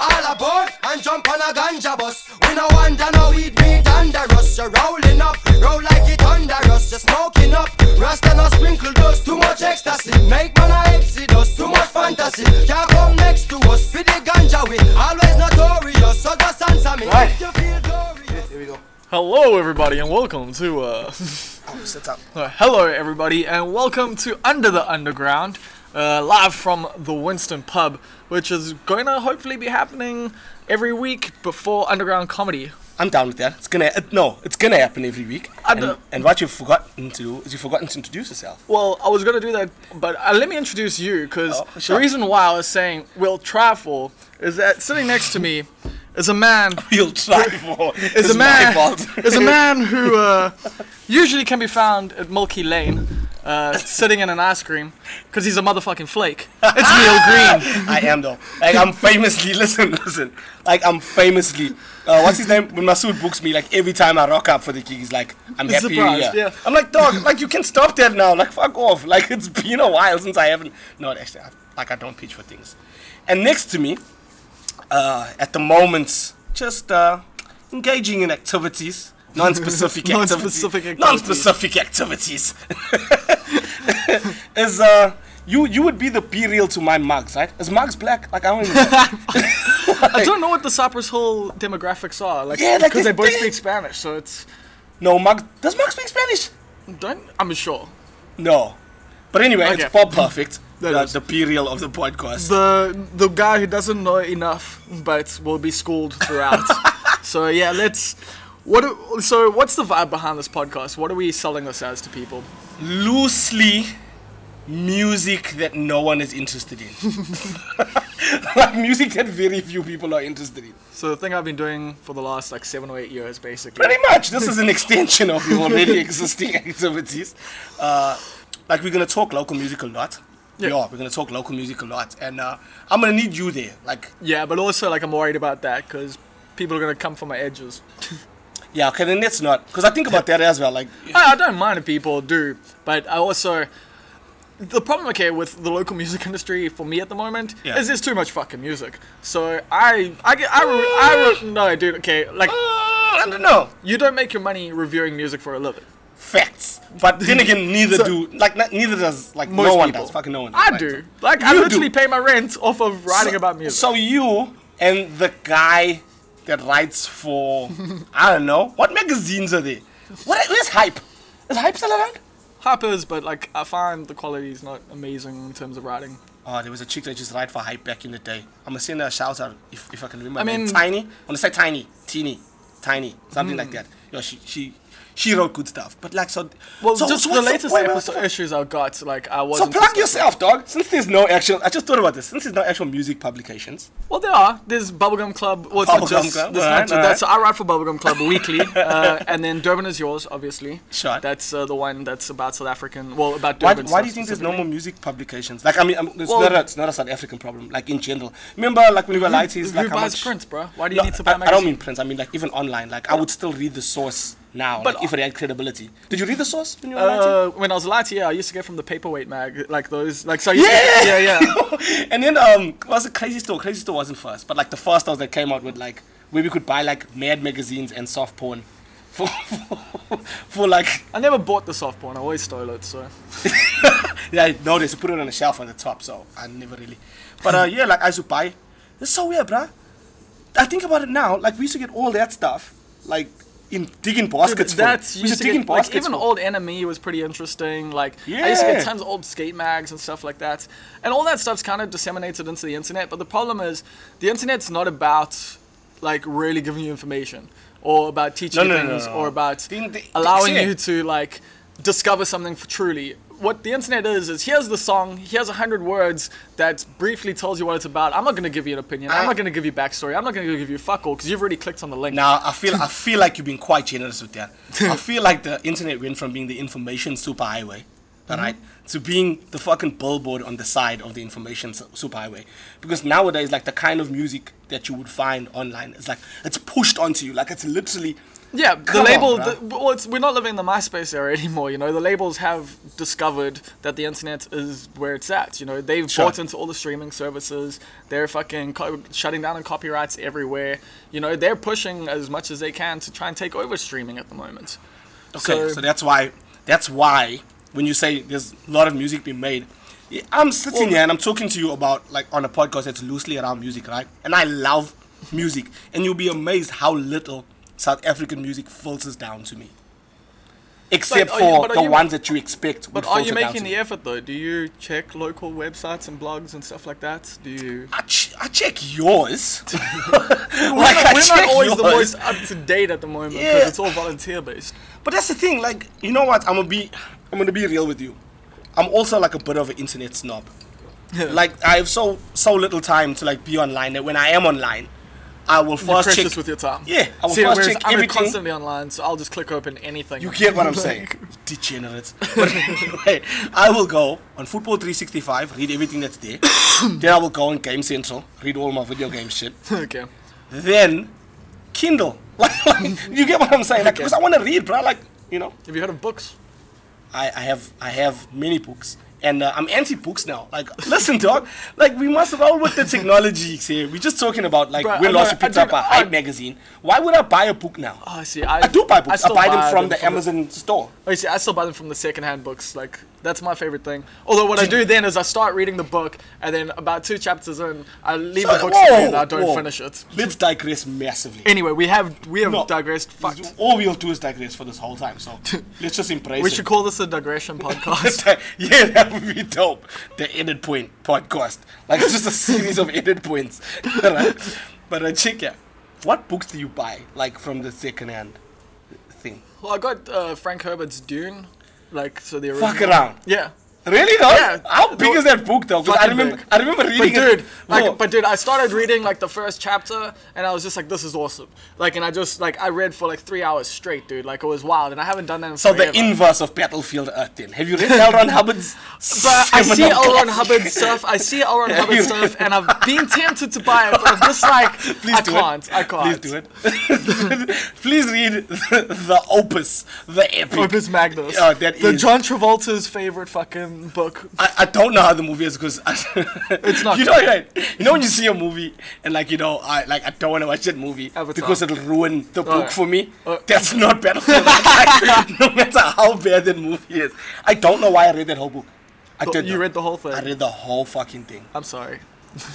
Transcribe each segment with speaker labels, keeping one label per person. Speaker 1: on a boat and jump on a ganja bus. We no wonder no weed meat under us. You're rolling up, roll like it under us. You're smoking up, rasta no sprinkle dust. Too much ecstasy, make man a exodus. Too much fantasy, can't come next to us. Fit the ganja we always notorious. So just answer me
Speaker 2: Right.
Speaker 1: if you feel glorious.
Speaker 2: Here we go.
Speaker 3: Hello, everybody, and welcome to. Uh,
Speaker 2: Oh, sit up.
Speaker 3: uh, hello, everybody, and welcome to Under the Underground, uh, live from the Winston Pub, which is going to hopefully be happening every week before Underground Comedy.
Speaker 2: I'm down with that. It's gonna uh, no, it's gonna happen every week.
Speaker 3: I
Speaker 2: And,
Speaker 3: don't-
Speaker 2: and what you've forgotten to do is you've forgotten to introduce yourself.
Speaker 3: Well, I was going to do that, but uh, let me introduce you, because
Speaker 2: Oh, sure.
Speaker 3: the reason why I was saying we'll try for is that sitting next to me is a man.
Speaker 2: You'll try for.
Speaker 3: Is
Speaker 2: it's
Speaker 3: a man,
Speaker 2: My fault.
Speaker 3: is a man who uh, usually can be found at Mulkey Lane, uh, sitting in an ice cream, because he's a motherfucking flake. It's Neil Green.
Speaker 2: I am though. Like I'm famously. Listen, listen. Like I'm famously. Uh, what's his name? When Masood books me, like every time I rock up for the gig, he's like, "I'm happy you're
Speaker 3: Surprised,
Speaker 2: here."
Speaker 3: yeah.
Speaker 2: I'm like, dog. Like you can stop that now. Like fuck off. Like it's been a while since I haven't. No, actually, I, like I don't pitch for things. And next to me, uh, at the moment, just uh, engaging in activities, non-specific activities,
Speaker 3: Non-specific activities.
Speaker 2: non-specific activities. Is uh, you you would be the B real to my mugs, right? Is mugs black? Like I don't even. Know.
Speaker 3: I don't know what the Cypress Hill demographics are, like,
Speaker 2: Yeah,
Speaker 3: because
Speaker 2: like
Speaker 3: they
Speaker 2: this
Speaker 3: both
Speaker 2: thing-
Speaker 3: speak Spanish, so it's
Speaker 2: no, mugs. Does mugs speak Spanish?
Speaker 3: don't. I'm sure.
Speaker 2: No. But anyway,
Speaker 3: Okay.
Speaker 2: it's Bob Perfect,
Speaker 3: That
Speaker 2: the,
Speaker 3: is.
Speaker 2: the B real of the podcast.
Speaker 3: The the guy who doesn't know enough, but will be schooled throughout. so yeah, let's. What do- so what's the vibe behind this podcast? What are we selling this as to people?
Speaker 2: Loosely, music that no one is interested in. like music that very few people are interested in.
Speaker 3: So the thing I've been doing for the last like seven or eight years, basically.
Speaker 2: Pretty much, this is an extension of your already existing activities. Uh, like we're gonna talk local music a lot.
Speaker 3: Yeah.
Speaker 2: Yeah, we're gonna talk local music a lot, and uh, I'm gonna need you there. Like,
Speaker 3: Yeah, but also like I'm worried about that because people are gonna come for my edges.
Speaker 2: yeah, okay, then that's not because I think about that as well. Like,
Speaker 3: I, I don't mind if people do, but I also the problem okay with the local music industry for me at the moment
Speaker 2: Yeah.
Speaker 3: is there's too much fucking music. So I I get I, re- I re- no dude okay like
Speaker 2: uh, I don't know.
Speaker 3: you don't make your money reviewing music for a living.
Speaker 2: facts. But then again, neither do like not, neither does like
Speaker 3: Most
Speaker 2: no one
Speaker 3: people.
Speaker 2: does. Fucking no one. Does,
Speaker 3: I
Speaker 2: right?
Speaker 3: do like I
Speaker 2: You
Speaker 3: literally
Speaker 2: do.
Speaker 3: pay my rent off of writing about music.
Speaker 2: So you and the guy that writes for I don't know what magazines are they? What where's hype? Is hype still around?
Speaker 3: Harpers, but like I find the quality is not amazing in terms of writing.
Speaker 2: Oh, there was a chick that just write for hype back in the day. I'm gonna send her a shout out if, if I can remember.
Speaker 3: I
Speaker 2: I mean,
Speaker 3: mean-
Speaker 2: Tiny. I'm gonna say Tiny, Teeny, Tiny, something like that. Yo, she she she wrote good stuff. But like so,
Speaker 3: Well,
Speaker 2: so,
Speaker 3: just
Speaker 2: so
Speaker 3: the
Speaker 2: what's
Speaker 3: latest
Speaker 2: wait, wait, what's
Speaker 3: episode issues I got, like I
Speaker 2: So
Speaker 3: wasn't.
Speaker 2: plug yourself, dog. Since there's no actual, I just thought about this. Since there's no actual music publications,
Speaker 3: Well, there are. There's Bubblegum Club. Well, it's not
Speaker 2: Bubblegum
Speaker 3: just-
Speaker 2: Club,
Speaker 3: there's
Speaker 2: alright,
Speaker 3: not ju- that's- I write for Bubblegum Club weekly, uh, and then Durban is yours, obviously.
Speaker 2: Sure.
Speaker 3: That's uh, the one that's about South African. Well, about
Speaker 2: why,
Speaker 3: Durban.
Speaker 2: why do you
Speaker 3: stuff
Speaker 2: think there's no
Speaker 3: specifically.
Speaker 2: more music publications? Like, I mean, I'm, it's,
Speaker 3: Well-
Speaker 2: not a, it's not a South African problem. Like in general, remember, like when we were lighties, like
Speaker 3: Who
Speaker 2: how
Speaker 3: buys
Speaker 2: much?
Speaker 3: prints, bro? Why do you
Speaker 2: No,
Speaker 3: need to buy
Speaker 2: I, I
Speaker 3: magazines?
Speaker 2: don't mean prints. I mean like even online. Like I would still read the source now,
Speaker 3: But-
Speaker 2: like, if it had credibility. Did you read the source when you were lighty?
Speaker 3: Uh, when I was light, yeah, I used to get from the paperweight mag, like those, like so. I used to-
Speaker 2: Yeah!
Speaker 3: yeah, yeah.
Speaker 2: and then um, was it Crazy Store? Crazy Store wasn't first, but like the first house that came out with like where we could buy like mad magazines and soft porn for for, for like
Speaker 3: I never bought the soft porn. I always stole it. So
Speaker 2: Yeah, I noticed. You put it on the shelf on the top, so I never really. But uh, yeah, like I used to buy. It's so weird, bruh. I think about it now. Like we used to get all that stuff, like in digging baskets. full.
Speaker 3: that's
Speaker 2: we
Speaker 3: used to
Speaker 2: dig in
Speaker 3: get, like, even
Speaker 2: full.
Speaker 3: old enemy was pretty interesting. Like I used to
Speaker 2: Yeah.
Speaker 3: get tons of old skate mags and stuff like that, and all that stuff's kind of disseminated into the internet. But the problem is, the internet's not about like really giving you information or about teaching
Speaker 2: No,
Speaker 3: you
Speaker 2: no, no,
Speaker 3: things
Speaker 2: no, no.
Speaker 3: or about
Speaker 2: The in- the-
Speaker 3: allowing
Speaker 2: yeah.
Speaker 3: you to like discover something for truly. What the internet is is here's the song, here's a hundred words that briefly tells you what it's about. I'm not gonna give you an opinion. I'm
Speaker 2: I-
Speaker 3: not gonna give you backstory. I'm not gonna give you fuck all because you've already clicked on the link.
Speaker 2: Now I feel I feel like you've been quite generous with that. I feel like the internet went from being the information superhighway, all right, to being the fucking billboard on the side of the information su- superhighway. Because nowadays, like the kind of music that you would find online, it's like it's pushed onto you. Like it's literally
Speaker 3: Yeah, the
Speaker 2: Come on,
Speaker 3: label.
Speaker 2: bruh.
Speaker 3: the, well, it's, we're not living in the MySpace era anymore. You know, the labels have discovered that the internet is where it's at. You know, they've
Speaker 2: Sure.
Speaker 3: bought into all the streaming services. They're fucking co- shutting down on copyrights everywhere. You know, they're pushing as much as they can to try and take over streaming at the moment.
Speaker 2: Okay, so, that's why that's why when you say there's a lot of music being made, yeah, I'm sitting here and I'm talking to you about like on a podcast that's loosely around music, right? And I love music, and you'll be amazed how little South African music filters down to me, except
Speaker 3: are you-
Speaker 2: for
Speaker 3: but are
Speaker 2: the
Speaker 3: you-
Speaker 2: ones that you expect.
Speaker 3: But
Speaker 2: would
Speaker 3: are you
Speaker 2: filter down
Speaker 3: making
Speaker 2: to
Speaker 3: the e-
Speaker 2: me.
Speaker 3: effort though? Do you check local websites and blogs and stuff like that? Do you?
Speaker 2: I, ch- I check yours. like I
Speaker 3: we're
Speaker 2: check
Speaker 3: not always the
Speaker 2: yours.
Speaker 3: most up to date at the moment because
Speaker 2: Yeah.
Speaker 3: it's all volunteer based.
Speaker 2: But that's the thing, like you know what? I'm gonna be, I'm gonna be real with you. I'm also like a bit of an internet snob. like I have so so little time to like be online that when I am online, I will
Speaker 3: You're
Speaker 2: first
Speaker 3: precious
Speaker 2: check.
Speaker 3: with your time.
Speaker 2: Yeah, I will
Speaker 3: See,
Speaker 2: first
Speaker 3: whereas
Speaker 2: check
Speaker 3: I'm
Speaker 2: everything.
Speaker 3: constantly online, so I'll just click open anything.
Speaker 2: You get what I'm saying? Degenerates. But anyway, I will go on Football 365, read everything that's there. then I will go on Game Central, read all my video game shit.
Speaker 3: okay.
Speaker 2: Then Kindle. Like, like, you get what I'm saying? Like,
Speaker 3: Okay.
Speaker 2: because I want to read, bro. Like, you know.
Speaker 3: Have you heard of books?
Speaker 2: I, I have I have many books, and uh, I'm anti books now. Like, listen, dog. Like, we must roll with the technologies here. We're just talking about like
Speaker 3: Bruh,
Speaker 2: Will
Speaker 3: no,
Speaker 2: also
Speaker 3: I
Speaker 2: picked
Speaker 3: do-
Speaker 2: up a
Speaker 3: I-
Speaker 2: hype magazine. Why would I buy a book now?
Speaker 3: Oh, I see. I,
Speaker 2: I do buy books. I,
Speaker 3: still
Speaker 2: buy them from the
Speaker 3: from
Speaker 2: Amazon store.
Speaker 3: The, oh, you see, I still buy them from the secondhand books. Like that's my favorite thing. Although what I do then is I start reading the book, and then about two chapters in, I leave the book to and I don't
Speaker 2: whoa.
Speaker 3: finish it.
Speaker 2: Let's digress massively.
Speaker 3: Anyway, we have we have
Speaker 2: No.
Speaker 3: digressed. Fucked.
Speaker 2: All we'll do is digress for this whole time. So let's just embrace
Speaker 3: We
Speaker 2: it.
Speaker 3: should call this a digression podcast.
Speaker 2: yeah, that would be dope. The edit point podcast. Like it's just a series of edit points. right? But uh, check it. What books do you buy? Like from the second hand thing.
Speaker 3: well, I got uh, Frank Herbert's Dune, like so the original.
Speaker 2: Fuck around.
Speaker 3: Yeah.
Speaker 2: Really though?
Speaker 3: Yeah.
Speaker 2: How big
Speaker 3: No,
Speaker 2: is that book though? 'Cause I
Speaker 3: fucking
Speaker 2: remember
Speaker 3: big.
Speaker 2: I remember reading
Speaker 3: But dude,
Speaker 2: it.
Speaker 3: like,
Speaker 2: Whoa.
Speaker 3: but dude, I started reading like the first chapter, and I was just like, "This is awesome!" Like, and I just like I read for like three hours straight, dude. Like, it was wild, and I haven't done that. In
Speaker 2: so the
Speaker 3: forever.
Speaker 2: inverse of Battlefield Earth then. Have you read L. Ron Hubbard's
Speaker 3: But I see
Speaker 2: seminal
Speaker 3: L. Ron
Speaker 2: classic?
Speaker 3: Hubbard stuff. I see L. Ron Hubbard
Speaker 2: you-
Speaker 3: stuff, and I've been tempted to buy it, but I'm just like,
Speaker 2: Please
Speaker 3: I
Speaker 2: do
Speaker 3: can't.
Speaker 2: it.
Speaker 3: I
Speaker 2: Please
Speaker 3: can't.
Speaker 2: do it. Please read the, the opus, the epic.
Speaker 3: Opus Oh, Magnus.
Speaker 2: Yeah, that
Speaker 3: the
Speaker 2: is-
Speaker 3: John Travolta's favorite fucking book.
Speaker 2: I, I don't know how the movie is because it's
Speaker 3: not
Speaker 2: You know, right? you know when you see a movie and like you know, I like I don't want to watch that movie
Speaker 3: Avatar.
Speaker 2: because it'll ruin the book
Speaker 3: yeah.
Speaker 2: for me.
Speaker 3: Oh.
Speaker 2: That's not Battlefield. Like, no matter how bad that movie is, I don't know why I read that whole book. I
Speaker 3: The-
Speaker 2: did.
Speaker 3: you
Speaker 2: though.
Speaker 3: read the whole thing?
Speaker 2: I read the whole fucking thing.
Speaker 3: I'm sorry.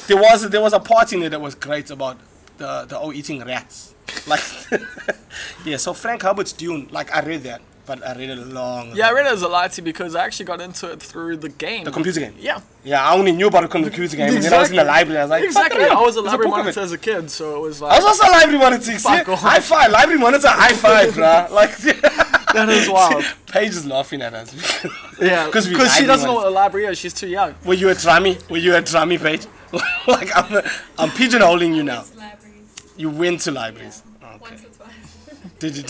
Speaker 2: There was there was a part in it that was great about the the oh eating rats. Like yeah, so Frank Herbert's Dune. Like I read that, but I read it long.
Speaker 3: Yeah, I read it as a lie to you because I actually got into it through the game.
Speaker 2: The computer game.
Speaker 3: Yeah.
Speaker 2: Yeah, I only knew about the computer game, and then I was in the library. I was like,
Speaker 3: exactly.
Speaker 2: "Fuck it,
Speaker 3: I was a
Speaker 2: there's
Speaker 3: library
Speaker 2: book of
Speaker 3: monitor
Speaker 2: it."
Speaker 3: as a kid, so it was
Speaker 2: I
Speaker 3: like
Speaker 2: was also a library monitor. see?
Speaker 3: Fuck off.
Speaker 2: High five, library monitor, high five, bruh. Like,
Speaker 3: that is wild.
Speaker 2: Paige is laughing at us.
Speaker 3: Yeah,
Speaker 2: because
Speaker 3: because
Speaker 2: we
Speaker 3: she
Speaker 2: library
Speaker 3: doesn't know
Speaker 2: monitor.
Speaker 3: what a library is. She's too young.
Speaker 2: Were you a drummy? Were you a drummy, Paige? like, I'm, I'm pigeonholing you now.
Speaker 4: It's libraries.
Speaker 2: You went to libraries. Okay.
Speaker 4: Once or twice.
Speaker 2: Did you?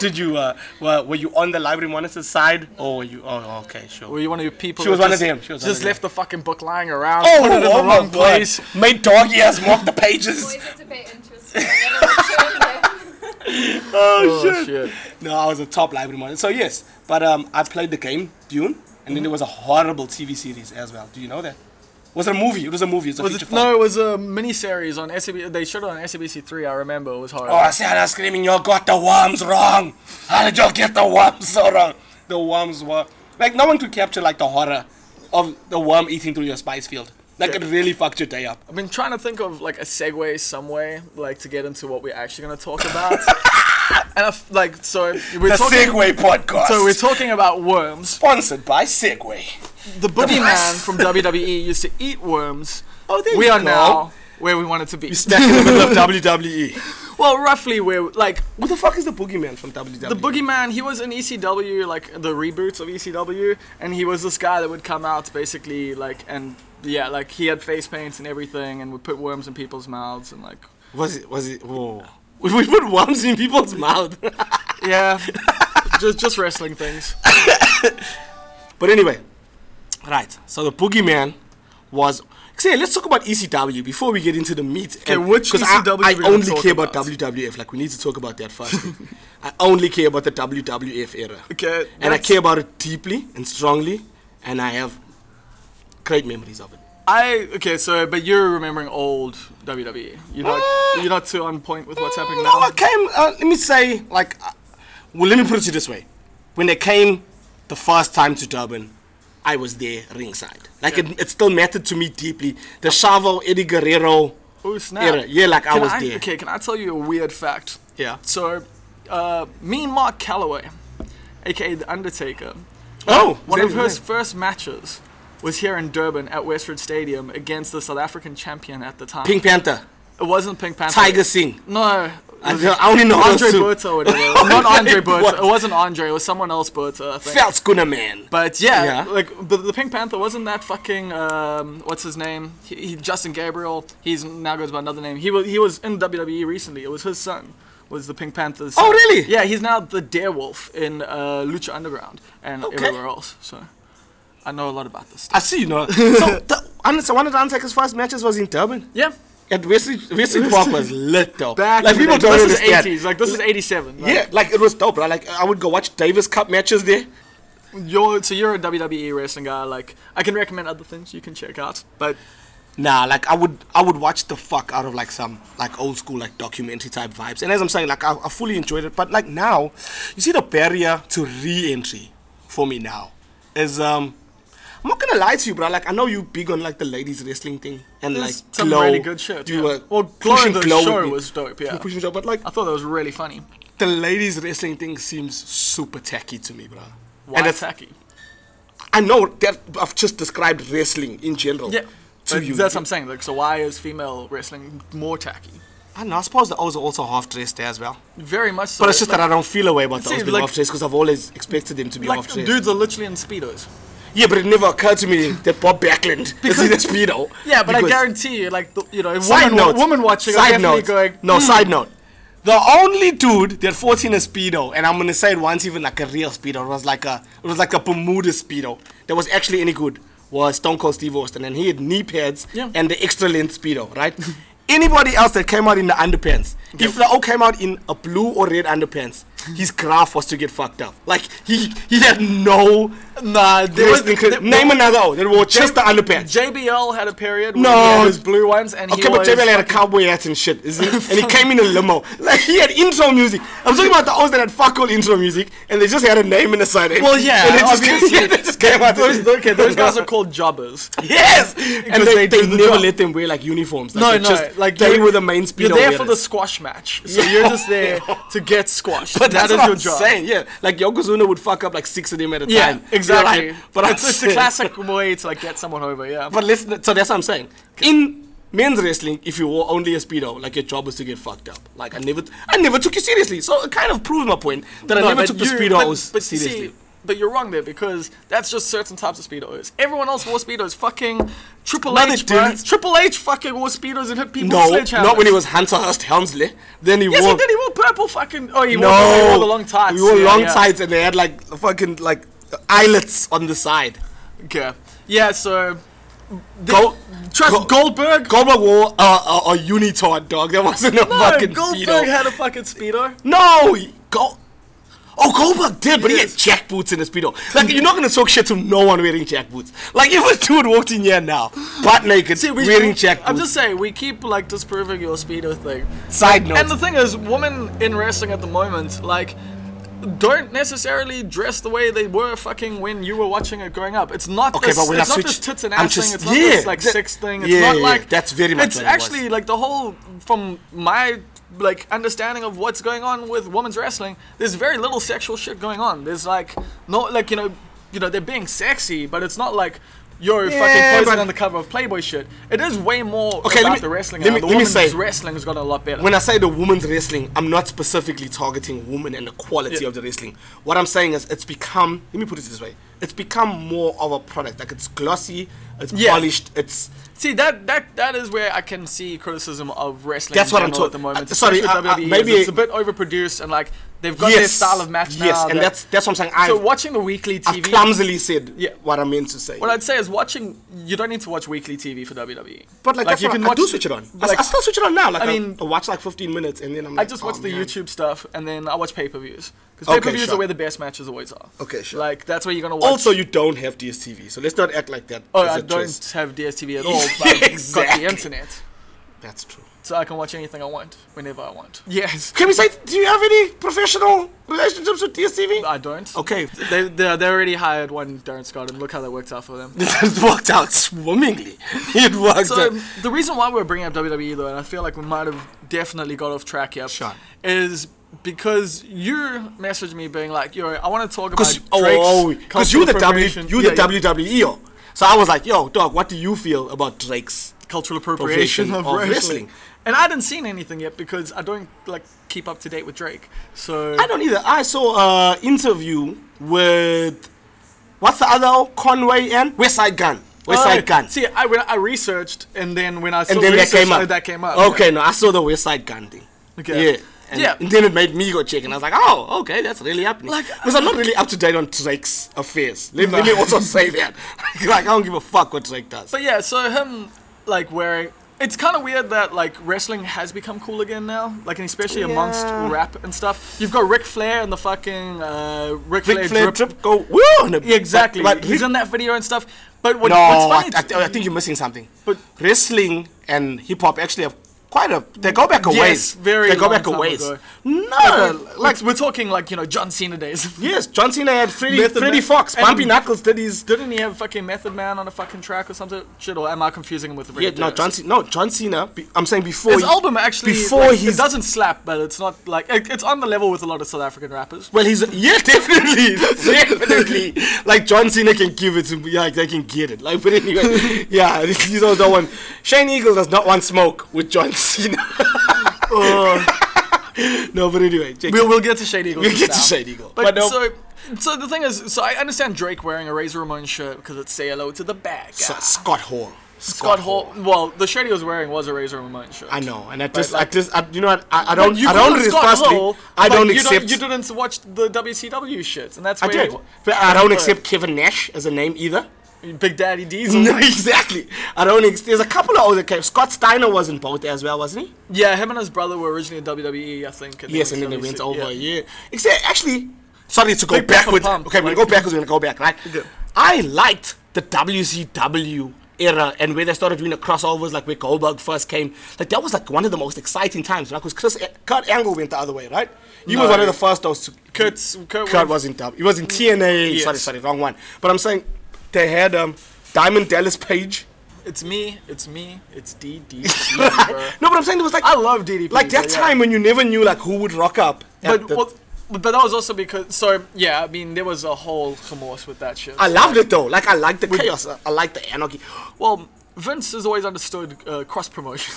Speaker 2: did you? Uh, were, were you on the library monitor side, or were you? Oh, okay, sure.
Speaker 3: Were you one of your people?
Speaker 2: She
Speaker 3: that
Speaker 2: was one of
Speaker 3: just,
Speaker 2: them, she was one
Speaker 3: just
Speaker 2: of
Speaker 3: left the fucking book lying around.
Speaker 2: Oh,
Speaker 3: put it in
Speaker 2: oh
Speaker 3: the
Speaker 2: my
Speaker 3: wrong
Speaker 2: God.
Speaker 3: place.
Speaker 2: Made doggy ass walk the pages.
Speaker 4: Always have to pay interest. I never return them.
Speaker 3: Oh shit.
Speaker 2: No, I was a top library monitor. So yes, but um, I played the game Dune, and then there was a horrible TV series as well. Do you know that? Was it a movie? It was a movie. It was a
Speaker 3: Was
Speaker 2: feature
Speaker 3: it,
Speaker 2: film.
Speaker 3: no, it was a miniseries on SCB. They showed it on SCBC three. I remember it was horrible.
Speaker 2: Oh, I see her screaming, "You got the worms wrong! How did you get the worms so wrong?" The worms were like no one could capture like the horror of the worm eating through your spice field. Like it really fucked your day up.
Speaker 3: I've been trying to think of like a segue some way, like to get into what we're actually gonna talk about. and I f- like so we're
Speaker 2: The
Speaker 3: talking.
Speaker 2: Segway podcast.
Speaker 3: So we're talking about worms.
Speaker 2: sponsored by Segway.
Speaker 3: The boogeyman from WWE used to eat worms.
Speaker 2: Oh, there
Speaker 3: we
Speaker 2: you
Speaker 3: are
Speaker 2: go.
Speaker 3: now where we wanted to be.
Speaker 2: Back in the middle of
Speaker 3: E.
Speaker 2: WWE.
Speaker 3: well, roughly where, like,
Speaker 2: What the fuck is the boogeyman from E? WWE?
Speaker 3: the boogeyman, he was in ECW, like, the reboots of ECW, and he was this guy that would come out basically, like, and yeah, like, he had face paints and everything, and would put worms in people's mouths, and like,
Speaker 2: Was it? Was it? Whoa. We we put worms in people's mouth.
Speaker 3: yeah. Just, just wrestling things.
Speaker 2: but anyway, right. So the boogeyman was Say, let's talk about ECW before we get into the meat.
Speaker 3: Okay,
Speaker 2: And-
Speaker 3: which E
Speaker 2: 'cause I-
Speaker 3: ECW
Speaker 2: I,
Speaker 3: we gonna
Speaker 2: only
Speaker 3: talk
Speaker 2: care about,
Speaker 3: about?
Speaker 2: WWF. Like, we need to talk about that first. I only care about the WWF era.
Speaker 3: Okay,
Speaker 2: And I
Speaker 3: that's-
Speaker 2: care about it deeply and strongly, and I have great memories of it.
Speaker 3: I okay, so but you're remembering old WWE. You're not
Speaker 2: Uh,
Speaker 3: you're not too on point with what's happening
Speaker 2: No,
Speaker 3: now.
Speaker 2: I came. Uh, let me say, like, uh, well, let me put it to you this way: when they came the first time to Durban, I was there ringside. Like, it, it still mattered to me deeply. The Chavo, Eddie Guerrero.
Speaker 3: Oh snap!
Speaker 2: Era. Yeah, like, I
Speaker 3: Can
Speaker 2: was there.
Speaker 3: Okay, can I tell you a weird fact?
Speaker 2: Yeah.
Speaker 3: So, uh, me and Mark Calloway, aka the Undertaker,
Speaker 2: Oh,
Speaker 3: one
Speaker 2: there
Speaker 3: of
Speaker 2: we
Speaker 3: his
Speaker 2: go.
Speaker 3: first matches was here in Durban at Westford Stadium against the South African champion at the time.
Speaker 2: Pink Panther,
Speaker 3: It wasn't Pink Panther.
Speaker 2: Tiger Singh.
Speaker 3: No.
Speaker 2: I, I only know
Speaker 3: Andre
Speaker 2: those two.
Speaker 3: Berta or whatever. Not Andre Berta.
Speaker 2: What?
Speaker 3: It wasn't Andre. It was someone else Berta. I think.
Speaker 2: Felt Gunner Man.
Speaker 3: But yeah,
Speaker 2: Yeah.
Speaker 3: like but the Pink Panther wasn't that fucking um, what's his name? He, he, Justin Gabriel. He's now goes by another name. He was he was in WWE recently. It was his son. Was the Pink Panther's?
Speaker 2: Oh,
Speaker 3: son.
Speaker 2: really?
Speaker 3: Yeah, he's now the Darewolf in uh, Lucha Underground and
Speaker 2: Okay.
Speaker 3: everywhere else. So I know a lot about this.
Speaker 2: I
Speaker 3: Stuff.
Speaker 2: see you know. so, the, honestly, one of the Undertaker's first matches was in Durban.
Speaker 3: yeah,
Speaker 2: At Wesley, Wesley Park was lit though.
Speaker 3: back
Speaker 2: like
Speaker 3: in the
Speaker 2: people
Speaker 3: day.
Speaker 2: don't
Speaker 3: this
Speaker 2: understand.
Speaker 3: is 80s. Like this is 87. Like,
Speaker 2: Yeah, like it was dope. Right? Like I would go watch Davis Cup matches there.
Speaker 3: You're so you're a WWE wrestling guy. Like I can recommend other things you can check out, but
Speaker 2: Nah, like I would I would watch the fuck out of like some like old school like documentary type vibes. And as I'm saying, like I, I fully enjoyed it. But like now, you see the barrier to re-entry for me now is um I'm not gonna lie to you, bro. Like I know you big on like the ladies wrestling thing and
Speaker 3: There's
Speaker 2: like
Speaker 3: some
Speaker 2: glow.
Speaker 3: really good shit,
Speaker 2: You
Speaker 3: yeah.
Speaker 2: were
Speaker 3: Well, Glow
Speaker 2: pushing
Speaker 3: the
Speaker 2: glow with
Speaker 3: show
Speaker 2: me.
Speaker 3: was dope,
Speaker 2: You were
Speaker 3: yeah. Uh,
Speaker 2: pushing glow, but like
Speaker 3: I thought that was really funny.
Speaker 2: the ladies wrestling thing seems super tacky to me, bro.
Speaker 3: Why
Speaker 2: it's-
Speaker 3: tacky?
Speaker 2: I know that I've just described wrestling in general.
Speaker 3: Yeah.
Speaker 2: To
Speaker 3: But
Speaker 2: you.
Speaker 3: That's what I'm saying. Like, so why is female wrestling more tacky?
Speaker 2: I know. I suppose the O's are also half dressed there as well.
Speaker 3: Very much so.
Speaker 2: But it's just
Speaker 3: like,
Speaker 2: that I don't feel a way about the
Speaker 3: See,
Speaker 2: O's being
Speaker 3: like-
Speaker 2: half dressed because I've always expected them to be
Speaker 3: like
Speaker 2: half dressed.
Speaker 3: dudes are literally in speedos.
Speaker 2: Yeah, but it never occurred to me that Bob Backlund is in a speedo.
Speaker 3: Yeah, but I
Speaker 2: because-
Speaker 3: guarantee you, like the, you know,
Speaker 2: Side
Speaker 3: woman,
Speaker 2: note.
Speaker 3: woman watching are
Speaker 2: Side
Speaker 3: definitely
Speaker 2: note.
Speaker 3: going.
Speaker 2: no,
Speaker 3: "Hmm,
Speaker 2: side note. The only dude that fought in a speedo, and I'm gonna say it once, even like a real speedo, it was like a it was like a Bermuda speedo that was actually any good was Stone Cold Steve Austin, and he had knee pads
Speaker 3: Yeah.
Speaker 2: and the extra length speedo, right? Anybody else that came out in the underpants, if the O came out in a blue or red underpants, his graph was to get fucked up. Like he he had no
Speaker 3: Nah, there was
Speaker 2: wrestling. cred- Name another O that wore just the underpants.
Speaker 3: JBL had a period. Where
Speaker 2: No.
Speaker 3: he had his blue ones, and
Speaker 2: Okay,
Speaker 3: he
Speaker 2: but
Speaker 3: was
Speaker 2: JBL had a cowboy hat and shit, isn't it? and he came in a limo. Like, he had intro music. I'm talking about the O's that had fuck all intro music, and they just had a name in the side. end.
Speaker 3: Well, yeah,
Speaker 2: And it just,
Speaker 3: obviously.
Speaker 2: they just came out.
Speaker 3: Those, okay, those guys are called jobbers.
Speaker 2: Yes! And they,
Speaker 3: they
Speaker 2: they,
Speaker 3: do the
Speaker 2: never
Speaker 3: job.
Speaker 2: let them wear, like, uniforms. Like,
Speaker 3: No,
Speaker 2: they
Speaker 3: no,
Speaker 2: just,
Speaker 3: like
Speaker 2: They
Speaker 3: you're-
Speaker 2: were the main speed
Speaker 3: You're there for the squash match, so you're just there to get squashed.
Speaker 2: But
Speaker 3: that
Speaker 2: that's
Speaker 3: is
Speaker 2: what
Speaker 3: your
Speaker 2: I'm
Speaker 3: job.
Speaker 2: saying, yeah. Like, Yokozuna would fuck up, like, six of them at a
Speaker 3: Yeah,
Speaker 2: time. You're
Speaker 3: exactly.
Speaker 2: right. But I'm
Speaker 3: it's, it's a
Speaker 2: saying-
Speaker 3: classic way to like get someone over. Yeah.
Speaker 2: But listen, so that's what I'm saying. In men's wrestling, if you wore only a speedo, like your job was to get fucked up. Like I never, I never took you seriously. So it kind of proves my point that I
Speaker 3: No,
Speaker 2: never
Speaker 3: but
Speaker 2: took the
Speaker 3: you-
Speaker 2: speedos
Speaker 3: but- but you see,
Speaker 2: seriously.
Speaker 3: but you're wrong there because that's just certain types of speedos. Everyone else wore speedos. Fucking Triple
Speaker 2: No, they
Speaker 3: H, bro.
Speaker 2: didn't.
Speaker 3: Triple H fucking wore speedos and hit people
Speaker 2: no,
Speaker 3: with sledgehammers.
Speaker 2: not when he was Hunter Hurst Helmsley. Then he
Speaker 3: Yes,
Speaker 2: wore.
Speaker 3: he did. He wore purple fucking. Oh, he,
Speaker 2: no,
Speaker 3: wore, he wore the long tights.
Speaker 2: We wore
Speaker 3: yeah,
Speaker 2: long
Speaker 3: yeah.
Speaker 2: tights, and they had like fucking like eyelets on the side.
Speaker 3: Okay. Yeah. So. The,
Speaker 2: Go-
Speaker 3: trust
Speaker 2: Go-
Speaker 3: Goldberg.
Speaker 2: Goldberg wore a, a, a unitard dog. There wasn't a
Speaker 3: No,
Speaker 2: fucking
Speaker 3: Goldberg
Speaker 2: speedo.
Speaker 3: had a fucking speedo.
Speaker 2: No, he- go. Oh, Goldberg did, but he
Speaker 3: Yes.
Speaker 2: had jack boots in his speedo. Like you're not gonna talk shit to no one wearing jack boots. Like if a dude walked in here now, butt naked,
Speaker 3: See, we,
Speaker 2: wearing jack boots.
Speaker 3: I'm just saying we keep like disproving your speedo thing.
Speaker 2: Side note.
Speaker 3: And the thing is, women in wrestling at the moment, like, don't necessarily dress the way they were fucking when you were watching it growing up. It's not
Speaker 2: Okay,
Speaker 3: this,
Speaker 2: but when I
Speaker 3: it's not this
Speaker 2: switched-
Speaker 3: tits and
Speaker 2: I'm
Speaker 3: ass
Speaker 2: just-
Speaker 3: thing. It's not
Speaker 2: yeah,
Speaker 3: this like
Speaker 2: that-
Speaker 3: sex thing. It's
Speaker 2: yeah,
Speaker 3: not
Speaker 2: yeah,
Speaker 3: like
Speaker 2: that's very much
Speaker 3: It's
Speaker 2: what it was.
Speaker 3: actually like the whole from my like understanding of what's going on with women's wrestling. There's very little sexual shit going on. There's like no like you know you know they're being sexy, but it's not like. You're
Speaker 2: Yeah,
Speaker 3: fucking posing
Speaker 2: but-
Speaker 3: on the cover of Playboy shit. It is way more
Speaker 2: Okay, let
Speaker 3: about
Speaker 2: me-
Speaker 3: the wrestling.
Speaker 2: let
Speaker 3: now.
Speaker 2: me-
Speaker 3: the
Speaker 2: let me
Speaker 3: women's
Speaker 2: say-
Speaker 3: wrestling has gotten a lot better.
Speaker 2: when I say the women's wrestling, I'm not specifically targeting women and the quality
Speaker 3: Yeah.
Speaker 2: of the wrestling. What I'm saying is it's become let me put it this way. It's become more of a product. Like it's glossy, it's
Speaker 3: Yeah.
Speaker 2: polished, it's
Speaker 3: See that that that is where I can see criticism of wrestling.
Speaker 2: That's
Speaker 3: in
Speaker 2: what I'm
Speaker 3: general
Speaker 2: talk-
Speaker 3: at the moment.
Speaker 2: uh, sorry,
Speaker 3: especially
Speaker 2: uh, uh,
Speaker 3: with WWE,
Speaker 2: maybe-
Speaker 3: is it's a bit overproduced and like they've got their style of match now.
Speaker 2: Yes, and
Speaker 3: that-
Speaker 2: that's that's what I'm saying. I've,
Speaker 3: so watching the weekly
Speaker 2: I've
Speaker 3: TV.
Speaker 2: clumsily said
Speaker 3: Yeah.
Speaker 2: what I meant to say.
Speaker 3: what I'd say is watching. You don't need to watch weekly TV for WWE.
Speaker 2: but like, that's
Speaker 3: you
Speaker 2: what
Speaker 3: can
Speaker 2: I, I
Speaker 3: watch.
Speaker 2: do switch it on. I-
Speaker 3: like-
Speaker 2: I, still switch it on now. Like I,
Speaker 3: I
Speaker 2: mean,
Speaker 3: mean-
Speaker 2: I watch like 15 minutes and then I'm
Speaker 3: I
Speaker 2: like,
Speaker 3: just watch
Speaker 2: oh,
Speaker 3: the
Speaker 2: man.
Speaker 3: YouTube stuff, and then I watch pay per views because
Speaker 2: Okay,
Speaker 3: pay per views
Speaker 2: sure.
Speaker 3: are where the best matches always are.
Speaker 2: Okay, sure.
Speaker 3: Like that's where you're gonna watch.
Speaker 2: Also, you don't have DSTV, so let's not act like that.
Speaker 3: oh,
Speaker 2: is
Speaker 3: I
Speaker 2: a
Speaker 3: don't
Speaker 2: choice.
Speaker 3: have DSTV at all. But I've got
Speaker 2: Exactly.
Speaker 3: the internet,
Speaker 2: That's true.
Speaker 3: so I can watch anything I want whenever I want. Yes.
Speaker 2: Can we say? Do you have any professional relationships with DSTV?
Speaker 3: I don't.
Speaker 2: Okay.
Speaker 3: They, they, they already hired one Darren Scott, and look how that worked out for them.
Speaker 2: it worked out swimmingly. It worked
Speaker 3: So um,
Speaker 2: out.
Speaker 3: the reason why we're bringing up WWE though, and I feel like we might have definitely got off track here,
Speaker 2: Sure.
Speaker 3: is because you messaged me being like, "Yo, I want to talk about
Speaker 2: Because
Speaker 3: Drake's
Speaker 2: oh, because
Speaker 3: cultural
Speaker 2: you the W,
Speaker 3: appropriation."
Speaker 2: you
Speaker 3: Yeah,
Speaker 2: the
Speaker 3: yeah.
Speaker 2: WWE. -o. So I was like, yo, dog, what do you feel about Drake's?
Speaker 3: cultural appropriation of,
Speaker 2: Appropriation of
Speaker 3: wrestling.
Speaker 2: wrestling.
Speaker 3: And I hadn't seen anything yet because I don't like keep up to date with Drake. So
Speaker 2: I don't either. I saw an interview with what's the other one? Conway and Westside Gun. Westside
Speaker 3: Oh,
Speaker 2: Gun.
Speaker 3: See, I when I researched, and then when I saw
Speaker 2: and then that
Speaker 3: research,
Speaker 2: came up.
Speaker 3: that came up.
Speaker 2: Okay, no, I saw the Westside Gun thing.
Speaker 3: Okay.
Speaker 2: Yeah. And,
Speaker 3: Yeah.
Speaker 2: and then it made me go check, and I was like, "Oh, okay, that's really happening."
Speaker 3: Like- uh,
Speaker 2: because I'm not really up to date on Drake's affairs. Let, let
Speaker 3: No.
Speaker 2: me also say that, like, I don't give a fuck what Drake does.
Speaker 3: But yeah, so him like wearing it's kind of weird that like wrestling has become cool again now, like and especially amongst
Speaker 2: Yeah.
Speaker 3: rap and stuff. You've got Ric Flair and the fucking uh, Ric,
Speaker 2: Ric
Speaker 3: Flair,
Speaker 2: Flair
Speaker 3: drip.
Speaker 2: trip go woo on it.
Speaker 3: Yeah, exactly.
Speaker 2: But, but
Speaker 3: He's
Speaker 2: Ric-
Speaker 3: in that video and stuff. But what,
Speaker 2: no,
Speaker 3: what's funny?
Speaker 2: I, I, I think you're missing something.
Speaker 3: But-
Speaker 2: wrestling and hip hop actually have quite a. They go back a
Speaker 3: Yes,
Speaker 2: ways.
Speaker 3: very
Speaker 2: They go
Speaker 3: long
Speaker 2: back a
Speaker 3: time
Speaker 2: ways.
Speaker 3: ago.
Speaker 2: No, like
Speaker 3: oh, like we're talking like you know John Cena days.
Speaker 2: yes, John Cena had Freddie,
Speaker 3: Method
Speaker 2: Freddie
Speaker 3: Man-
Speaker 2: Fox,
Speaker 3: and-
Speaker 2: Bumpy Knuckles did his.
Speaker 3: Didn't he have fucking Method Man on a fucking track or something? Shit, or am I confusing him with Ric
Speaker 2: Yeah, no,
Speaker 3: Flair?
Speaker 2: John Cena. No, John Cena. be- I'm saying before
Speaker 3: His
Speaker 2: he-
Speaker 3: album actually
Speaker 2: before
Speaker 3: like,
Speaker 2: his
Speaker 3: it doesn't slap, but it's not like it, it's on the level with a lot of South African rappers.
Speaker 2: Well, he's yeah, definitely, definitely. Like John Cena can give it to me, like they can get it. Like, but anyway, yeah, he's not the one. Shane Eagle does not want smoke with John Cena. no, but anyway, check
Speaker 3: Oh. We'll,
Speaker 2: it.
Speaker 3: we'll get to Shade Eagle.
Speaker 2: We'll
Speaker 3: just
Speaker 2: get to
Speaker 3: now.
Speaker 2: Shade Eagle.
Speaker 3: But,
Speaker 2: But no-
Speaker 3: so, so the thing is, so I understand Drake wearing a Razor Ramon shirt because it's say hello to the bad guy.
Speaker 2: So- Scott Hall.
Speaker 3: Scott Hall. Well, the shirt he was wearing was a Razor Ramon shirt.
Speaker 2: I know, and I just,
Speaker 3: like-
Speaker 2: I just, I, you know what? I, I don't,
Speaker 3: You
Speaker 2: I don't.
Speaker 3: call him Scott
Speaker 2: firstly,
Speaker 3: Hall,
Speaker 2: I
Speaker 3: but
Speaker 2: don't
Speaker 3: you
Speaker 2: accept.
Speaker 3: you didn't watch the WCW shirts, and that's
Speaker 2: I
Speaker 3: where
Speaker 2: did, but I don't accept Kevin Nash as a name either.
Speaker 3: Big Daddy Diesel.
Speaker 2: No, exactly. I don't. Ex- there's a couple of other. ca- Scott Steiner was in both as well, wasn't he?
Speaker 3: Yeah, him and his brother were originally in WWE, I think. and
Speaker 2: Yes, and then they went
Speaker 3: WC
Speaker 2: over.
Speaker 3: Yeah.
Speaker 2: Yeah. Except actually, sorry to go
Speaker 3: Big Papa
Speaker 2: backwards.
Speaker 3: Pump,
Speaker 2: okay, we're gonna
Speaker 3: like-
Speaker 2: go backwards. We're gonna go back, right?
Speaker 3: Okay.
Speaker 2: I liked the WCW era and where they started doing the crossovers, like where Goldberg first came. Like that was like one of the most exciting times, right? Because Chris Kurt Angle went the other way, right? He was
Speaker 3: No.
Speaker 2: one of the first those. to-
Speaker 3: Kurt's- Kurt
Speaker 2: Kurt
Speaker 3: was-
Speaker 2: was in W. He was in TNA.
Speaker 3: Yes.
Speaker 2: Sorry, sorry, wrong one. But I'm saying they had um, Diamond Dallas Page.
Speaker 3: It's me. It's me. It's DDP. bro.
Speaker 2: No, but I'm saying it was like
Speaker 3: I love DDP.
Speaker 2: like that
Speaker 3: but yeah.
Speaker 2: time when you never knew like who would rock up. at
Speaker 3: but
Speaker 2: the-
Speaker 3: well, but that was also because so yeah, I mean there was a whole remorse with that shit.
Speaker 2: I loved it though. Like I like the chaos. I I like the anarchy.
Speaker 3: well, Vince has always understood uh, cross promotion.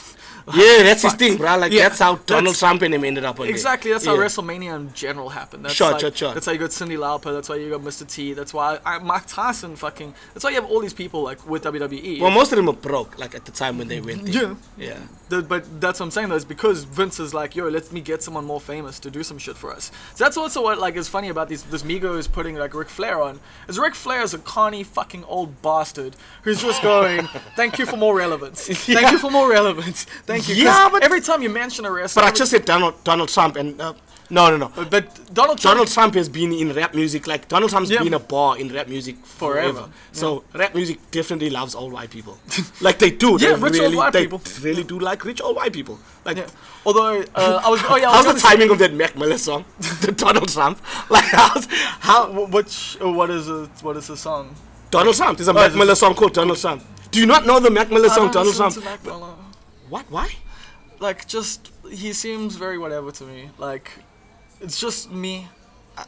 Speaker 2: Yeah, that's his
Speaker 3: Fuck.
Speaker 2: thing, bro. Like
Speaker 3: Yeah,
Speaker 2: that's how Donald
Speaker 3: that's-
Speaker 2: Trump and him ended up on there.
Speaker 3: exactly, that's how
Speaker 2: Yeah.
Speaker 3: WrestleMania in general happened. That's
Speaker 2: Sure,
Speaker 3: like,
Speaker 2: sure, sure.
Speaker 3: That's how you got Cindy Lauper. That's why you got Mr. T. That's why I, Mark Tyson fucking. That's why you have all these people like with E. WWE.
Speaker 2: Well, most of them were broke. Like at the time when they went. There.
Speaker 3: yeah.
Speaker 2: Yeah.
Speaker 3: Th- but that's what I'm saying though, is because Vince is like, yo, let me get someone more famous to do some shit for us. So that's also what like is funny about these this Migo is putting like Ric Flair on. Is Ric Flair is a carny fucking old bastard who's just going, Thank you for more relevance.
Speaker 2: Yeah.
Speaker 3: Thank you for more relevance. Thank you. 'Cause
Speaker 2: Yeah, but-
Speaker 3: every time you mention a wrestler
Speaker 2: But I
Speaker 3: every-
Speaker 2: just said Donald Donald Trump and uh, no no no.
Speaker 3: but, but Donald Trump
Speaker 2: Donald Trump has been in rap music. Like Donald Trump's
Speaker 3: Yeah.
Speaker 2: been a bar in rap music forever.
Speaker 3: Forever.
Speaker 2: So rap music definitely loves old white people. like they do.
Speaker 3: Yeah,
Speaker 2: they
Speaker 3: rich old
Speaker 2: really,
Speaker 3: white
Speaker 2: they
Speaker 3: people.
Speaker 2: really do like rich old white people. Like.
Speaker 3: yeah. Although uh, I was oh yeah, I was
Speaker 2: How's the
Speaker 3: gonna say-
Speaker 2: timing of that Mac Miller song? the Donald Trump? Like, how's, how,
Speaker 3: Wh- Which uh, what is it, what is the song?
Speaker 2: Donald Trump. There's a
Speaker 3: it's
Speaker 2: Mac
Speaker 3: just-
Speaker 2: Miller song called Donald Trump. Do you not know the Mac Miller song,
Speaker 3: I don't
Speaker 2: Donald
Speaker 3: Oh, listen
Speaker 2: Trump?
Speaker 3: to Mac Miller.
Speaker 2: What? Why?
Speaker 3: like just he seems very whatever to me. Like it's just me.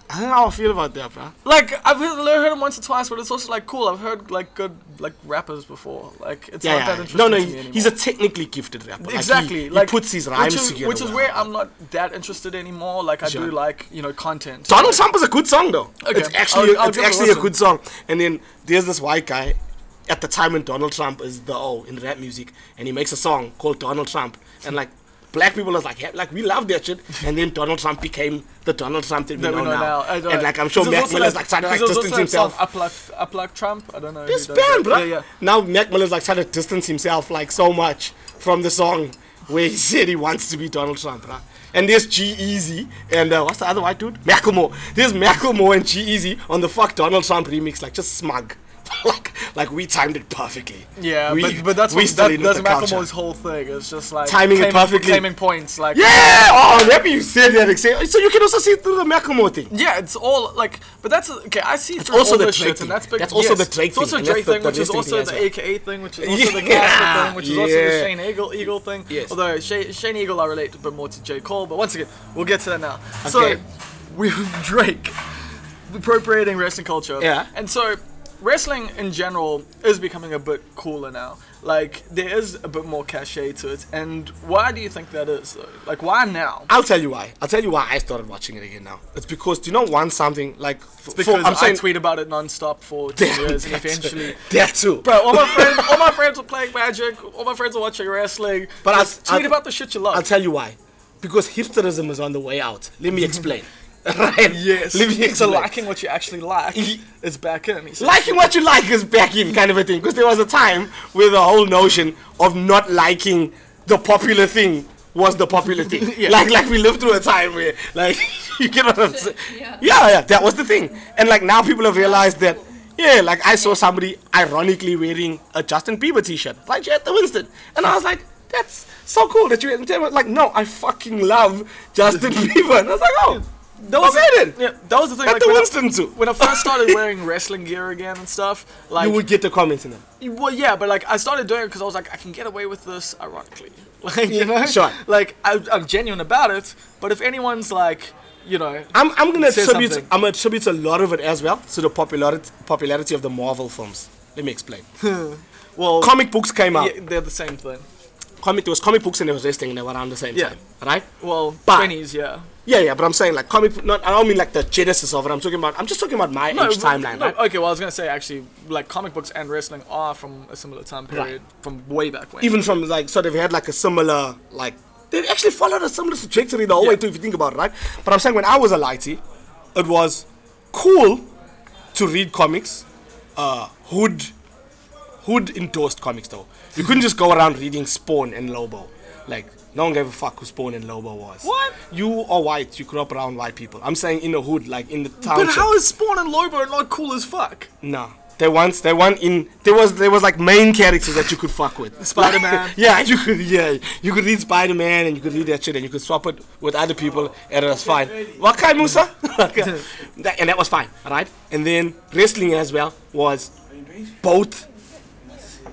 Speaker 2: I don't know how I feel about that, bro.
Speaker 3: Like I've heard heard him once or twice, but it's also like cool. I've heard like good like rappers before. Like it's
Speaker 2: Yeah,
Speaker 3: not
Speaker 2: yeah,
Speaker 3: that
Speaker 2: yeah.
Speaker 3: interesting.
Speaker 2: no, no,
Speaker 3: to
Speaker 2: he-
Speaker 3: me
Speaker 2: he's a technically gifted rapper. Like, he-
Speaker 3: exactly
Speaker 2: he,
Speaker 3: like
Speaker 2: puts his rhymes
Speaker 3: which is,
Speaker 2: together.
Speaker 3: Which is
Speaker 2: well.
Speaker 3: where I'm not that interested anymore. Like I
Speaker 2: Sure.
Speaker 3: do like you know content.
Speaker 2: Donald Trump is a good song though.
Speaker 3: Okay.
Speaker 2: It's actually
Speaker 3: I'll- I'll
Speaker 2: it's
Speaker 3: give it a
Speaker 2: actually a
Speaker 3: listen.
Speaker 2: good song. And then there's this white guy at the time when Donald Trump is the O in rap music, and he makes a song called Donald Trump, and like black people was like, yeah, like we love that shit, and then Donald Trump became the Donald Trump that we, know, now,
Speaker 3: I don't
Speaker 2: and
Speaker 3: know.
Speaker 2: like I'm sure
Speaker 3: There's
Speaker 2: Mac
Speaker 3: also
Speaker 2: Miller's like trying to like
Speaker 3: there's also
Speaker 2: distance
Speaker 3: that song,
Speaker 2: himself.
Speaker 3: Upluck, Upluck Trump. I don't know. who
Speaker 2: It's
Speaker 3: does that.
Speaker 2: banned, bro.
Speaker 3: Yeah, yeah.
Speaker 2: Now Mac Miller's like trying to distance himself like so much from the song where he said he wants to be Donald Trump, bro. And there's G Easy and uh, what's the other white dude? Macklemore. There's Macklemore and G Easy on the fuck Donald Trump remix, like just smug. like like we timed it perfectly.
Speaker 3: Yeah,
Speaker 2: we,
Speaker 3: but, but that's
Speaker 2: we
Speaker 3: what,
Speaker 2: still
Speaker 3: that,
Speaker 2: in with
Speaker 3: that's
Speaker 2: the culture.
Speaker 3: Macklemore's whole thing. It's just like
Speaker 2: Timing it
Speaker 3: claiming,
Speaker 2: perfectly.
Speaker 3: claiming points. Like
Speaker 2: Yeah! Oh, maybe you said that. Except, so you can also see through the Macklemore thing.
Speaker 3: Yeah, it's all like, but that's okay. I see it's
Speaker 2: also the Drake
Speaker 3: shit,
Speaker 2: thing.
Speaker 3: and that's, big,
Speaker 2: That's also
Speaker 3: yes.
Speaker 2: the Drake
Speaker 3: It's
Speaker 2: thing,
Speaker 3: also
Speaker 2: and
Speaker 3: Drake
Speaker 2: that's the-
Speaker 3: thing,
Speaker 2: the
Speaker 3: which is
Speaker 2: listing
Speaker 3: also
Speaker 2: thing
Speaker 3: the
Speaker 2: as well.
Speaker 3: AKA thing, which is also the
Speaker 2: Yeah,
Speaker 3: Gasper thing, which is also
Speaker 2: yeah.
Speaker 3: the Shane Eagle Eagle thing.
Speaker 2: Yes.
Speaker 3: Although Shane, Shane Eagle, I relate a bit more to J Cole, but once again, we'll get to that now.
Speaker 2: Okay.
Speaker 3: So, we Drake appropriating wrestling culture.
Speaker 2: Yeah.
Speaker 3: And so, wrestling in general is becoming a bit cooler now. Like there is a bit more cachet to it, and why do you think that is? Though? Like why now?
Speaker 2: I'll tell you why. I'll tell you why I started watching it again now. It's because do you know one something like f-
Speaker 3: Because
Speaker 2: for, I'm saying
Speaker 3: I tweet about it non-stop for two years, and eventually,
Speaker 2: that too.
Speaker 3: bro, all my friends, all my friends are playing Magic, all my friends are watching wrestling.
Speaker 2: But
Speaker 3: But
Speaker 2: I'll-
Speaker 3: I tweet
Speaker 2: I'll-
Speaker 3: about the shit you love.
Speaker 2: I'll tell you why. Because hipsterism is on the way out. Let me explain. right?
Speaker 3: yes,
Speaker 2: Let me explain.
Speaker 3: so liking what you actually like
Speaker 2: Ye-
Speaker 3: is back in. He said,
Speaker 2: liking what you like is back in kind of a thing. Because there was a time where the whole notion of not liking the popular thing was the popular thing.
Speaker 3: Yeah.
Speaker 2: Like like we lived through a time where like you get what I'm saying.
Speaker 4: Yeah.
Speaker 2: yeah, yeah, that was the thing. And like now people have realized that yeah, like I saw somebody ironically wearing a Justin Bieber t-shirt, like at the Winston, and I was like, that's so cool that you. And they were like, no, I fucking love Justin Bieber, and I was like, oh,
Speaker 3: That was
Speaker 2: okay
Speaker 3: the-
Speaker 2: then.
Speaker 3: Yeah, that was the thing.
Speaker 2: At
Speaker 3: like,
Speaker 2: the
Speaker 3: when I-
Speaker 2: Winston too.
Speaker 3: When I first started wearing wrestling gear again and stuff, like
Speaker 2: you would get the comments in them.
Speaker 3: Well, yeah, but like I started doing it because I was like, I can get away with this, ironically. Like, you know,
Speaker 2: Sure.
Speaker 3: like I, I'm genuine about it. But if anyone's like, you know,
Speaker 2: I'm, I'm gonna
Speaker 3: Say
Speaker 2: attribute
Speaker 3: something.
Speaker 2: I'm gonna attribute a lot of it as well to the popularity popularity of the Marvel films. Let me explain.
Speaker 3: well,
Speaker 2: comic books came out.
Speaker 3: yeah, they're the same thing.
Speaker 2: Comic there was comic books and there was wrestling and they were around the same
Speaker 3: Yeah.
Speaker 2: time, right?
Speaker 3: Well,
Speaker 2: But-
Speaker 3: twenties, yeah.
Speaker 2: Yeah, yeah. But I'm saying like comic. Not I don't mean like the genesis of it. I'm talking about. I'm just talking about my age
Speaker 3: but-
Speaker 2: timeline,
Speaker 3: no,
Speaker 2: right?
Speaker 3: Okay, well, I was gonna say actually, like comic books and wrestling are from a similar time period, from way back when.
Speaker 2: Even from like so they've had like a similar like they actually followed a similar trajectory the whole way
Speaker 3: Yeah.
Speaker 2: through if you think about it, right? But I'm saying when I was a lighty, it was cool to read comics. Uh, hood Hood endorsed comics though. You couldn't just go around reading Spawn and Lobo. Like no one gave a fuck who Spawn and Lobo was.
Speaker 3: What?
Speaker 2: You are white. You grew up around white people. I'm saying in the hood, like in the town.
Speaker 3: but how is Spawn and Lobo not cool as fuck?
Speaker 2: No. They once they one in there was there was like main characters that you could fuck with.
Speaker 3: Spider-Man.
Speaker 2: Like, yeah, you could yeah. You could read Spider Man and you could read that shit and you could swap it with other people and it was fine. Wakai Musa? Okay. That- and that was fine, alright? And then wrestling as well was both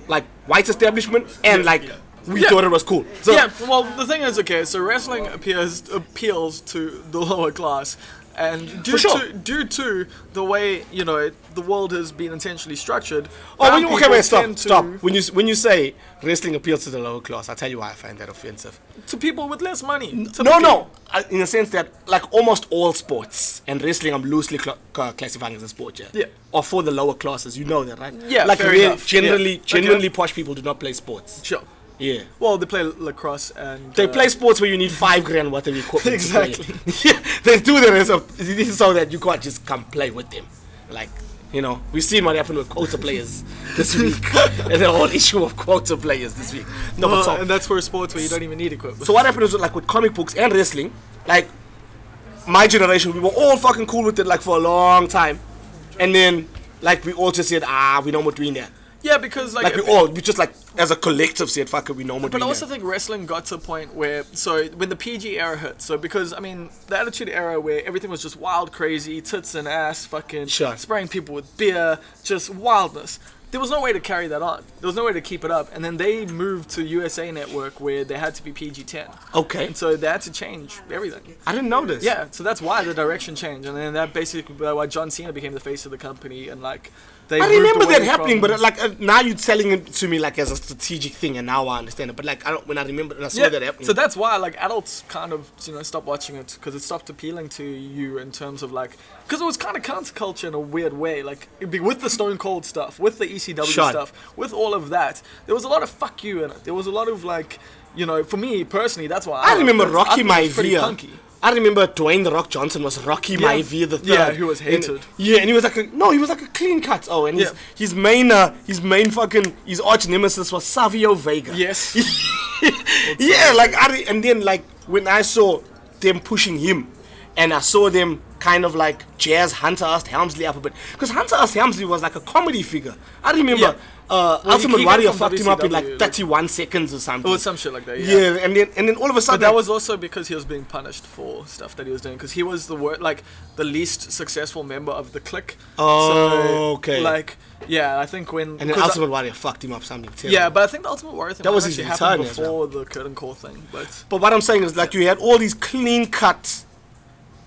Speaker 2: like white establishment and like we
Speaker 3: Yeah.
Speaker 2: thought it was cool. So
Speaker 3: yeah, well, the thing is, okay, so wrestling appears appeals to the lower class, and due
Speaker 2: sure.
Speaker 3: to due to the way you know the world has been intentionally structured.
Speaker 2: Oh,
Speaker 3: brown
Speaker 2: when you, okay,
Speaker 3: people
Speaker 2: wait, stop,
Speaker 3: tend to,
Speaker 2: stop. When you when you say wrestling appeals to the lower class, I tell you why I find that offensive.
Speaker 3: to people with less money.
Speaker 2: No,
Speaker 3: typically.
Speaker 2: no. I- In the sense that, like almost all sports and wrestling, I'm loosely cl- ca- classifying as a sport, yeah.
Speaker 3: Yeah.
Speaker 2: Or for the lower classes, you know that, right?
Speaker 3: Yeah,
Speaker 2: Like
Speaker 3: fair
Speaker 2: real-
Speaker 3: enough.
Speaker 2: generally,
Speaker 3: Yeah.
Speaker 2: generally,
Speaker 3: Okay.
Speaker 2: posh people do not play sports.
Speaker 3: Sure.
Speaker 2: Yeah.
Speaker 3: Well, they play lacrosse and
Speaker 2: They
Speaker 3: uh,
Speaker 2: play sports where you need five grand worth of equipment. to play.
Speaker 3: Exactly.
Speaker 2: yeah, they do the rest of it is so that you can't just come play with them. Like, you know, we've seen what happened with quota players this week. and the whole issue of quota players this week. No,
Speaker 3: Well,
Speaker 2: but so,
Speaker 3: uh, and that's for sports where you don't even need equipment.
Speaker 2: so what happened is like with comic books and wrestling, like my generation, we were all fucking cool with it like for a long time, and then like we all just said, ah, we no more doing that.
Speaker 3: yeah, because like,
Speaker 2: Like we
Speaker 3: if-
Speaker 2: all, we just like as a collective said, fuck it, we no more
Speaker 3: But I
Speaker 2: doing
Speaker 3: also
Speaker 2: that.
Speaker 3: think wrestling got to a point where, so when the PG era hit, so because I mean the Attitude era where everything was just wild, crazy, tits and ass, fucking
Speaker 2: Sure.
Speaker 3: spraying people with beer, just wildness. There was no way to carry that on. There was no way to keep it up. And then they moved to USA Network where they had to be PG ten.
Speaker 2: Okay,
Speaker 3: And so they had to change everything.
Speaker 2: I didn't know this.
Speaker 3: Yeah, so that's why the direction changed, and then that basically why John Cena became the face of the company, and like They
Speaker 2: I
Speaker 3: moved
Speaker 2: remember that
Speaker 3: away
Speaker 2: happening,
Speaker 3: from-
Speaker 2: but like uh, now you're telling it to me like as a strategic thing, and now I understand it. But like I don't when I remember when I saw
Speaker 3: yeah,
Speaker 2: that happening.
Speaker 3: so that's why like adults kind of you know stopped watching it because it stopped appealing to you in terms of like because it was kind of counterculture in a weird way. Like it'd be with the Stone Cold stuff, with the ECW
Speaker 2: Sean.
Speaker 3: stuff, with all of that, there was a lot of fuck you in it. There was a lot of like you know for me personally Oh, that's why
Speaker 2: I
Speaker 3: liked
Speaker 2: remember
Speaker 3: it.
Speaker 2: Rocky
Speaker 3: think it's pretty
Speaker 2: Maivia.
Speaker 3: punky.
Speaker 2: I remember Dwayne the Rock Johnson was Rocky
Speaker 3: Yeah.
Speaker 2: Maivia the third.
Speaker 3: Yeah, who was
Speaker 2: And-
Speaker 3: hated.
Speaker 2: yeah, and he was like a, no, he was like a clean cut. Oh, and his
Speaker 3: Yeah.
Speaker 2: his main uh, his main fucking his arch nemesis was Savio Vega.
Speaker 3: Yes.
Speaker 2: yeah, like I re- and then like when I saw them pushing him, and I saw them kind of like jazz Hunter S. Helmsley up a bit because Hunter S. Helmsley was like a comedy figure. I remember
Speaker 3: Yeah.
Speaker 2: uh,
Speaker 3: he-
Speaker 2: Ultimate
Speaker 3: he got
Speaker 2: Warrior
Speaker 3: from
Speaker 2: fucked him up in
Speaker 3: WCW,
Speaker 2: like
Speaker 3: like-
Speaker 2: 31 seconds or something.
Speaker 3: Or some shit like that, yeah.
Speaker 2: Yeah, and then and then all of a sudden
Speaker 3: But that was also because he was being punished for stuff that he was doing because he was the wor- like the least successful member of the clique.
Speaker 2: Oh, okay.
Speaker 3: Like, yeah, I think when
Speaker 2: And then
Speaker 3: 'cause I-
Speaker 2: Ultimate Warrior fucked him up something terrible.
Speaker 3: yeah, but I think the Ultimate Warrior thing
Speaker 2: That
Speaker 3: might
Speaker 2: was his
Speaker 3: actually happened
Speaker 2: return as
Speaker 3: before the curtain call thing, but
Speaker 2: But what I'm saying is, like, you had all these clean cut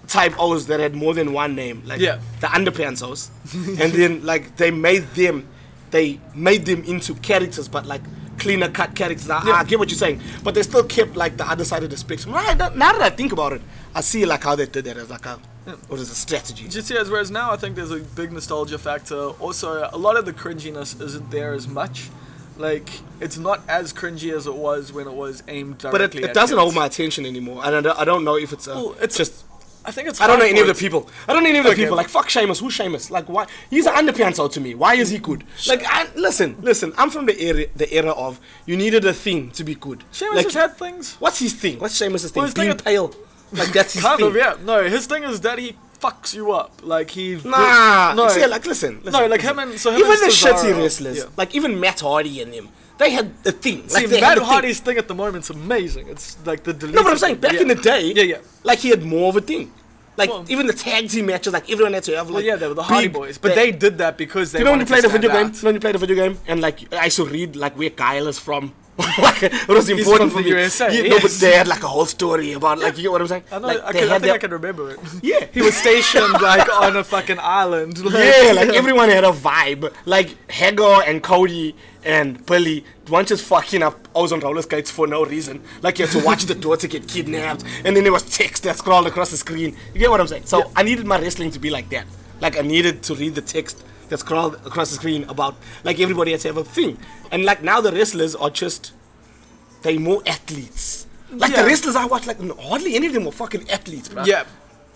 Speaker 2: type O's that had more than one name, like
Speaker 3: Yeah.
Speaker 2: the underpants O's, and then like they made them, they made them into characters, but like cleaner cut characters. I, I
Speaker 3: Yeah.
Speaker 2: get what you're saying, but they still kept like the other side of the spectrum. Right, that- now that I think about it, I see like how they did that as like a what is a strategy.
Speaker 3: just yeah, whereas now I think there's a big nostalgia factor. Also, a lot of the cringiness isn't there as much. Like, it's not as cringy as it was when it was aimed
Speaker 2: But it,
Speaker 3: directly.
Speaker 2: it
Speaker 3: at
Speaker 2: doesn't
Speaker 3: kids.
Speaker 2: hold my attention anymore, and I don't, I don't know if it's, a,
Speaker 3: Well,
Speaker 2: it's
Speaker 3: it's-
Speaker 2: just
Speaker 3: I think it's.
Speaker 2: I don't know
Speaker 3: hard
Speaker 2: any of
Speaker 3: for
Speaker 2: the
Speaker 3: it.
Speaker 2: people. I don't know any of the
Speaker 3: Okay.
Speaker 2: people. Like fuck Seamus. Who's Seamus? Like why? He's an underpants out to me. Why is he good? Like I, listen, listen. I'm from the era, the era of you needed a thing to be good.
Speaker 3: Seamus
Speaker 2: like,
Speaker 3: has had things.
Speaker 2: What's his thing? What's Seamus' thing?
Speaker 3: Well, his
Speaker 2: Being
Speaker 3: thing-
Speaker 2: pale. Like that's his
Speaker 3: Kind
Speaker 2: thing.
Speaker 3: of, yeah. No, his thing is that he fucks you up. Like he.
Speaker 2: Nah.
Speaker 3: no.
Speaker 2: See, like listen, listen.
Speaker 3: no, like him and so him
Speaker 2: even
Speaker 3: and
Speaker 2: the
Speaker 3: Cesaro,
Speaker 2: shitty wrestlers,
Speaker 3: Yeah.
Speaker 2: like even Matt Hardy and them, they had a thing. Like
Speaker 3: See,
Speaker 2: they had
Speaker 3: Matt
Speaker 2: a thing.
Speaker 3: Hardy's thing at the moment's amazing. It's like the
Speaker 2: No, but I'm saying back in the day,
Speaker 3: Yeah, yeah.
Speaker 2: like he had more of a thing. Like
Speaker 3: Well-
Speaker 2: even the tag team matches, like everyone had to have like
Speaker 3: Well, yeah, they were the Hardy
Speaker 2: big-
Speaker 3: Boys, but they, did that because they.
Speaker 2: You know when you
Speaker 3: wanted
Speaker 2: played
Speaker 3: to
Speaker 2: a video game?
Speaker 3: stand
Speaker 2: You
Speaker 3: out.
Speaker 2: know when you played a video game and like I used to read like where Kyle is from. like it was important
Speaker 3: from
Speaker 2: for
Speaker 3: the
Speaker 2: me.
Speaker 3: USA,
Speaker 2: You know, but
Speaker 3: yes.
Speaker 2: they had like a whole story about like you know what I'm saying?
Speaker 3: I know.
Speaker 2: Like,
Speaker 3: I,
Speaker 2: they
Speaker 3: could, I
Speaker 2: had
Speaker 3: think
Speaker 2: their-
Speaker 3: I can remember it.
Speaker 2: Yeah.
Speaker 3: he was stationed like on a fucking island.
Speaker 2: yeah, like everyone had a vibe. Like Hagar and Cody and Billy weren't just fucking up I was on roller skates for no reason. Like you had to watch the daughter get kidnapped, and then there was text that scrolled across the screen. You get what I'm saying? So I needed my wrestling to be like that. Like I needed to read the text that scrolled across the screen about like everybody had to have a thing. And like now the wrestlers are just they more athletes. Like
Speaker 3: Yeah.
Speaker 2: the wrestlers I watch, like hardly any of them were fucking athletes, bro.
Speaker 3: yeah.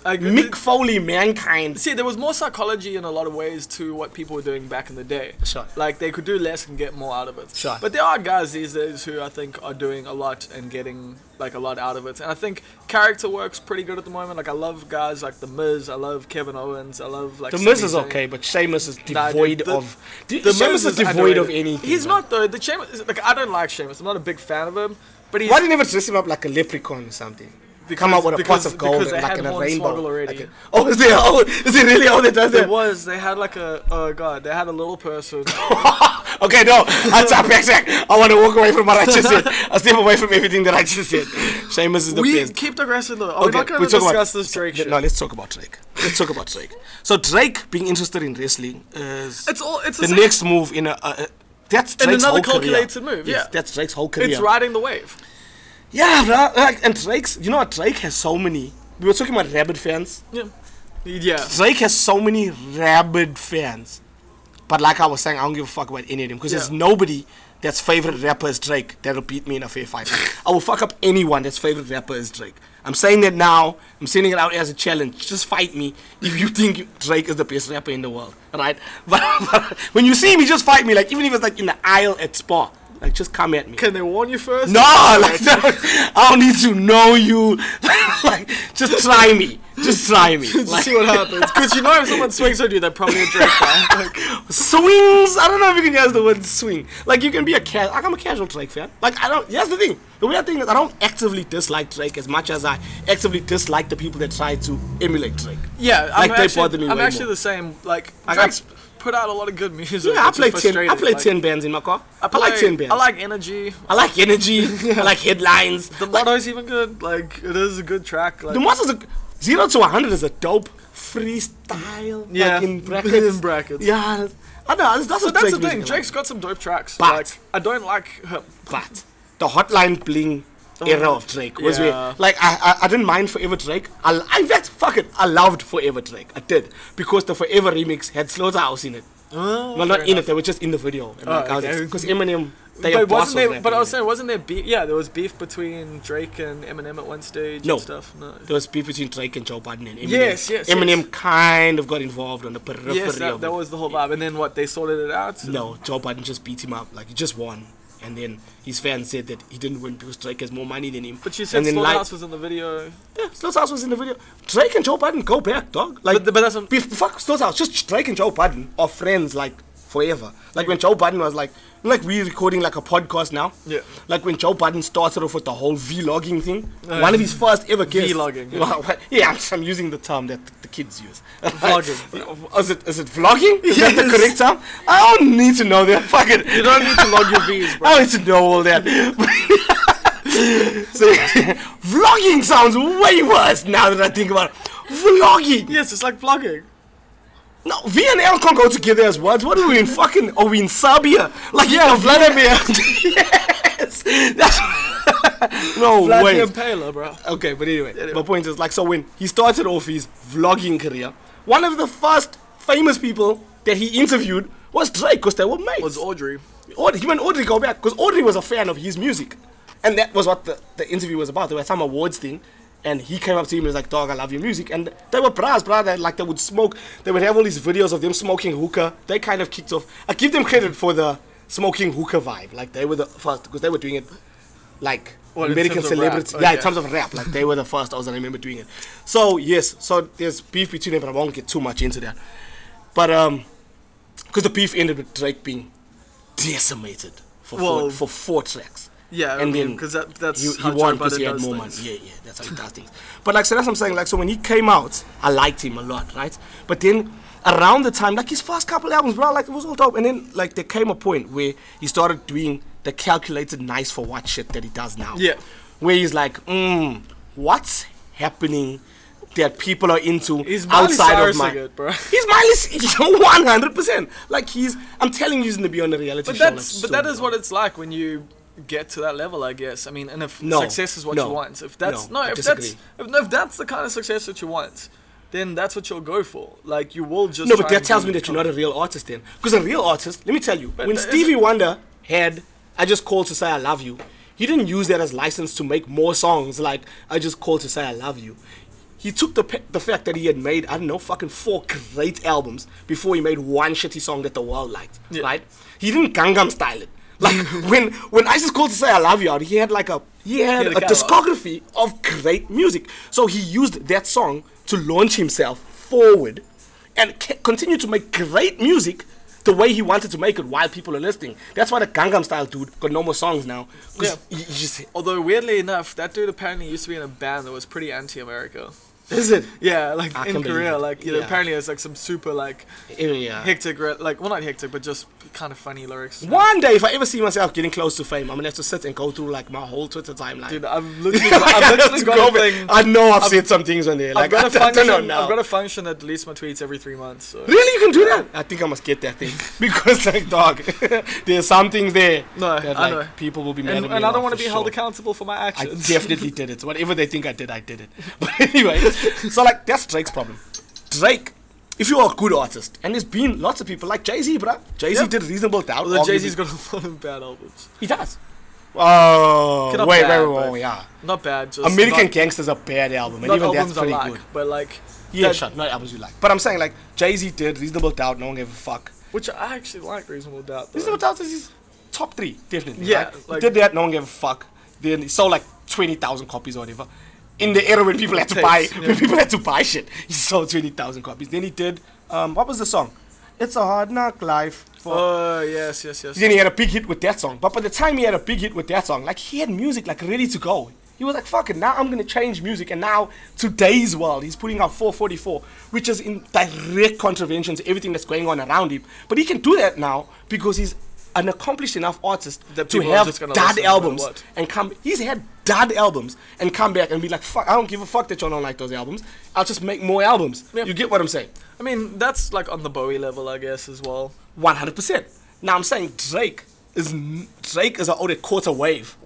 Speaker 3: Like,
Speaker 2: Mick Foley, mankind.
Speaker 3: See, there was more psychology in a lot of ways to what people were doing back in the day.
Speaker 2: Sure.
Speaker 3: Like they could do less and get more out of it.
Speaker 2: Sure.
Speaker 3: But there are guys these days who I think are doing a lot and getting like a lot out of it. And I think character works pretty good at the moment. Like I love guys like The Miz. I love Kevin Owens. I love like
Speaker 2: The
Speaker 3: Sami
Speaker 2: Miz is
Speaker 3: Zayn.
Speaker 2: okay, but Seamus is
Speaker 3: Nah,
Speaker 2: devoid
Speaker 3: dude, the-
Speaker 2: of. The,
Speaker 3: The
Speaker 2: Seamus
Speaker 3: Miz
Speaker 2: is, devoid of
Speaker 3: underrated.
Speaker 2: anything.
Speaker 3: He's
Speaker 2: bro.
Speaker 3: not though. The Seamus, like I don't like Seamus. I'm not a big fan of him. But he's
Speaker 2: Why didn't they ever dress him up like a leprechaun or something? Come out with a
Speaker 3: because-
Speaker 2: pot of gold
Speaker 3: because
Speaker 2: and
Speaker 3: they
Speaker 2: like
Speaker 3: had
Speaker 2: in a
Speaker 3: Hornswoggle
Speaker 2: rainbow.
Speaker 3: already.
Speaker 2: Like a- oh, is there? Oh, is it really? Oh, that does
Speaker 3: There
Speaker 2: that.
Speaker 3: was. They had like a. Oh god. They had a little person.
Speaker 2: okay, no. I tap backtrack. I want to walk away from what I just said. I step away from everything that I just said. Seamus is the
Speaker 3: we
Speaker 2: best.
Speaker 3: keep digressing though. Are we not going to
Speaker 2: we'll talk about-
Speaker 3: discuss this Drake shit?
Speaker 2: No, let's talk about Drake. Let's talk about Drake. So Drake being interested in wrestling is
Speaker 3: It's all. It's
Speaker 2: the
Speaker 3: same-
Speaker 2: next move in a. a, a that's
Speaker 3: And
Speaker 2: Drake's
Speaker 3: another
Speaker 2: whole career.
Speaker 3: calculated move,
Speaker 2: Yes,
Speaker 3: yeah.
Speaker 2: that's Drake's whole career.
Speaker 3: It's riding the wave.
Speaker 2: Yeah, bro. Like, and Drake's, you know what? Drake has so many. We were talking about rabid fans.
Speaker 3: Yeah. Yeah.
Speaker 2: Drake has so many rabid fans. But like I was saying, I don't give a fuck about any of them because there's
Speaker 3: Yeah.
Speaker 2: nobody that's favorite rapper is Drake that'll beat me in a fair fight. I will fuck up anyone that's favorite rapper is Drake. I'm saying that now. I'm sending it out as a challenge. Just fight me if you think you- Drake is the best rapper in the world, right? But, but when you see me, just fight me. Like even if it's like in the aisle at Spa, like just come at me.
Speaker 3: Can they warn you first?
Speaker 2: No, like I don't need to know you. like just try me. Just try me.
Speaker 3: Just
Speaker 2: Like,
Speaker 3: see what happens. Because you know if someone swings on you, they're probably a Drake fan. Like,
Speaker 2: swings. I don't know if you can guess the word swing. Like you can be a ca- like I'm a casual Drake fan. Like I don't. That's the thing. The weird thing is I don't actively dislike Drake as much as I actively dislike the people that try to emulate Drake.
Speaker 3: yeah, I'm
Speaker 2: Like, they bother
Speaker 3: actually,
Speaker 2: me
Speaker 3: I'm
Speaker 2: way
Speaker 3: actually
Speaker 2: more.
Speaker 3: the same. Like,
Speaker 2: I got-
Speaker 3: Drake's put out a lot of good music.
Speaker 2: Yeah, I
Speaker 3: which is
Speaker 2: play ten. I
Speaker 3: frustrating.
Speaker 2: play
Speaker 3: Like,
Speaker 2: ten bands in my car. I, play, ten bands.
Speaker 3: I like energy.
Speaker 2: I like energy. I like headlines.
Speaker 3: The motto's even good. Like, it is a good track. Like,
Speaker 2: The most is a zero to one hundred is a dope freestyle.
Speaker 3: Yeah,
Speaker 2: like in brackets.
Speaker 3: in brackets.
Speaker 2: Yeah, I know this doesn't.
Speaker 3: So that's
Speaker 2: Drake's
Speaker 3: the thing.
Speaker 2: music
Speaker 3: Drake's got some dope tracks.
Speaker 2: But-
Speaker 3: like, I don't like him.
Speaker 2: like. But the hotline bling era of Drake was
Speaker 3: Oh, yeah.
Speaker 2: where, like, I, I I didn't mind Forever Drake. I, l- in fact, fuck it, I loved Forever Drake. I did because the Forever remix had Slaughterhouse in it. well, not in it. They were just in the video. Because
Speaker 3: Oh, okay.
Speaker 2: Eminem, they are
Speaker 3: But
Speaker 2: boss
Speaker 3: wasn't
Speaker 2: of
Speaker 3: there?
Speaker 2: rap
Speaker 3: But I
Speaker 2: in
Speaker 3: was
Speaker 2: it.
Speaker 3: saying, wasn't there beef? Yeah, there was beef between Drake and Eminem at one stage
Speaker 2: No.
Speaker 3: and stuff. No.
Speaker 2: There was beef between Drake and Joe Budden and Eminem.
Speaker 3: Yes, yes,
Speaker 2: Eminem
Speaker 3: yes.
Speaker 2: kind of got involved on the periphery.
Speaker 3: Yes, that,
Speaker 2: of
Speaker 3: that
Speaker 2: it.
Speaker 3: was the whole vibe. And then what? They sorted it out.
Speaker 2: No, Joe Budden just beat him up. Like he just won, and then his fans said that he didn't win because Drake has more money than him.
Speaker 3: But you said
Speaker 2: and then
Speaker 3: Slaughterhouse was in the video.
Speaker 2: yeah, Slaughterhouse was in the video. Drake and Joe Budden go back, dog. Like,
Speaker 3: But the- but that's what-
Speaker 2: be- fuck Slaughterhouse. Just Drake and Joe Budden are friends like forever. Like when Joe Budden was like, like we're recording like a podcast now.
Speaker 3: Yeah.
Speaker 2: Like when Joe Budden started off with the whole vlogging thing.
Speaker 3: Uh,
Speaker 2: one of his first ever guests.
Speaker 3: vlogging, yeah.
Speaker 2: Wow, what- Yeah, I'm, I'm using the term that the kids use.
Speaker 3: Vlogging.
Speaker 2: is it is it vlogging? Is that the
Speaker 3: Yes.
Speaker 2: correct term? I don't need to know that. Fuck it.
Speaker 3: You don't need to log your V's, bro.
Speaker 2: I need to know all that. so, vlogging sounds way worse now that I think about it. Vlogging.
Speaker 3: Yes, it's like vlogging.
Speaker 2: No, V and L can't go together as words. What are we in fucking? Are we in Serbia? Like yeah, Vladimir. yes. That's, no
Speaker 3: Vladimir
Speaker 2: way.
Speaker 3: Impaler, bro.
Speaker 2: Okay, but anyway, my point is like so when he started off his vlogging career, one of the first famous people that he interviewed was Drake because they were mates.
Speaker 3: Was Audrey.
Speaker 2: Audrey, him and Audrey go back because Audrey was a fan of his music, and that was what the, the interview was about. They were at some awards thing, and he came up to him and was like, "Dog, I love your music." And they were bras, brother. Like they would smoke. They would have all these videos of them smoking hookah. They kind of kicked off. I give them credit for the smoking hookah vibe. Like they were the first because they were doing it, like
Speaker 3: Well, in
Speaker 2: American
Speaker 3: terms of rap, Oh,
Speaker 2: celebrities. Yeah, in
Speaker 3: okay.
Speaker 2: terms of rap, like they were the first. I was I remember doing it. So yes, so there's beef between them, but I won't get too much into that. But um, because the beef ended with Drake being decimated for
Speaker 3: Well-
Speaker 2: four, for four tracks.
Speaker 3: Yeah, I
Speaker 2: and
Speaker 3: mean,
Speaker 2: then
Speaker 3: 'cause that- that's
Speaker 2: he,
Speaker 3: how
Speaker 2: he won
Speaker 3: Joe
Speaker 2: because he had
Speaker 3: Budden
Speaker 2: more
Speaker 3: does
Speaker 2: money. Yeah, yeah, that's how he does things. But like, so that's what I'm saying. Like, so when he came out, I liked him a lot, right? But then around the time, like his first couple albums, bro, like it was all dope. And then like there came a point where he started doing the calculated nice for what shit that he does now.
Speaker 3: Yeah.
Speaker 2: where he's like, mm, what's happening? That people are into
Speaker 3: He's Miley
Speaker 2: outside
Speaker 3: Cyrus
Speaker 2: of my.
Speaker 3: again, bro.
Speaker 2: He's Miley, one hundred percent. Like he's, I'm telling you, he's gonna be on the reality
Speaker 3: But
Speaker 2: show.
Speaker 3: that's
Speaker 2: like,
Speaker 3: but
Speaker 2: so
Speaker 3: that is
Speaker 2: long.
Speaker 3: what it's like when you get to that level, I guess. I mean, and if
Speaker 2: No,
Speaker 3: success is what
Speaker 2: no,
Speaker 3: you want, if that's
Speaker 2: no,
Speaker 3: no,
Speaker 2: I
Speaker 3: if that's
Speaker 2: disagree.
Speaker 3: if, no, if that's the kind of success that you want, then that's what you'll go for. Like you will just
Speaker 2: No, but
Speaker 3: try
Speaker 2: that
Speaker 3: and
Speaker 2: tells
Speaker 3: do
Speaker 2: me that you're not a real artist then. Because a real artist, let me tell you, when
Speaker 3: that is-
Speaker 2: Stevie Wonder had I Just Called to Say I Love You, he didn't use that as license to make more songs like I Just Called to Say I Love You. He took the, pe- the fact that he had made, I don't know, fucking four great albums before he made one shitty song that the world liked,
Speaker 3: Yeah.
Speaker 2: right? He didn't Gangnam style it. Like, when, when I Just Called to Say I Love You out, he had like a, he had
Speaker 3: had a
Speaker 2: a
Speaker 3: catalog.
Speaker 2: discography discography of great music. So he used that song to launch himself forward and c- continue to make great music the way he wanted to make it while people are listening. That's why the Gangnam Style dude got no more songs now. 'cause
Speaker 3: Yeah.
Speaker 2: he- he just-
Speaker 3: Although weirdly enough, that dude apparently used to be in a band that was pretty anti-America.
Speaker 2: is it?
Speaker 3: Yeah, like
Speaker 2: I can
Speaker 3: in
Speaker 2: believe
Speaker 3: Korea,
Speaker 2: it.
Speaker 3: like you know,
Speaker 2: Yeah. Eh,
Speaker 3: apparently it's like some super like
Speaker 2: Yeah.
Speaker 3: hectic, re- like well not hectic, but just kind of funny lyrics.
Speaker 2: One day, if I ever see myself getting close to fame, I'm gonna have to sit and go through like my whole Twitter timeline.
Speaker 3: Dude, I've literally, got, I've literally got a thing.
Speaker 2: I know I've, said some things on there.
Speaker 3: I've
Speaker 2: Like,
Speaker 3: got a
Speaker 2: I don't
Speaker 3: function.
Speaker 2: know
Speaker 3: I've
Speaker 2: now.
Speaker 3: got a function that deletes my tweets every three months. So.
Speaker 2: Really, you can do that? I think I must get that thing because, like, dog, there's some things there
Speaker 3: No,
Speaker 2: that
Speaker 3: I
Speaker 2: like
Speaker 3: know.
Speaker 2: people will be mad
Speaker 3: And,
Speaker 2: at me
Speaker 3: and I
Speaker 2: about
Speaker 3: don't want
Speaker 2: for
Speaker 3: to be held
Speaker 2: sure.
Speaker 3: accountable for my
Speaker 2: I
Speaker 3: actions.
Speaker 2: definitely did it. Whatever they think I did, I did it. But anyway, so like that's Drake's problem. Drake, if you are a good artist, and there's been lots of people like Jay Z, bruh. Jay Z
Speaker 3: Yeah.
Speaker 2: did Reasonable Doubt.
Speaker 3: Although Jay Z's
Speaker 2: arguably-
Speaker 3: got a lot of bad albums.
Speaker 2: he does. Oh,
Speaker 3: Not
Speaker 2: wait,
Speaker 3: bad,
Speaker 2: wait, wait,
Speaker 3: but-
Speaker 2: wait, yeah.
Speaker 3: Not bad, just
Speaker 2: American
Speaker 3: not,
Speaker 2: Gangster's a bad album, and
Speaker 3: not
Speaker 2: even that's
Speaker 3: albums I
Speaker 2: pretty
Speaker 3: like,
Speaker 2: good.
Speaker 3: but like
Speaker 2: Yeah,
Speaker 3: that-
Speaker 2: sure, not albums you like. But I'm saying like Jay Z did Reasonable Doubt. No one gave a fuck.
Speaker 3: which I actually like Reasonable Doubt. though.
Speaker 2: This is what else is his top three, definitely.
Speaker 3: Yeah,
Speaker 2: right?
Speaker 3: like-
Speaker 2: he did that, no one gave a fuck. Then he sold like twenty thousand copies or whatever. In the era when people had to buy,
Speaker 3: Tapes, yeah.
Speaker 2: when people had to buy shit, he sold twenty thousand copies. Then he did, um, what was the song? It's a hard knock life. For
Speaker 3: Oh yes, yes, yes.
Speaker 2: Then he had a big hit with that song. But by the time he had a big hit with that song, like he had music like ready to go. He was like, "Fuck it, now I'm gonna change music." And now today's world, he's putting out 444, which is in direct contravention to everything that's going on around him. But he can do that now because he's an accomplished enough artist
Speaker 3: That
Speaker 2: to
Speaker 3: people are
Speaker 2: have
Speaker 3: just gonna
Speaker 2: dad
Speaker 3: listen no matter
Speaker 2: albums
Speaker 3: what.
Speaker 2: and come. He's had dud albums and come back and be like, fuck, I don't give a fuck that y'all don't like those albums. I'll just make more albums.
Speaker 3: Yeah.
Speaker 2: You get what I'm saying?
Speaker 3: I mean, that's like on the Bowie level, I guess, as well.
Speaker 2: 100%. Now I'm saying Drake is n- Drake is an older quarter wave.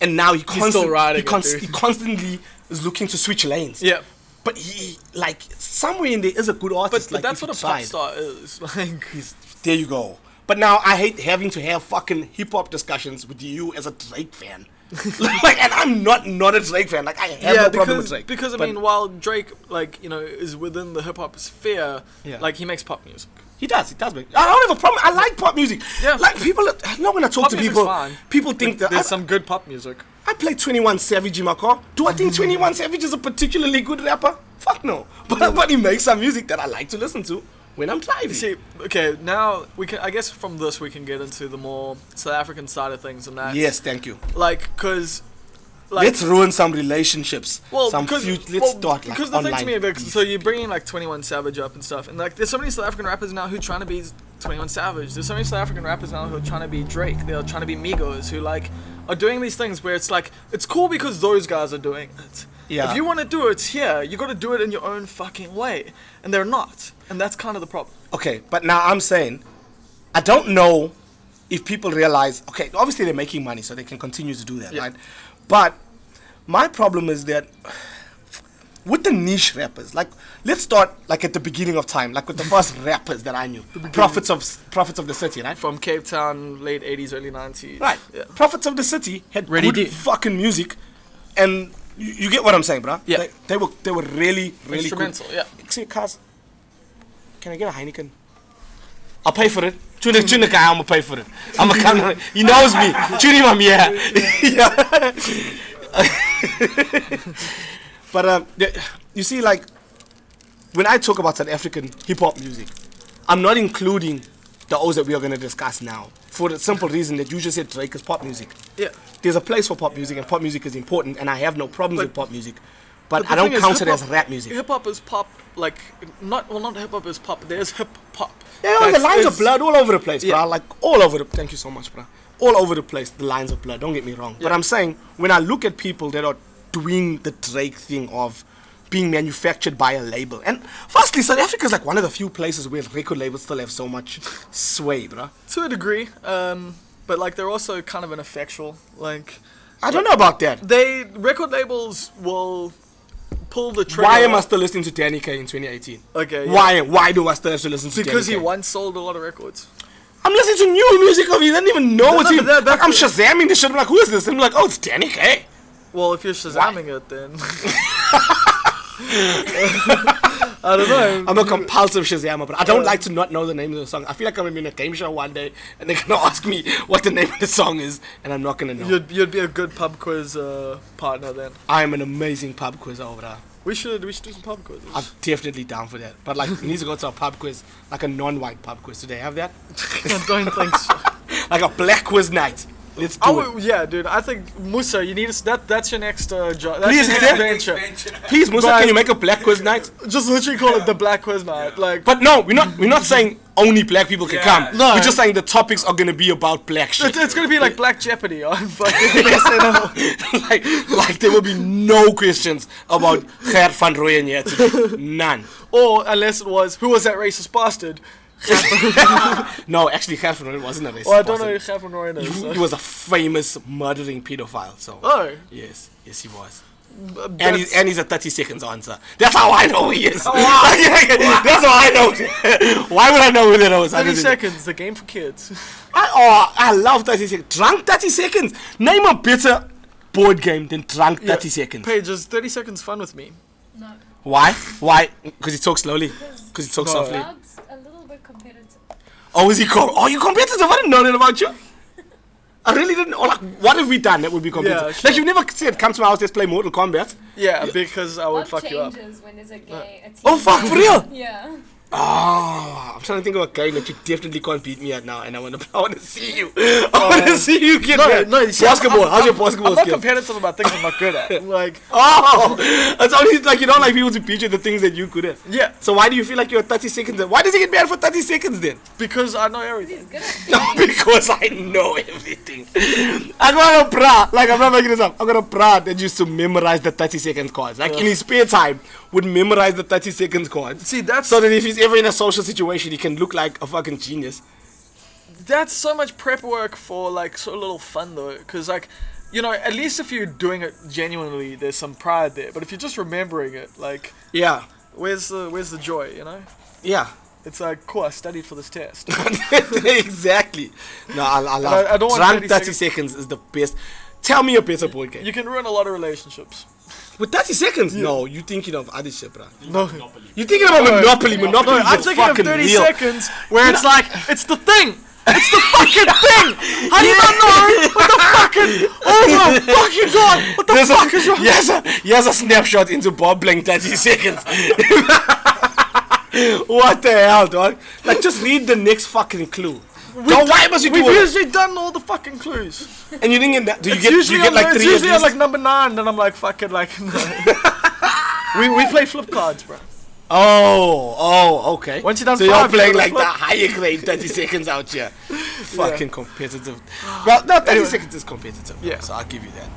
Speaker 2: And now he, constant,
Speaker 3: still riding
Speaker 2: he,
Speaker 3: it,
Speaker 2: const-
Speaker 3: dude.
Speaker 2: he constantly is looking to switch lanes.
Speaker 3: Yeah.
Speaker 2: But he, like, somewhere in there is a good
Speaker 3: But,
Speaker 2: artist.
Speaker 3: but
Speaker 2: like,
Speaker 3: that's
Speaker 2: if
Speaker 3: what a
Speaker 2: he
Speaker 3: pop
Speaker 2: tried.
Speaker 3: star is. Like, he's
Speaker 2: There you go. But now I hate having to have fucking hip hop discussions with you as a Drake fan. like, and I'm not not a Drake fan. Like, I have no problem with
Speaker 3: because,
Speaker 2: Drake.
Speaker 3: because I
Speaker 2: But
Speaker 3: mean, while Drake, like, you know, is within the hip hop sphere,
Speaker 2: Yeah.
Speaker 3: like, he makes pop music.
Speaker 2: he does. He does. Make, I don't have a problem. I like pop music.
Speaker 3: Yeah.
Speaker 2: Like people, are- no. When I talk
Speaker 3: Pop
Speaker 2: to
Speaker 3: music's
Speaker 2: people,
Speaker 3: fine.
Speaker 2: people think that I,
Speaker 3: There's some good pop music.
Speaker 2: I play Twenty One Savage in my car. Do I think Twenty One Savage is a particularly good rapper? Fuck no. But, but he makes some music that I like to listen to when I'm driving.
Speaker 3: See, okay, now we can. I guess from this we can get into the more South African side of things and that.
Speaker 2: yes, thank you.
Speaker 3: Like, cause, like,
Speaker 2: let's ruin some relationships.
Speaker 3: well,
Speaker 2: some
Speaker 3: because
Speaker 2: fut- let's
Speaker 3: well,
Speaker 2: start like
Speaker 3: because the
Speaker 2: online.
Speaker 3: thing to me, like,
Speaker 2: beef.
Speaker 3: so you're bringing like 21 Savage up and stuff, and like, there's so many South African rappers now who trying to be 21 Savage. There's so many South African rappers now who are trying to be Drake. They're trying to be Migos, who like are doing these things where it's like it's cool because those guys are doing it.
Speaker 2: Yeah.
Speaker 3: If you want to do it here, you got to do it in your own fucking way, and they're not, and that's kind of the problem.
Speaker 2: Okay, but now I'm saying, I don't know if people realize. Okay, obviously they're making money, so they can continue to do that,
Speaker 3: Yeah.
Speaker 2: right? But my problem is that with the niche rappers, like let's start like at the beginning of time, like with the first rappers that I knew, prophets of prophets of the city, right?
Speaker 3: from Cape Town, late 80s, early 90s.
Speaker 2: Right.
Speaker 3: Yeah.
Speaker 2: Prophets of the City had
Speaker 3: Ready
Speaker 2: good
Speaker 3: D.
Speaker 2: fucking music, and you, you get what I'm saying, bruh?
Speaker 3: Yeah.
Speaker 2: They, they were they were really really good.
Speaker 3: Instrumental, yeah.
Speaker 2: See, cuz, can I get a Heineken? I'll pay for it. Tune in, tune in, guy. I'ma pay for it. I'ma come. He knows me. Tune him, I'm yeah. yeah. but um, the- you see, like when I talk about South African hip hop music, I'm not including the O's that we are going to discuss now for the simple reason that you just said Drake is pop music.
Speaker 3: Yeah.
Speaker 2: There's a place for pop music, and pop music is important, and I have no problems
Speaker 3: But-
Speaker 2: with pop music. But,
Speaker 3: But
Speaker 2: I
Speaker 3: the
Speaker 2: don't
Speaker 3: thing is,
Speaker 2: count it as
Speaker 3: hip-hop-
Speaker 2: rap music.
Speaker 3: Hip hop is pop, like, not, well, not hip hop is pop, there's hip hop.
Speaker 2: Yeah, all the
Speaker 3: That's-
Speaker 2: lines of
Speaker 3: is-
Speaker 2: blood all over the place,
Speaker 3: Yeah.
Speaker 2: bruh. Like all over the. Thank you so much, bruh. All over the place, the lines of blood. Don't get me wrong, but
Speaker 3: Yeah.
Speaker 2: I'm saying when I look at people that are doing the Drake thing of being manufactured by a label, and firstly, South Africa is like one of the few places where record labels still have so much sway, bruh.
Speaker 3: To a degree, um, but like, they're also kind of ineffectual. Like,
Speaker 2: I don't know about that.
Speaker 3: they, record labels will pull the trigger.
Speaker 2: Why am I still listening to Danny Kaye in 2018?
Speaker 3: Okay, yeah.
Speaker 2: Why? Why do I still have to listen to?
Speaker 3: Because he
Speaker 2: Danny Kaye?
Speaker 3: once sold a lot of records.
Speaker 2: I'm listening to new music of him. I didn't even know it's
Speaker 3: no,
Speaker 2: him.
Speaker 3: but that-
Speaker 2: Like, I'm
Speaker 3: that's-
Speaker 2: shazamming this shit. I'm like, who is this? And I'm like, oh, it's Danny Kaye.
Speaker 3: Well, if you're Shazamming it, then. I don't know.
Speaker 2: I'm a compulsive Shazammer, but I don't like to not know the name of the song. I feel like I'm gonna be in a game show one day and they're gonna ask me what the name of the song is, and I'm not gonna know.
Speaker 3: You'd, you'd be a good pub quiz uh, partner then.
Speaker 2: I'm an amazing pub quiz over there.
Speaker 3: We should we should do some pub quizzes.
Speaker 2: I'm definitely down for that. But like, we need to go to a pub quiz, like a non-white pub quiz. Do they have that?
Speaker 3: I don't think so.
Speaker 2: Like a black quiz night. Let's do
Speaker 3: I
Speaker 2: it.
Speaker 3: would, yeah, dude. I think Musa, you need to, that. That's your next uh, job. That's
Speaker 2: Please,
Speaker 3: your
Speaker 2: is
Speaker 3: next
Speaker 2: there-
Speaker 3: venture.
Speaker 2: Please, Musa,
Speaker 3: But-
Speaker 2: can you make a black quiz night?
Speaker 3: Just literally call it the Black Quiz Night. Like,
Speaker 2: But no, we're not. We're not saying only black people can come.
Speaker 3: No.
Speaker 2: we're just saying the topics are gonna be about black shit.
Speaker 3: it- it's gonna be like Black Jeopardy on fucking SNL.
Speaker 2: like, like there will be no questions about Gert van Rooyen yet. None.
Speaker 3: or unless it was who was that racist bastard?
Speaker 2: No, actually, Gert van Rooyen wasn't a racist.
Speaker 3: Well, I don't know who
Speaker 2: person.
Speaker 3: Gavin Ryan is.
Speaker 2: He- He was a famous murdering pedophile. So.
Speaker 3: Oh,
Speaker 2: Yes, yes, he was.
Speaker 3: and
Speaker 2: And, he, and he's a 30 seconds answer. That's how I know who he
Speaker 3: Oh,
Speaker 2: is. That's how I know. Why would I know who that was? I
Speaker 3: thirty
Speaker 2: didn't-
Speaker 3: seconds. The game for kids.
Speaker 2: I, oh, I love 30 seconds. Drunk 30 seconds. Name a better board game than Drunk 30 seconds.
Speaker 3: Pages. Thirty seconds fun with me.
Speaker 4: No.
Speaker 2: Why? Why? Because he talks slowly. Because he talks
Speaker 3: No.
Speaker 2: softly.
Speaker 4: Cloud's a little bit competitive.
Speaker 2: Oh, is he com- Oh, you competitive? I didn't know that about you. I really didn't. Oh, like, what have we done that would be competitive?
Speaker 3: Yeah, sure.
Speaker 2: Like, you've never said, come to my house, let's play Mortal Kombat.
Speaker 3: Yeah, because I would
Speaker 4: Love
Speaker 3: fuck you up.
Speaker 4: changes when there's a gay. a
Speaker 2: Oh, fuck,
Speaker 4: teen.
Speaker 2: for real?
Speaker 4: Yeah.
Speaker 2: Oh, I'm trying to think of a game that you definitely can't beat me at now, and I want to. I want to see you. I want to see you get
Speaker 3: Oh, No,
Speaker 2: mad.
Speaker 3: no, you see, I'm-
Speaker 2: basketball.
Speaker 3: I'm-
Speaker 2: How's your basketball
Speaker 3: I'm not
Speaker 2: skill?
Speaker 3: competitive about things I'm not good at. Like,
Speaker 2: Oh, it's only like you don't like people to beat you the things that you could have.
Speaker 3: Yeah.
Speaker 2: So why do you feel like you're 30 seconds? Why does it get mad for 30 seconds then?
Speaker 3: because I know everything.
Speaker 4: He's good at
Speaker 2: No, because I know everything. I'm gonna bra. Like I'm not making this up. I'm gonna bra that used to memorize the 30 second cards. Like in his spare time, would memorize the 30 second cards.
Speaker 3: See, that's
Speaker 2: So that if he's ever in a social situation, he can look like a fucking genius.
Speaker 3: that's so much prep work for like so little fun though because like you know at least if you're doing it genuinely there's some pride there but if you're just remembering it like
Speaker 2: Yeah.
Speaker 3: where's the where's the joy you know
Speaker 2: Yeah.
Speaker 3: it's like cool i studied for this test
Speaker 2: exactly. No, I, I love.
Speaker 3: I don't want
Speaker 2: Drunk
Speaker 3: 30
Speaker 2: 30 seconds is the best. Tell me a better board game.
Speaker 3: you can ruin a lot of relationships
Speaker 2: With 30 seconds? No, you're thinking of other shit, bro.
Speaker 3: no
Speaker 2: You're thinking about Monopoly. Monopoly
Speaker 3: i'm
Speaker 2: is a
Speaker 3: thinking of
Speaker 2: fucking
Speaker 3: 30
Speaker 2: real.
Speaker 3: seconds where it's like it's the thing it's the fucking thing how do you not know what the fucking oh my fucking god what the
Speaker 2: There's
Speaker 3: fuck is
Speaker 2: a,
Speaker 3: wrong
Speaker 2: he, has a, he has a snapshot into Bob Blank 30 seconds. what the hell, dog? Like, just read the next fucking clue. Dog, Oh, why must you do
Speaker 3: we've
Speaker 2: it?
Speaker 3: usually done all the fucking clues
Speaker 2: And you didn't get that. Do you
Speaker 3: It's
Speaker 2: get,
Speaker 3: usually
Speaker 2: you get
Speaker 3: on-
Speaker 2: like
Speaker 3: it's
Speaker 2: three at
Speaker 3: usually on,
Speaker 2: least?
Speaker 3: like number nine, and I'm like, fuck it, like. no. we we play flip cards, bro.
Speaker 2: Oh, oh, okay.
Speaker 3: Once you're done
Speaker 2: so
Speaker 3: five,
Speaker 2: you're playing
Speaker 3: you're done
Speaker 2: like the
Speaker 3: five.
Speaker 2: higher grade 30 seconds out here. Fucking competitive. Well, no, 30
Speaker 3: Anyway.
Speaker 2: seconds is competitive.
Speaker 3: Yeah.
Speaker 2: So I'll give you that.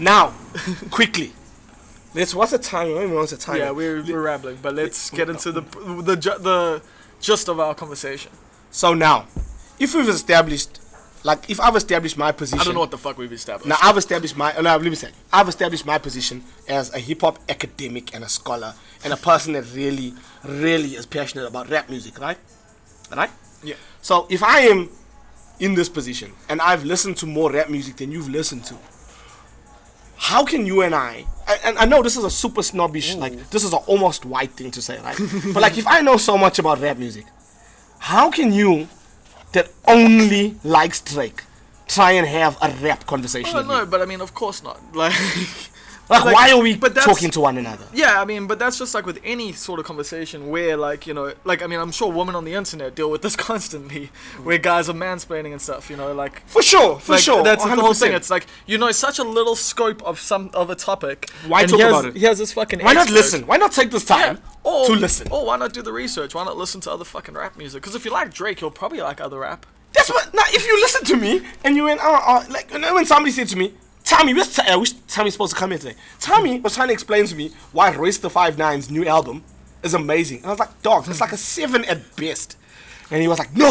Speaker 2: Now, quickly. Let's. What's the time? I don't even know what's the time.
Speaker 3: Yeah, we're, we're rambling, but let's get into the the ju- the gist of our conversation.
Speaker 2: So now, if we've established, like, if I've established my position.
Speaker 3: I don't know what the fuck we've established.
Speaker 2: Now I've established my. No, let me say. I've established my position as a hip hop academic and a scholar and a person that really, really is passionate about rap music, right? Right.
Speaker 3: yeah,
Speaker 2: So if I am in this position and I've listened to more rap music than you've listened to, how can you and I? I- And I know this is a super snobbish, like this is an almost white thing to say, right? but like if I know so much about rap music, how can you, that only likes Drake, try and have a rap conversation?
Speaker 3: I
Speaker 2: with
Speaker 3: don't
Speaker 2: me?
Speaker 3: know, Oh, but I mean, of course not. Like,
Speaker 2: Oh, Like,
Speaker 3: like-
Speaker 2: why are we
Speaker 3: but that's-
Speaker 2: talking to one another?
Speaker 3: yeah, I mean, but that's just like with any sort of conversation where, like, you know, like I mean, I'm sure women on the internet deal with this constantly, where guys are mansplaining and stuff. You know, like
Speaker 2: For sure, for
Speaker 3: Like,
Speaker 2: sure.
Speaker 3: That's the whole
Speaker 2: 100%.
Speaker 3: thing. It's like you know such a little scope of some of a topic.
Speaker 2: Why
Speaker 3: and
Speaker 2: talk
Speaker 3: he has,
Speaker 2: about it?
Speaker 3: He has this fucking.
Speaker 2: why not
Speaker 3: expert.
Speaker 2: listen? Why not take this
Speaker 3: Yeah.
Speaker 2: time
Speaker 3: Or,
Speaker 2: to listen?
Speaker 3: Or why not do the research? Why not listen to other fucking rap music? Because if you like Drake, you'll probably like other rap.
Speaker 2: That's what. Now, if you listen to me and you went, oh, oh like you know, when somebody said to me, Tommy, where's T- I wish Tommy's supposed to come here today. Tommy was trying to explain to me why Royce the Five Nine's new album is amazing, and I was like, dog, it's like a seven at best. And he was like, no.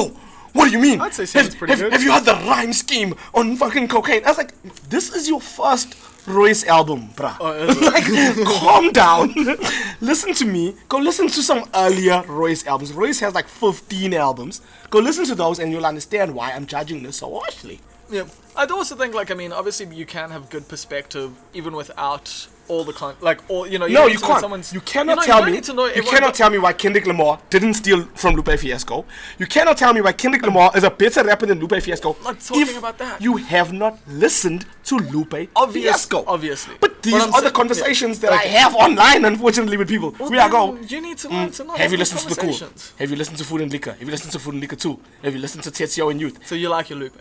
Speaker 2: What do you mean?
Speaker 3: I'd say
Speaker 2: Have-
Speaker 3: seven's pretty
Speaker 2: have,
Speaker 3: good."
Speaker 2: Have you heard the rhyme scheme on fucking cocaine? I was like, this is your first Royce album, bruh. like, calm down. listen to me. Go listen to some earlier Royce albums. Royce has like 15 albums. Go listen to those and you'll understand why I'm judging this so harshly.
Speaker 3: Yeah. I'd also think like I mean, obviously you can have good perspective even without all the con like all you know. You
Speaker 2: no,
Speaker 3: don't
Speaker 2: you
Speaker 3: need to know
Speaker 2: can't.
Speaker 3: Someone's,
Speaker 2: you cannot
Speaker 3: know,
Speaker 2: tell
Speaker 3: don't
Speaker 2: me.
Speaker 3: need to know
Speaker 2: you
Speaker 3: everyone
Speaker 2: cannot
Speaker 3: about-
Speaker 2: tell me why Kendrick Lamar didn't steal from Lupe Fiasco. You cannot tell me why Kendrick Lamar is a better rapper than Lupe Fiasco.
Speaker 3: Um, not talking
Speaker 2: if
Speaker 3: about that.
Speaker 2: You have not listened to Lupe
Speaker 3: Obvious-
Speaker 2: Fiasco.
Speaker 3: obviously.
Speaker 2: But these
Speaker 3: But
Speaker 2: are
Speaker 3: I'm
Speaker 2: the
Speaker 3: saying-
Speaker 2: conversations
Speaker 3: yeah.
Speaker 2: that
Speaker 3: Okay.
Speaker 2: I have online, unfortunately, with people.
Speaker 3: Well,
Speaker 2: we are
Speaker 3: then
Speaker 2: go.
Speaker 3: You need to,
Speaker 2: Mm,
Speaker 3: learn to know.
Speaker 2: have you
Speaker 3: That's
Speaker 2: listened to the cool?
Speaker 3: conversations.
Speaker 2: Have you listened to Food and Liquor? Have you listened to Food and Liquor 2? Have you listened to Tetsuo and Youth?
Speaker 3: So you like your Lupe?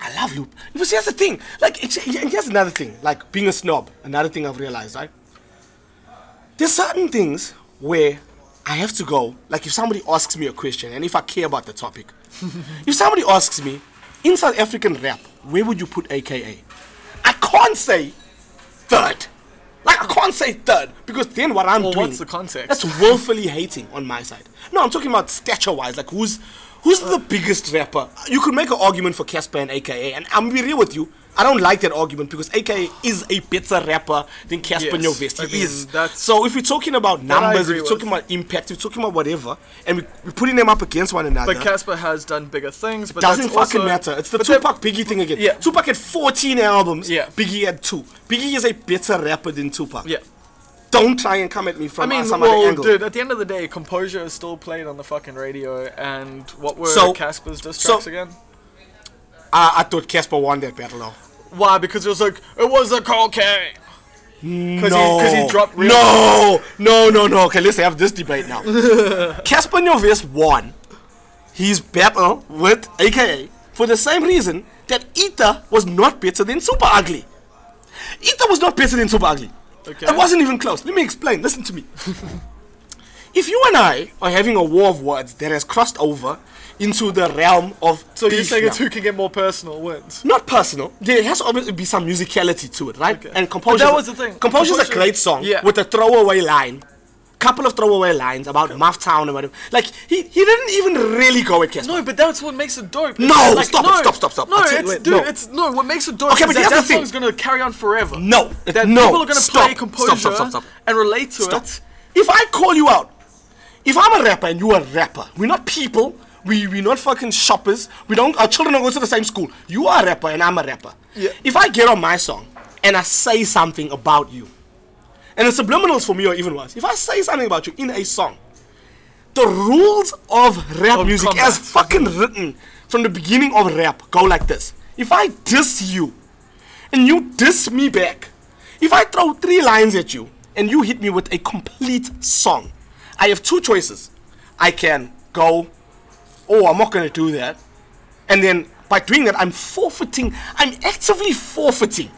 Speaker 2: I love Lupe. But see, that's the thing. Like, it's, and here's another thing. Like, being a snob, another thing I've realized, right? There's certain things where I have to go. Like, if somebody asks me a question and if I care about the topic, if somebody asks me, in South African rap, where would you put AKA? I can't say third. Like, I can't say third because then what I'm
Speaker 3: Well,
Speaker 2: doing.
Speaker 3: what's the context?
Speaker 2: That's willfully hating on my side. No, I'm talking about stature-wise. Like, who's who's the biggest rapper? You could make an argument for Casper and AKA, and I'm gonna be real with you. I don't like that argument because AKA is a better rapper than Casper
Speaker 3: Yes,
Speaker 2: Novest.
Speaker 3: I
Speaker 2: He
Speaker 3: mean,
Speaker 2: is.
Speaker 3: that's-
Speaker 2: So if we're talking about
Speaker 3: I
Speaker 2: numbers, if
Speaker 3: agree
Speaker 2: we're talking about impact, if we're talking about whatever, and we, we're putting them up against one another.
Speaker 3: But Casper has done bigger things. But
Speaker 2: doesn't
Speaker 3: that's
Speaker 2: fucking
Speaker 3: also-
Speaker 2: matter. It's the
Speaker 3: but that-
Speaker 2: Tupac Biggie thing again.
Speaker 3: Yeah.
Speaker 2: Tupac had 14 albums.
Speaker 3: Yeah.
Speaker 2: Biggie had two. Biggie is a better rapper than Tupac.
Speaker 3: Yeah.
Speaker 2: Don't try and come at me
Speaker 3: I
Speaker 2: from uh,
Speaker 3: mean,
Speaker 2: some other
Speaker 3: well,
Speaker 2: angle.
Speaker 3: dude, at the end of the day, composure is still played on the fucking radio, and what were
Speaker 2: So-
Speaker 3: Casper's diss
Speaker 2: so-
Speaker 3: tracks again?
Speaker 2: I, I thought Casper won that battle though.
Speaker 3: Why? Because it was like it was a cocaine.
Speaker 2: No.
Speaker 3: 'Cause he- 'cause he dropped real-
Speaker 2: no, no, no, no. Okay, let's have this debate now. Casper Nyovest won his battle with AKA for the same reason that Ita was not better than Super Ugly. Ita was not better than Super Ugly.
Speaker 3: Okay.
Speaker 2: It wasn't even close. Let me explain. Listen to me. if you and I are having a war of words that has crossed over into the realm of
Speaker 3: So you're
Speaker 2: beef
Speaker 3: saying it's
Speaker 2: now.
Speaker 3: who can get more personal wins.
Speaker 2: not personal. There has to obviously be some musicality to it, right?
Speaker 3: Okay.
Speaker 2: And
Speaker 3: But
Speaker 2: composure.
Speaker 3: that was the thing.
Speaker 2: Composure's a
Speaker 3: Composure-
Speaker 2: great song
Speaker 3: Yeah.
Speaker 2: with a throwaway line, couple of throwaway lines about Muff Town and whatever. Like he, he didn't even really go with Casper.
Speaker 3: No, but that's what makes it dope. It's
Speaker 2: No, stop it, stop, stop, stop.
Speaker 3: No,
Speaker 2: I'll tell you
Speaker 3: it's
Speaker 2: what,
Speaker 3: dude,
Speaker 2: no.
Speaker 3: it's no. What makes it dope
Speaker 2: Okay,
Speaker 3: is
Speaker 2: but
Speaker 3: that
Speaker 2: here's
Speaker 3: that
Speaker 2: the thing.
Speaker 3: song's gonna carry on forever.
Speaker 2: No,
Speaker 3: that
Speaker 2: no,
Speaker 3: people are gonna
Speaker 2: stop,
Speaker 3: play
Speaker 2: stop,
Speaker 3: composure
Speaker 2: stop, stop, stop.
Speaker 3: and relate to
Speaker 2: Stop.
Speaker 3: it.
Speaker 2: If I call you out, if I'm a rapper and you're a rapper, we're not people. We we not fucking shoppers. We don't. Our children don't go to the same school. You are a rapper and I'm a rapper.
Speaker 3: Yeah.
Speaker 2: If I get on my song and I say something about you, and the subliminals for me are even worse. If I say something about you in a song, the rules of rap
Speaker 3: Of
Speaker 2: music
Speaker 3: combat.
Speaker 2: as fucking written from the beginning of rap go like this. If I diss you and you diss me back, if I throw three lines at you and you hit me with a complete song, I have two choices. I can go, oh, I'm not gonna do that. And then by doing that, I'm forfeiting, I'm actively forfeiting.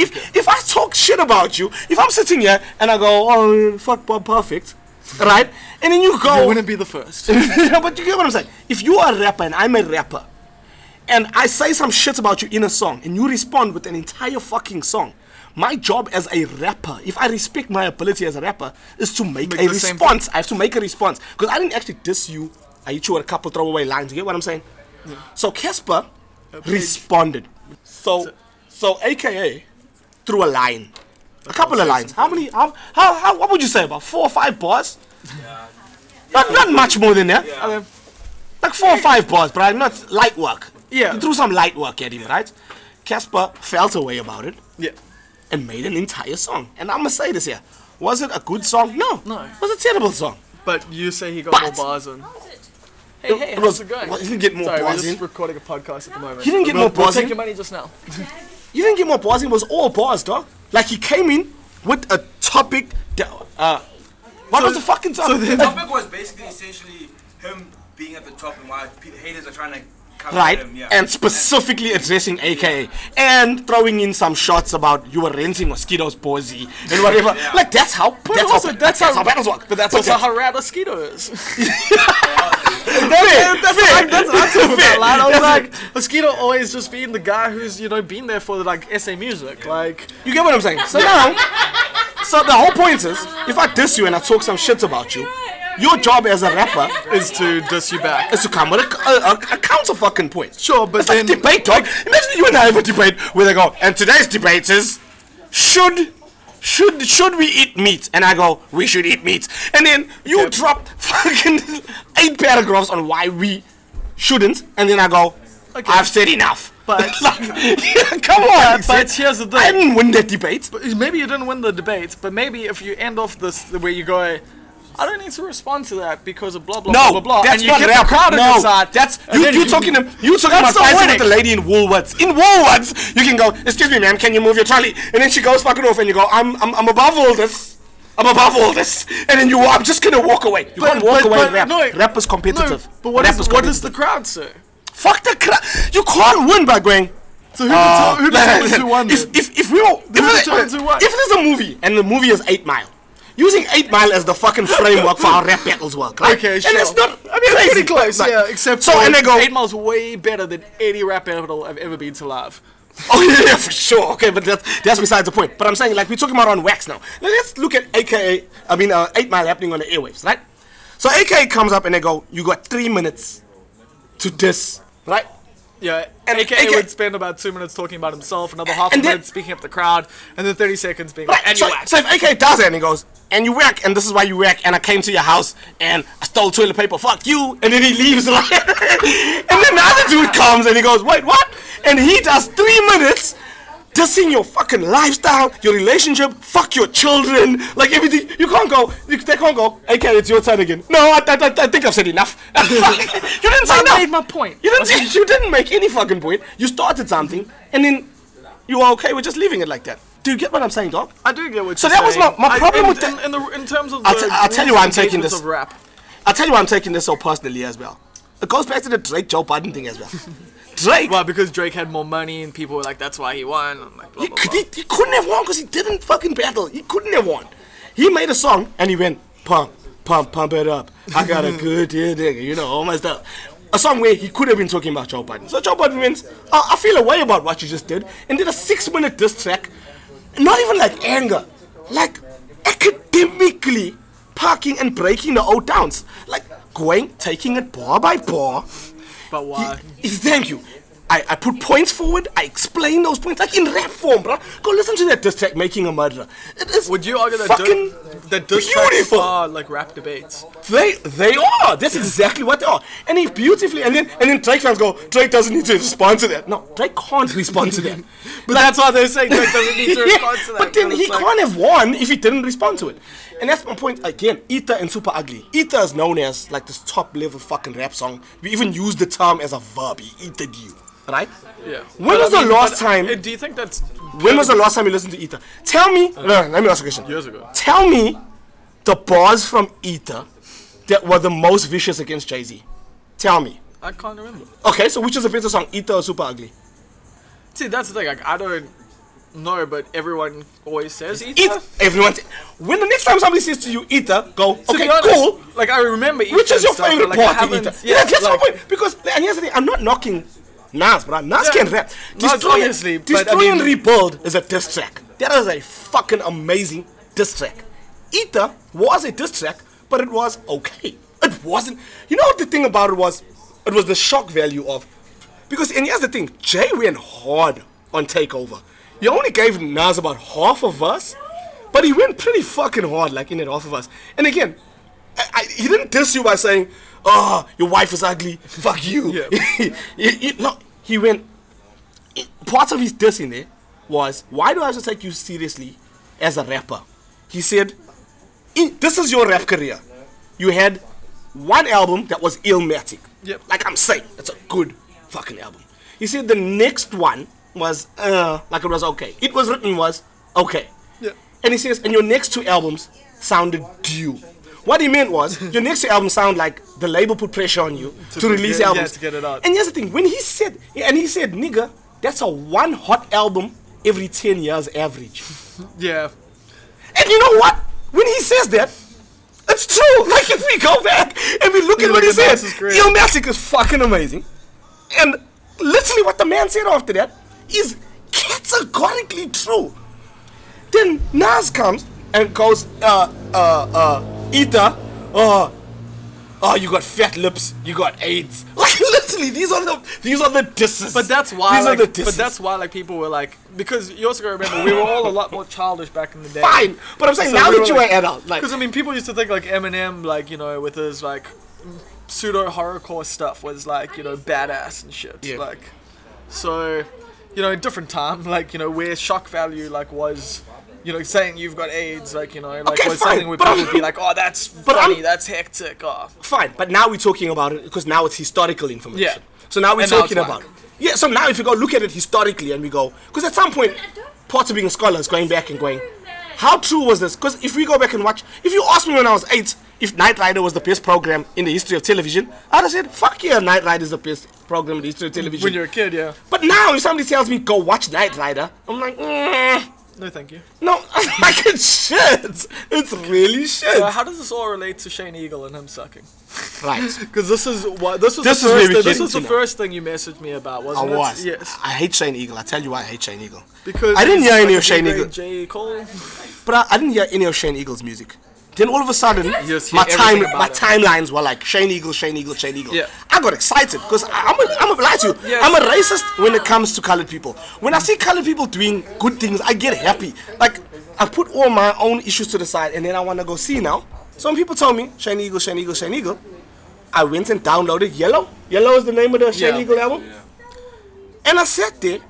Speaker 2: If, if I talk shit about you, if I'm sitting here and I go, oh, fuck Bob Perfect, right? And then you go,
Speaker 3: I wouldn't be the first.
Speaker 2: but you get what I'm saying. If you are a rapper and I'm a rapper, and I say some shit about you in a song, and you respond with an entire fucking song, my job as a rapper, if I respect my ability as a rapper, is to make,
Speaker 3: Make
Speaker 2: a
Speaker 3: the same
Speaker 2: response. I have to make a response because I didn't actually diss you. I hit you with a couple throwaway lines. You get what I'm saying? So Casper responded. So, so AKA through a line, a couple of lines. How many? How, how, how? What would you say about four or five bars? Not, not much more than that.
Speaker 3: And then-
Speaker 2: Like four or five bars, but I'm not light work.
Speaker 3: Yeah.
Speaker 2: He threw some light work at him, right? Casper felt away about it
Speaker 3: yeah.
Speaker 2: and made an entire song. And I'm gonna say this here. Was it a good song? No.
Speaker 3: No.
Speaker 2: It was a terrible song.
Speaker 3: But you say he got
Speaker 2: But-
Speaker 3: more bars and
Speaker 4: How's it?
Speaker 3: hey, hey,
Speaker 2: it
Speaker 3: how's
Speaker 2: was-
Speaker 3: it going?
Speaker 2: well, he didn't get more
Speaker 3: Sorry,
Speaker 2: bars
Speaker 3: we're just
Speaker 2: in.
Speaker 3: recording a podcast at the moment.
Speaker 2: He didn't get
Speaker 3: We'll-
Speaker 2: more
Speaker 3: we'll
Speaker 2: bars
Speaker 3: Take
Speaker 2: in.
Speaker 3: your money just now.
Speaker 2: You didn't get more bars, it was all bars, dog. Like he came in with a topic that, uh what was the fucking song?
Speaker 5: The topic was basically essentially him being at the top and why pe- haters are trying to come
Speaker 2: right?
Speaker 5: at him. Yeah.
Speaker 2: And specifically addressing AKA and throwing in some shots about you were renting Mosquito's posy and whatever.
Speaker 5: Yeah.
Speaker 2: Like that's how that's
Speaker 3: also,
Speaker 2: how
Speaker 3: that's how-
Speaker 2: battles work.
Speaker 3: But that's also how rad Mosquito is.
Speaker 2: that's, that's,
Speaker 3: That's what I took with that line. I was
Speaker 2: That's
Speaker 3: like, Mosquito always just being the guy who's, you know, been there for the, like SA music. Like,
Speaker 2: You get what I'm saying? So now, so the whole point is, if I diss you and I talk some shit about you, your job as a rapper
Speaker 3: is to diss you back.
Speaker 2: is to come with a, a, a- a counter fucking point.
Speaker 3: Sure, but
Speaker 2: it's like
Speaker 3: then-
Speaker 2: debate, dog. Imagine you and I have a debate where they go, and today's debate is, should. Should should we eat meat? And I go, we should eat meat. And then you drop fucking eight paragraphs on why we shouldn't. And then I go,
Speaker 3: Okay.
Speaker 2: I've said enough.
Speaker 3: But-
Speaker 2: Like, come on.
Speaker 3: but here's the thing.
Speaker 2: I didn't win that debate.
Speaker 3: But maybe you didn't win the debate, but maybe if you end off this the way you go, I don't need to respond to that because of blah blah
Speaker 2: No,
Speaker 3: blah blah. blah,"
Speaker 2: that's
Speaker 3: and you
Speaker 2: not
Speaker 3: get
Speaker 2: rap.
Speaker 3: the crowd
Speaker 2: no,
Speaker 3: on your side.
Speaker 2: that's
Speaker 3: and
Speaker 2: you.
Speaker 3: then
Speaker 2: You talking to you talking
Speaker 3: That's
Speaker 2: about
Speaker 3: not
Speaker 2: fighting with
Speaker 3: winning.
Speaker 2: the lady in Woolworths. In Woolworths, you can go. Excuse me, ma'am. Can you move your trolley? And then she goes fucking off, and you go. I'm I'm, I'm above all this. I'm above all this. And then you. I'm just gonna walk away. You can't walk away. and rap. rap is competitive.
Speaker 3: No, but what
Speaker 2: rap
Speaker 3: is, what does the
Speaker 2: competitive.
Speaker 3: crowd say?
Speaker 2: fuck the crap? You can't win by going.
Speaker 3: So who
Speaker 2: uh,
Speaker 3: determines who, determines who won?
Speaker 2: if,
Speaker 3: then?
Speaker 2: if, if we were, if,
Speaker 3: determines who won?
Speaker 2: if there's a movie and the movie is Eight Mile, using Eight Mile as the fucking framework for how rap battles work, right?
Speaker 3: Okay,
Speaker 2: And
Speaker 3: sure.
Speaker 2: it's not. I mean, crazy.
Speaker 3: pretty close,
Speaker 2: Like,
Speaker 3: yeah. Except
Speaker 2: so,
Speaker 3: for
Speaker 2: and they go,
Speaker 3: eight miles way better than any rap battle I've ever been to live.
Speaker 2: Oh yeah, yeah, for sure. Okay, but that's that's besides the point. But I'm saying like we're talking about on wax now. Now, Let's look at AKA. I mean, uh, Eight Mile happening on the airwaves, right? So AKA comes up and they go, "You got three minutes to diss, right?"
Speaker 3: Yeah,
Speaker 2: And
Speaker 3: and AKA,
Speaker 2: AKA
Speaker 3: would spend about two minutes talking about himself, another half a
Speaker 2: and then-
Speaker 3: minute speaking up the crowd, and then 30 seconds being
Speaker 2: Right.
Speaker 3: like, and you
Speaker 2: so,
Speaker 3: whack.
Speaker 2: so if AKA does it and he goes, and you whack, and this is why you whack, and I came to your house and I stole toilet paper, fuck you, and then he leaves, like, and then the other dude comes and he goes, wait, what? And he does three minutes dissing your fucking lifestyle, your relationship, fuck your children, like everything. You can't go, you, they can't go, AKA, it's your turn again. No, I, I, I- I think I've said enough. you didn't say
Speaker 3: I
Speaker 2: enough.
Speaker 3: made my point.
Speaker 2: You didn't, you didn't make any fucking point. You started something, and then you are okay with just leaving it like that. Do you get what I'm saying, dog?
Speaker 3: I do get what
Speaker 2: So
Speaker 3: you're
Speaker 2: that was
Speaker 3: saying.
Speaker 2: my- my
Speaker 3: I-
Speaker 2: problem
Speaker 3: in,
Speaker 2: with
Speaker 3: in,
Speaker 2: that-
Speaker 3: in, the, in terms of
Speaker 2: I'll
Speaker 3: the
Speaker 2: t- I'll tell you why I'm taking
Speaker 3: engagements
Speaker 2: this.
Speaker 3: of rap.
Speaker 2: I tell you why I'm taking this so personally as well. It goes back to the Drake Joe Biden thing as well. Drake,
Speaker 3: Well, because Drake had more money and people were like, "That's why he won." and like, blah,
Speaker 2: he,
Speaker 3: blah,
Speaker 2: could,
Speaker 3: blah.
Speaker 2: he, he couldn't have won because he didn't fucking battle. He couldn't have won. He made a song and he went pump, pump, pump it up. I got a good deal, nigga. You know, all my stuff. A song where he could have been talking about Joe Biden. So Joe Biden wins. I, I feel a way about what you just did and did a six-minute diss track. Not even like anger, like academically parking and breaking the old downs, like going taking it bar by bar.
Speaker 3: But why?
Speaker 2: He- he- thank you. I, I put points forward. I explain those points like in rap form, bruh. Go listen to that diss track, "Making a Murderer." It is.
Speaker 3: Would you argue that
Speaker 2: fucking
Speaker 3: diss- that diss tracks
Speaker 2: beautiful?
Speaker 3: are like rap debates?
Speaker 2: They they are. That's exactly what they are. And he beautifully. And then and then Drake fans go, Drake doesn't need to respond to that. No, Drake can't respond to that.
Speaker 3: But that's why they're saying Drake doesn't need to
Speaker 2: Yeah,
Speaker 3: respond to that.
Speaker 2: But then
Speaker 3: because
Speaker 2: he
Speaker 3: it's like-
Speaker 2: can't have won if he didn't respond to it. And that's my point again. Ether and Super Ugly. Ether is known as like this top level fucking rap song. We even use the term as a verb. He ethered you, right?
Speaker 3: Yeah.
Speaker 2: When
Speaker 3: But
Speaker 2: was the last
Speaker 3: but,
Speaker 2: time-
Speaker 3: uh, Do you think that's
Speaker 2: When was the last time you listened to Ether? Tell me. No, no, let me ask you a question.
Speaker 3: Uh, Years ago.
Speaker 2: Tell me the bars from Ether that were the most vicious against Jay Z. Tell me.
Speaker 3: I can't remember.
Speaker 2: Okay, so which is a better song, Ether or Super Ugly?
Speaker 3: See, that's the thing. Like, I don't know, but everyone always says Ether.
Speaker 2: Ether. Everyone. When the next time somebody says to you Ether, go.
Speaker 3: To
Speaker 2: okay,
Speaker 3: be honest,
Speaker 2: cool.
Speaker 3: Like I remember Ether.
Speaker 2: Which is
Speaker 3: and
Speaker 2: your
Speaker 3: stuff,
Speaker 2: favorite
Speaker 3: but, like, I
Speaker 2: part in Ether?
Speaker 3: haven't-
Speaker 2: Yeah, that's
Speaker 3: like,
Speaker 2: my point. Because and here's the thing, I'm not knocking Nas, but Nas
Speaker 3: Yeah.
Speaker 2: can rap.
Speaker 3: Nas,
Speaker 2: Destroy,
Speaker 3: obviously, but I
Speaker 2: Destroy and
Speaker 3: mean-
Speaker 2: Rebuild is a diss track. That is a fucking amazing diss track. Ether was a diss track, but it was okay. It wasn't. You know what the thing about it was? It was the shock value of. Because and here's the thing, Jay went hard on Takeover. He only gave Nas about half of us, but he went pretty fucking hard, like in that half of us. And again, I, I, he didn't diss you by saying, "Oh, your wife is ugly. Fuck you."
Speaker 3: Yeah.
Speaker 2: He- he- no, he went. It, part of his diss in there was, "Why do I have to take you seriously as a rapper?" He said, "I- "This is your rap career. You had one album that was illmatic.
Speaker 3: Yep.
Speaker 2: Like I'm saying, it's a good fucking album." He said the next one was uh, like it was okay. It was written was okay.
Speaker 3: Yeah.
Speaker 2: And he says, and your next two albums sounded due. What he meant was, your next two albums sound like the label put pressure on you to,
Speaker 3: to
Speaker 2: release
Speaker 3: get- yeah,
Speaker 2: albums.
Speaker 3: to get it out.
Speaker 2: And here's the thing, when he said, and he said, nigga, that's a one hot album every 10 years average.
Speaker 3: Yeah.
Speaker 2: And you know what? When he says that, it's true. Like if we go back and we look at what
Speaker 3: look
Speaker 2: he
Speaker 3: at
Speaker 2: said,
Speaker 3: Max's career.
Speaker 2: Illmatic is fucking amazing. And literally what the man said after that is categorically true. Then Nas comes and goes, uh, uh, uh, Ether, uh, oh, you got fat lips, you got AIDS. Like literally, these are the these are the disses.
Speaker 3: But that's why.
Speaker 2: these
Speaker 3: Like,
Speaker 2: are the
Speaker 3: but
Speaker 2: disses.
Speaker 3: that's why like people were like because you also gotta remember we were all a lot more childish back in the day.
Speaker 2: fine. But I'm saying now that you are adult, like
Speaker 3: Because I mean, people used to think like Eminem, like you know, with his like pseudo horrorcore stuff was like you know badass and shit. Like, so you know, different time, like you know, where shock value like was. You know, saying you've got AIDS, like you know, like
Speaker 2: Okay,
Speaker 3: was
Speaker 2: fine,
Speaker 3: something where
Speaker 2: but
Speaker 3: people
Speaker 2: I'm-
Speaker 3: would be like, "Oh, that's
Speaker 2: but I'm-
Speaker 3: funny, that's hectic." Oh,
Speaker 2: fine. But now we're talking about it because now it's historical information.
Speaker 3: Yeah.
Speaker 2: So now we're
Speaker 3: And now
Speaker 2: talking
Speaker 3: it's
Speaker 2: about
Speaker 3: whack.
Speaker 2: it. Yeah. So now if we go look at it historically and we go, because at some point, part of being a scholar is going back and going, how true was this? Because if we go back and watch, if you asked me when I was eight if Knight Rider was the best program in the history of television, I'd have said, fuck yeah, Knight Rider is the best program in the history of television.
Speaker 3: when you're a kid, yeah.
Speaker 2: but now if somebody tells me go watch Knight Rider, I'm like, mm,
Speaker 3: No, thank you.
Speaker 2: no, like it's shit. It's really shit.
Speaker 3: So Uh, how does this all relate to Shane Eagle and him sucking?
Speaker 2: right.
Speaker 3: Because this is what this was.
Speaker 2: This
Speaker 3: the
Speaker 2: is where
Speaker 3: first
Speaker 2: we
Speaker 3: thing,
Speaker 2: get
Speaker 3: this was the
Speaker 2: into now.
Speaker 3: first thing you messaged me about,
Speaker 2: I
Speaker 3: wasn't it?
Speaker 2: was.
Speaker 3: Yes.
Speaker 2: I hate Shane Eagle. I tell you why I hate Shane Eagle.
Speaker 3: Because
Speaker 2: I didn't hear
Speaker 3: like
Speaker 2: any of
Speaker 3: a
Speaker 2: Shane
Speaker 3: big
Speaker 2: Eagle,
Speaker 3: J. Cole.
Speaker 2: but I, I didn't hear any of Shane Eagle's music. Then all of a sudden,
Speaker 3: just hear
Speaker 2: my time,
Speaker 3: everything
Speaker 2: my
Speaker 3: about
Speaker 2: timelines were like Shane Eagle, Shane Eagle, Shane Eagle.
Speaker 3: Yeah.
Speaker 2: I got excited because I'm a, I'm a lie to you.
Speaker 3: Yes.
Speaker 2: I'm a racist when it comes to colored people. When I see colored people doing good things, I get happy. Like I put all my own issues to the side, and then I want to go see now. So when people tell me Shane Eagle, Shane Eagle, Shane Eagle, I went and downloaded Yellow. Yellow is the name of the Shane
Speaker 3: Yeah.
Speaker 2: Eagle album. And I sat there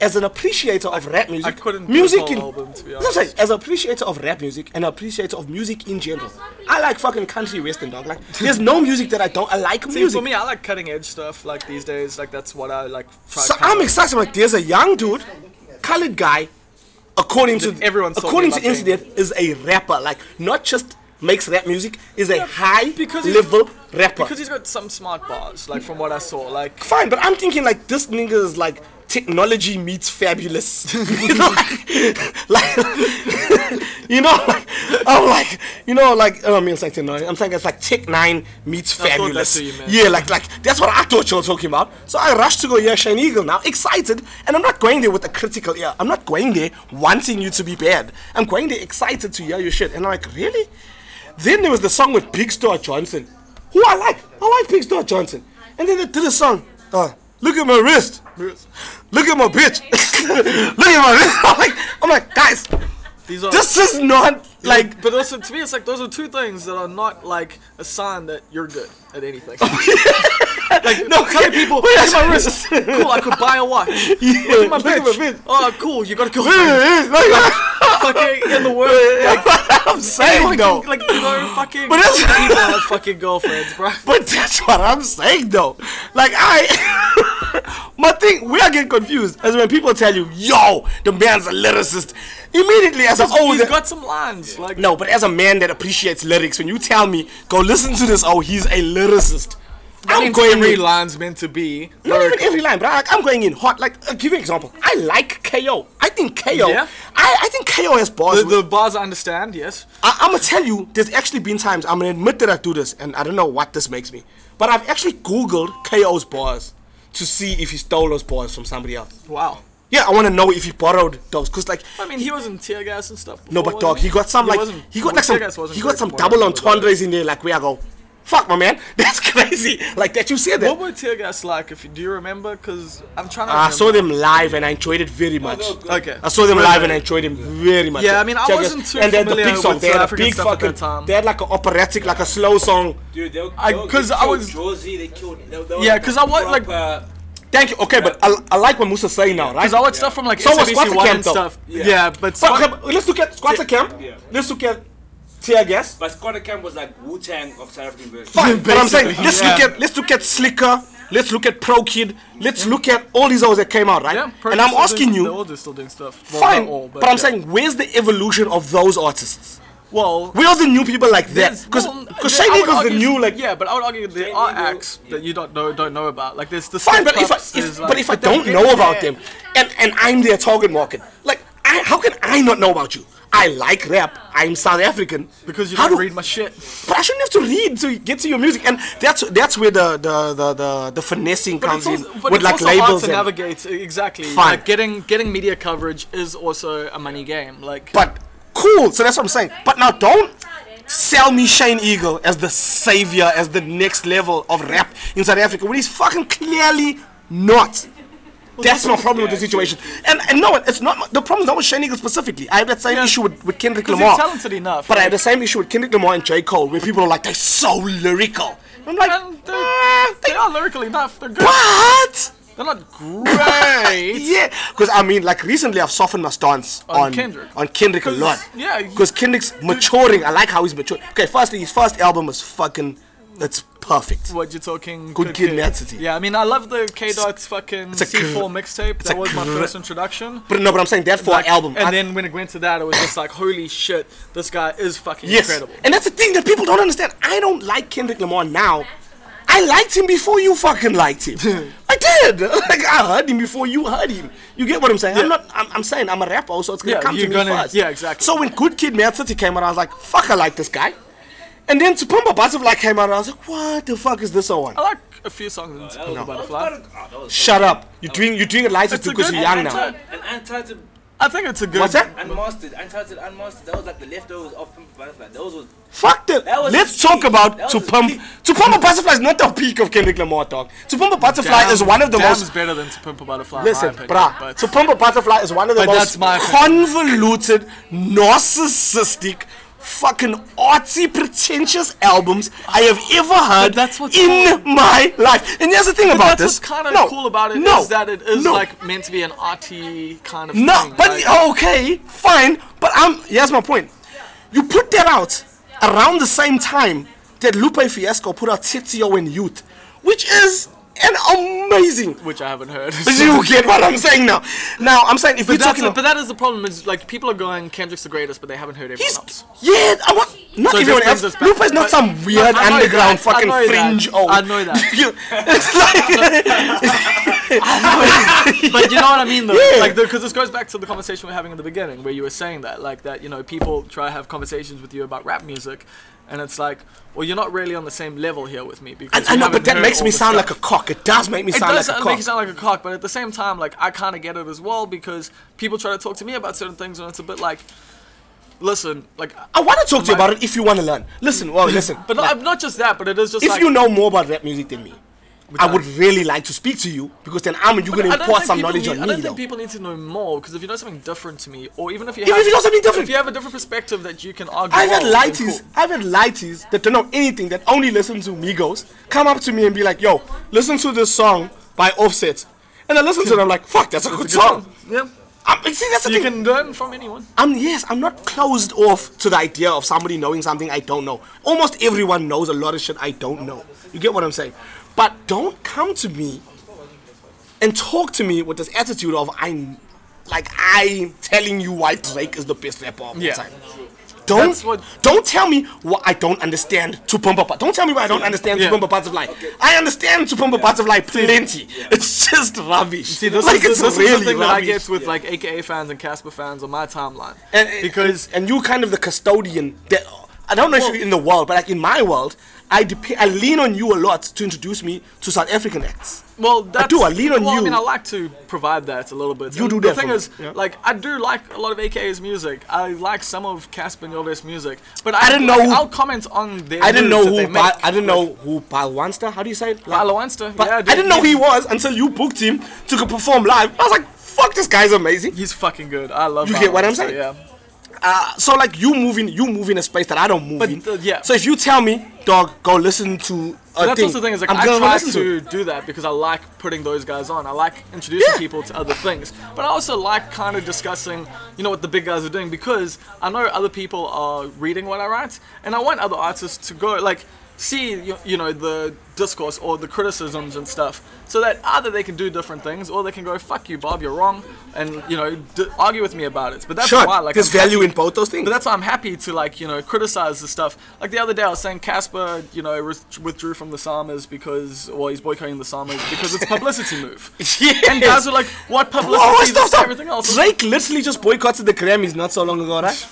Speaker 2: as an appreciator of rap music.
Speaker 3: I couldn't do
Speaker 2: music
Speaker 3: the
Speaker 2: in,
Speaker 3: whole album, to be
Speaker 2: That's what I'm saying, As an appreciator of rap music and appreciator of music in general. I like fucking country western dog. Like there's no music that I don't I like
Speaker 3: See,
Speaker 2: music.
Speaker 3: for me, I like cutting edge stuff. Like these days, like that's what I like. Try
Speaker 2: so
Speaker 3: to
Speaker 2: I'm
Speaker 3: cover.
Speaker 2: excited. I'm like there's a young dude, colored guy, according to
Speaker 3: That everyone saw
Speaker 2: according
Speaker 3: me
Speaker 2: to
Speaker 3: loving.
Speaker 2: Incident, is a rapper. Like not just makes rap music, is a high
Speaker 3: because he's-
Speaker 2: level rapper.
Speaker 3: Because he's got some smart bars, like from what I saw. Like
Speaker 2: Fine, but I'm thinking like this nigga is like technology meets fabulous. you know, like, you know, like, I'm like, you know, like, oh, I don't mean it's like technology. I'm saying it's like Tech Nine meets
Speaker 3: thought that's
Speaker 2: fabulous.
Speaker 3: what you meant.
Speaker 2: Yeah, like, like that's what I thought you were talking about. So I rushed to go hear Shane Eagle now, excited, and I'm not going there with a critical ear. I'm not going there wanting you to be bad. I'm going there excited to hear your shit, and I'm like, really? Then there was the song with Big Star Johnson, who I like. I like Big Star Johnson. And then they did a song. Uh, look at my wrist. Look at my bitch. look at my wrist. I'm like, I'm like, guys,
Speaker 3: these are
Speaker 2: this is not like.
Speaker 3: But also to me, it's like those are two things that are not like a sign that you're good at anything.
Speaker 2: Oh, like no,
Speaker 3: Tell people,
Speaker 2: Oh,
Speaker 3: look at my wrist. Cool, I could buy a watch. Look at my
Speaker 2: look at my
Speaker 3: bitch.
Speaker 2: bitch.
Speaker 3: Oh, cool, you got a girlfriend.
Speaker 2: I'm
Speaker 3: fucking in the world. Like,
Speaker 2: saying
Speaker 3: fucking,
Speaker 2: though.
Speaker 3: like you know, fucking.
Speaker 2: But that's-
Speaker 3: people have fucking girlfriends, bro.
Speaker 2: But that's what I'm saying though. Like I my thing where I get confused is when people tell you, yo, the man's a lyricist. Immediately as an older
Speaker 3: He's got some lines. Like
Speaker 2: No, but as a man that appreciates lyrics, when you tell me, go listen to this, oh, he's a lyricist.
Speaker 3: not
Speaker 2: I'm
Speaker 3: even
Speaker 2: going
Speaker 3: every
Speaker 2: in,
Speaker 3: line's meant to be.
Speaker 2: Not even
Speaker 3: lyrical.
Speaker 2: every line, but I, I'm going in hot. Like, I'll give you an example. I like KO. I think KO.
Speaker 3: Yeah?
Speaker 2: I, I think KO has bars.
Speaker 3: The, the bars I understand, yes.
Speaker 2: I, I'm gonna tell you, there's actually been times I'm gonna admit that I do this, and I don't know what this makes me. But I've actually Googled KO's bars to see if he stole those bars from somebody else.
Speaker 3: Wow.
Speaker 2: Yeah, I wanna know if he borrowed those, cause like
Speaker 3: I mean, he was in tear gas and stuff.
Speaker 2: No,
Speaker 3: before,
Speaker 2: but dog,
Speaker 3: wasn't
Speaker 2: he got some like
Speaker 3: wasn't-
Speaker 2: he got
Speaker 3: well,
Speaker 2: like some
Speaker 3: tear gas wasn't
Speaker 2: he
Speaker 3: great
Speaker 2: got some
Speaker 3: for what
Speaker 2: double
Speaker 3: it was, but-
Speaker 2: entendres in there. Like where I go, fuck my man, that's crazy. Like that you said that. Ah,
Speaker 3: What were tear gas like? If you do you remember? Because I'm trying to.
Speaker 2: I
Speaker 3: remember.
Speaker 2: saw them live and I enjoyed it very much.
Speaker 3: Okay.
Speaker 2: I saw them live and I enjoyed them very much.
Speaker 3: Oh, Yeah, I mean, I
Speaker 2: Check
Speaker 3: wasn't
Speaker 2: it.
Speaker 3: too
Speaker 2: And they had the
Speaker 3: familiar
Speaker 2: big song.
Speaker 3: with
Speaker 2: They had
Speaker 3: South
Speaker 2: a
Speaker 3: African
Speaker 2: big
Speaker 3: stuff at
Speaker 2: fucking.
Speaker 3: that time.
Speaker 2: They had like an operatic, like a slow song.
Speaker 5: Dude, they,
Speaker 3: I-
Speaker 5: they, they
Speaker 3: 'cause I
Speaker 5: killed
Speaker 3: was-
Speaker 5: Josie, they killed. They, they
Speaker 3: Yeah,
Speaker 5: were
Speaker 3: 'cause I was, like-
Speaker 5: proper-
Speaker 2: Thank you. Okay, but I, I like what Musa's saying now, right?
Speaker 3: Because I watched stuff from like
Speaker 2: So was
Speaker 3: SABC One
Speaker 2: Squatter
Speaker 3: and
Speaker 2: Camp, though.
Speaker 3: stuff. Yeah,
Speaker 5: Yeah.
Speaker 3: but
Speaker 2: But, okay,
Speaker 3: Squatter-
Speaker 2: but let's look at Squatter Camp.
Speaker 5: Yeah.
Speaker 2: Let's look at Tear Gas.
Speaker 5: But Squatter Camp was like Wu Tang of South African version.
Speaker 2: Fine, but I'm saying
Speaker 3: Basically,
Speaker 2: let's
Speaker 3: yeah.
Speaker 2: look at let's look at Slicker, let's look at Pro Kid, let's look at all these others that came out, right?
Speaker 3: yeah,
Speaker 2: and I'm asking
Speaker 3: They're
Speaker 2: you,
Speaker 3: all just still doing stuff. Well, not
Speaker 2: fine,
Speaker 3: all,
Speaker 2: but, I'm
Speaker 3: yeah.
Speaker 2: saying where's the evolution of those artists?
Speaker 3: well,
Speaker 2: Where are the new people like that?
Speaker 3: there's-
Speaker 2: Because
Speaker 3: well,
Speaker 2: because
Speaker 3: there- I
Speaker 2: Shane
Speaker 3: would
Speaker 2: Eagle's the
Speaker 3: argue-
Speaker 2: new like.
Speaker 3: yeah, but I would argue there
Speaker 5: Shane
Speaker 3: are
Speaker 5: Eagle-
Speaker 3: acts that you don't know don't know about. Like there's the
Speaker 2: Fine,
Speaker 3: Step
Speaker 2: but if I,
Speaker 3: Ups,
Speaker 2: if,
Speaker 3: there's, like-
Speaker 2: but if I
Speaker 3: they're
Speaker 2: don't
Speaker 3: big
Speaker 2: know about
Speaker 3: there.
Speaker 2: them, and, and I'm their target market, like I, how can I not know about you? I like rap. I'm South African.
Speaker 3: because you
Speaker 2: How
Speaker 3: don't
Speaker 2: do-
Speaker 3: read my shit.
Speaker 2: But I shouldn't have to read to get to your music, and that's that's where the the the the, the finessing
Speaker 3: But
Speaker 2: comes
Speaker 3: it's also,
Speaker 2: in
Speaker 3: but
Speaker 2: with
Speaker 3: it's
Speaker 2: like
Speaker 3: also
Speaker 2: labels
Speaker 3: hard to
Speaker 2: and-
Speaker 3: navigate e- exactly.
Speaker 2: Fine.
Speaker 3: Like getting getting media coverage is also a money game. Like
Speaker 2: But cool, so that's what I'm saying. But now don't sell me Shane Eagle as the savior, as the next level of rap in South Africa when he's fucking clearly not. That's my problem with the situation. And and no, it's not my- the problem's not with Shane Eagle specifically. I have that same
Speaker 3: Yeah.
Speaker 2: issue with, with Kendrick
Speaker 3: 'Cause he's
Speaker 2: Lamar.
Speaker 3: talented enough,
Speaker 2: But I
Speaker 3: like-
Speaker 2: had the same issue with Kendrick Lamar and J. Cole, where people are like, they're so lyrical. I'm like,
Speaker 3: And they're-
Speaker 2: "Ah,
Speaker 3: they
Speaker 2: they-
Speaker 3: are lyrical enough. They're good.
Speaker 2: but
Speaker 3: They're not great.
Speaker 2: yeah, because I mean, like recently, I've softened my stance
Speaker 3: On
Speaker 2: on,
Speaker 3: Kendrick.
Speaker 2: on Kendrick a
Speaker 3: 'Cause,
Speaker 2: lot.
Speaker 3: yeah, you-
Speaker 2: because Kendrick's maturing. I like how he's maturing. Okay, firstly, his first album was fucking. It's perfect.
Speaker 3: what you're talking.
Speaker 2: Good Kid, Mad City.
Speaker 3: Yeah, I mean, I love the K Dot's fucking
Speaker 2: a
Speaker 3: C4
Speaker 2: gr-
Speaker 3: mixtape.
Speaker 2: it's
Speaker 3: That
Speaker 2: a
Speaker 3: was my
Speaker 2: gr-
Speaker 3: first introduction.
Speaker 2: But no, but I'm saying that for
Speaker 3: Like,
Speaker 2: an album.
Speaker 3: And
Speaker 2: I-
Speaker 3: then when it went to that, it was just like, holy shit, this guy is fucking
Speaker 2: yes,
Speaker 3: incredible.
Speaker 2: and that's the thing that people don't understand. I don't like Kendrick Lamar now. I liked him before you fucking liked him. I did. Like I heard him before you heard him. You get what I'm saying? I'm not. I'm, I'm saying I'm a rapper, so it's gonna
Speaker 3: Yeah,
Speaker 2: come to
Speaker 3: you're
Speaker 2: me
Speaker 3: gonna-
Speaker 2: first.
Speaker 3: yeah, exactly.
Speaker 2: So when Good Kid, Mad City came out, I was like, fuck, I like this guy. And then Tupumba Butterfly came out, and I was like, what the fuck is this one?
Speaker 3: I like a few songs in Tupelo Butterfly.
Speaker 5: oh,
Speaker 2: Shut up! You're doing you're doing a license
Speaker 3: It's a
Speaker 2: because
Speaker 3: good
Speaker 2: you're young
Speaker 3: answer.
Speaker 2: now.
Speaker 5: And Untitled,
Speaker 3: I think it's a good.
Speaker 2: What's that?
Speaker 5: Unmastered, Untitled, Unmastered. That was like the leftovers of Pimp Butterfly. Those was
Speaker 2: Fuck the.
Speaker 5: That was
Speaker 2: Let's
Speaker 5: his
Speaker 2: talk
Speaker 5: peak.
Speaker 2: about
Speaker 5: That was his
Speaker 2: Tupumba.
Speaker 5: peak.
Speaker 2: Tupumba Butterfly is not the peak of Kendrick Lamar, dog. Tupumba Butterfly
Speaker 3: Damn-
Speaker 2: is one of the
Speaker 3: Damn
Speaker 2: most
Speaker 3: is better than To Pimp a Butterfly. in my
Speaker 2: Listen,
Speaker 3: opinion,
Speaker 2: bruh,
Speaker 3: but-
Speaker 2: Tupumba Butterfly is one of the
Speaker 3: But
Speaker 2: most
Speaker 3: that's my opinion.
Speaker 2: convoluted, narcissistic, fucking artsy, pretentious albums I have ever heard
Speaker 3: that's what's
Speaker 2: in my life. And here's the thing about this.
Speaker 3: That's what's kind of
Speaker 2: no,
Speaker 3: cool about it is
Speaker 2: no,
Speaker 3: that it is
Speaker 2: no,
Speaker 3: like meant to be an arty kind of
Speaker 2: No,
Speaker 3: thing.
Speaker 2: but
Speaker 3: like,
Speaker 2: okay, fine. But I'm. Here's my point. You put that out around the same time that Lupe Fiasco put out Tizio in Youth, which is and amazing.
Speaker 3: which I haven't heard.
Speaker 2: You get what I'm saying now? Now I'm saying if
Speaker 3: But,
Speaker 2: you're
Speaker 3: that's
Speaker 2: talking,
Speaker 3: the,
Speaker 2: about,
Speaker 3: but that is the problem. Is like people are going Kendrick's the greatest, but they haven't heard everyone
Speaker 2: he's
Speaker 3: else.
Speaker 2: yeah, I want not
Speaker 3: So it
Speaker 2: everyone else.
Speaker 3: just brings us back.
Speaker 2: Lupa's not
Speaker 3: But-
Speaker 2: some weird
Speaker 3: No, I know
Speaker 2: underground
Speaker 3: that. I
Speaker 2: fucking
Speaker 3: know that.
Speaker 2: fringe. Oh,
Speaker 3: I know that.
Speaker 2: You- it's like
Speaker 3: but you know what I mean, though.
Speaker 2: Yeah.
Speaker 3: Like, because this goes back to the conversation we are having in the beginning, where you were saying that, like, that you know, people try to have conversations with you about rap music, and it's like, well, you're not really on the same level here with me because
Speaker 2: I
Speaker 3: you
Speaker 2: know,
Speaker 3: haven't
Speaker 2: but that
Speaker 3: heard
Speaker 2: makes
Speaker 3: all
Speaker 2: me
Speaker 3: the
Speaker 2: sound
Speaker 3: stuff.
Speaker 2: like a cock. It does make me
Speaker 3: It
Speaker 2: sound
Speaker 3: does
Speaker 2: like a
Speaker 3: make you
Speaker 2: cock.
Speaker 3: sound like a cock, but at the same time, like I kind of get it as well because people try to talk to me about certain things, and it's a bit like, listen, like,
Speaker 2: I want to talk to you
Speaker 3: My-
Speaker 2: about it if you want to learn. Listen, well, listen.
Speaker 3: but
Speaker 2: like,
Speaker 3: not, not just that, but it is just
Speaker 2: if
Speaker 3: like,
Speaker 2: you know more about rap music than me, I would really like to speak to you because then I'm you're
Speaker 3: But
Speaker 2: gonna
Speaker 3: I don't
Speaker 2: import
Speaker 3: think
Speaker 2: some
Speaker 3: people
Speaker 2: knowledge
Speaker 3: need-
Speaker 2: on
Speaker 3: I
Speaker 2: me.
Speaker 3: don't
Speaker 2: though.
Speaker 3: think people need to know more because if you know something different to me, or even if you
Speaker 2: Even
Speaker 3: have,
Speaker 2: if you know something different.
Speaker 3: if you have a different perspective that you can argue,
Speaker 2: I've had
Speaker 3: well, then
Speaker 2: lighties,
Speaker 3: cool.
Speaker 2: I've had lighties that don't know anything that only listen to Migos come up to me and be like, "Yo, listen to this song by Offset," and I listen to it. I'm like, "Fuck, that's a good song."
Speaker 3: Yeah,
Speaker 2: I'm, see, that's the
Speaker 3: you
Speaker 2: thing.
Speaker 3: can learn from anyone.
Speaker 2: I'm yes, I'm not closed off to the idea of somebody knowing something I don't know. Almost everyone knows a lot of shit I don't know. You get what I'm saying? But don't come to me and talk to me with this attitude of I'm like I'm telling you why Drake is the best rapper of all
Speaker 3: Yeah.
Speaker 2: time. Don't
Speaker 3: That's what-
Speaker 2: don't tell me what I don't understand to pump up. Don't tell me why I don't understand
Speaker 3: Yeah.
Speaker 2: to pump up parts of life. I understand to pump up parts of life plenty. It's just rubbish.
Speaker 3: See, this
Speaker 2: like it's
Speaker 3: is, this, this
Speaker 2: really
Speaker 3: is the thing that I
Speaker 2: rubbish.
Speaker 3: get with like AKA fans and Casper fans on my timeline
Speaker 2: And- and-
Speaker 3: because
Speaker 2: and you kind of the custodian that I don't know if you're in the world, but like in my world, I dep- I lean on you a lot to introduce me to South African acts.
Speaker 3: Well, that's,
Speaker 2: do, I lean on
Speaker 3: well, I
Speaker 2: you.
Speaker 3: mean, I like to provide that a little bit.
Speaker 2: You do
Speaker 3: the
Speaker 2: that
Speaker 3: thing
Speaker 2: for me,
Speaker 3: is,
Speaker 2: yeah.
Speaker 3: like, I do like a lot of AK's music. I like some of Caspinola's music, but
Speaker 2: I
Speaker 3: I,
Speaker 2: didn't
Speaker 3: like,
Speaker 2: know who-
Speaker 3: I'll comment on their.
Speaker 2: I didn't know
Speaker 3: moves that they
Speaker 2: who
Speaker 3: make.
Speaker 2: Bal- I didn't know who Balwanster. How do you say it? Like-
Speaker 3: Balwanster,
Speaker 2: Ba-
Speaker 3: yeah,
Speaker 2: I
Speaker 3: dude,
Speaker 2: didn't know who
Speaker 3: he-
Speaker 2: he was until you booked him to go perform live. I was like, fuck, this guy's amazing.
Speaker 3: He's fucking good. I love.
Speaker 2: You
Speaker 3: Bow
Speaker 2: get what
Speaker 3: Wow,
Speaker 2: I'm
Speaker 3: so,
Speaker 2: saying?
Speaker 3: Yeah.
Speaker 2: Uh, so like you move in, you move in a space that I don't move
Speaker 3: But,
Speaker 2: in.
Speaker 3: uh, yeah.
Speaker 2: So if you tell me, dog, go listen to. A
Speaker 3: But that's
Speaker 2: thing,
Speaker 3: also the thing is like
Speaker 2: I'm
Speaker 3: i
Speaker 2: gonna
Speaker 3: try
Speaker 2: listen
Speaker 3: to
Speaker 2: it.
Speaker 3: do that because I like putting those guys on. I like introducing
Speaker 2: Yeah.
Speaker 3: people to other things, but I also like kind of discussing, you know, what the big guys are doing because I know other people are reading what I write, and I want other artists to go like see you, you know the discourse or the criticisms and stuff so that either they can do different things or they can go fuck you bob you're wrong and you know d- argue with me about it but that's
Speaker 2: Sure,
Speaker 3: why like
Speaker 2: there's
Speaker 3: I'm happy-
Speaker 2: value in both those things.
Speaker 3: but that's why I'm happy to like you know criticize the stuff. Like the other day, I was saying Casper, you know, re- withdrew from the Psalmers because, well, he's boycotting the Psalmers because it's a publicity move.
Speaker 2: Yes.
Speaker 3: And guys were like, "What publicity?
Speaker 2: Oh,
Speaker 3: is
Speaker 2: stop,
Speaker 3: this
Speaker 2: stop.
Speaker 3: Everything else."
Speaker 2: Drake literally just boycotted the Grammys not so long ago, right?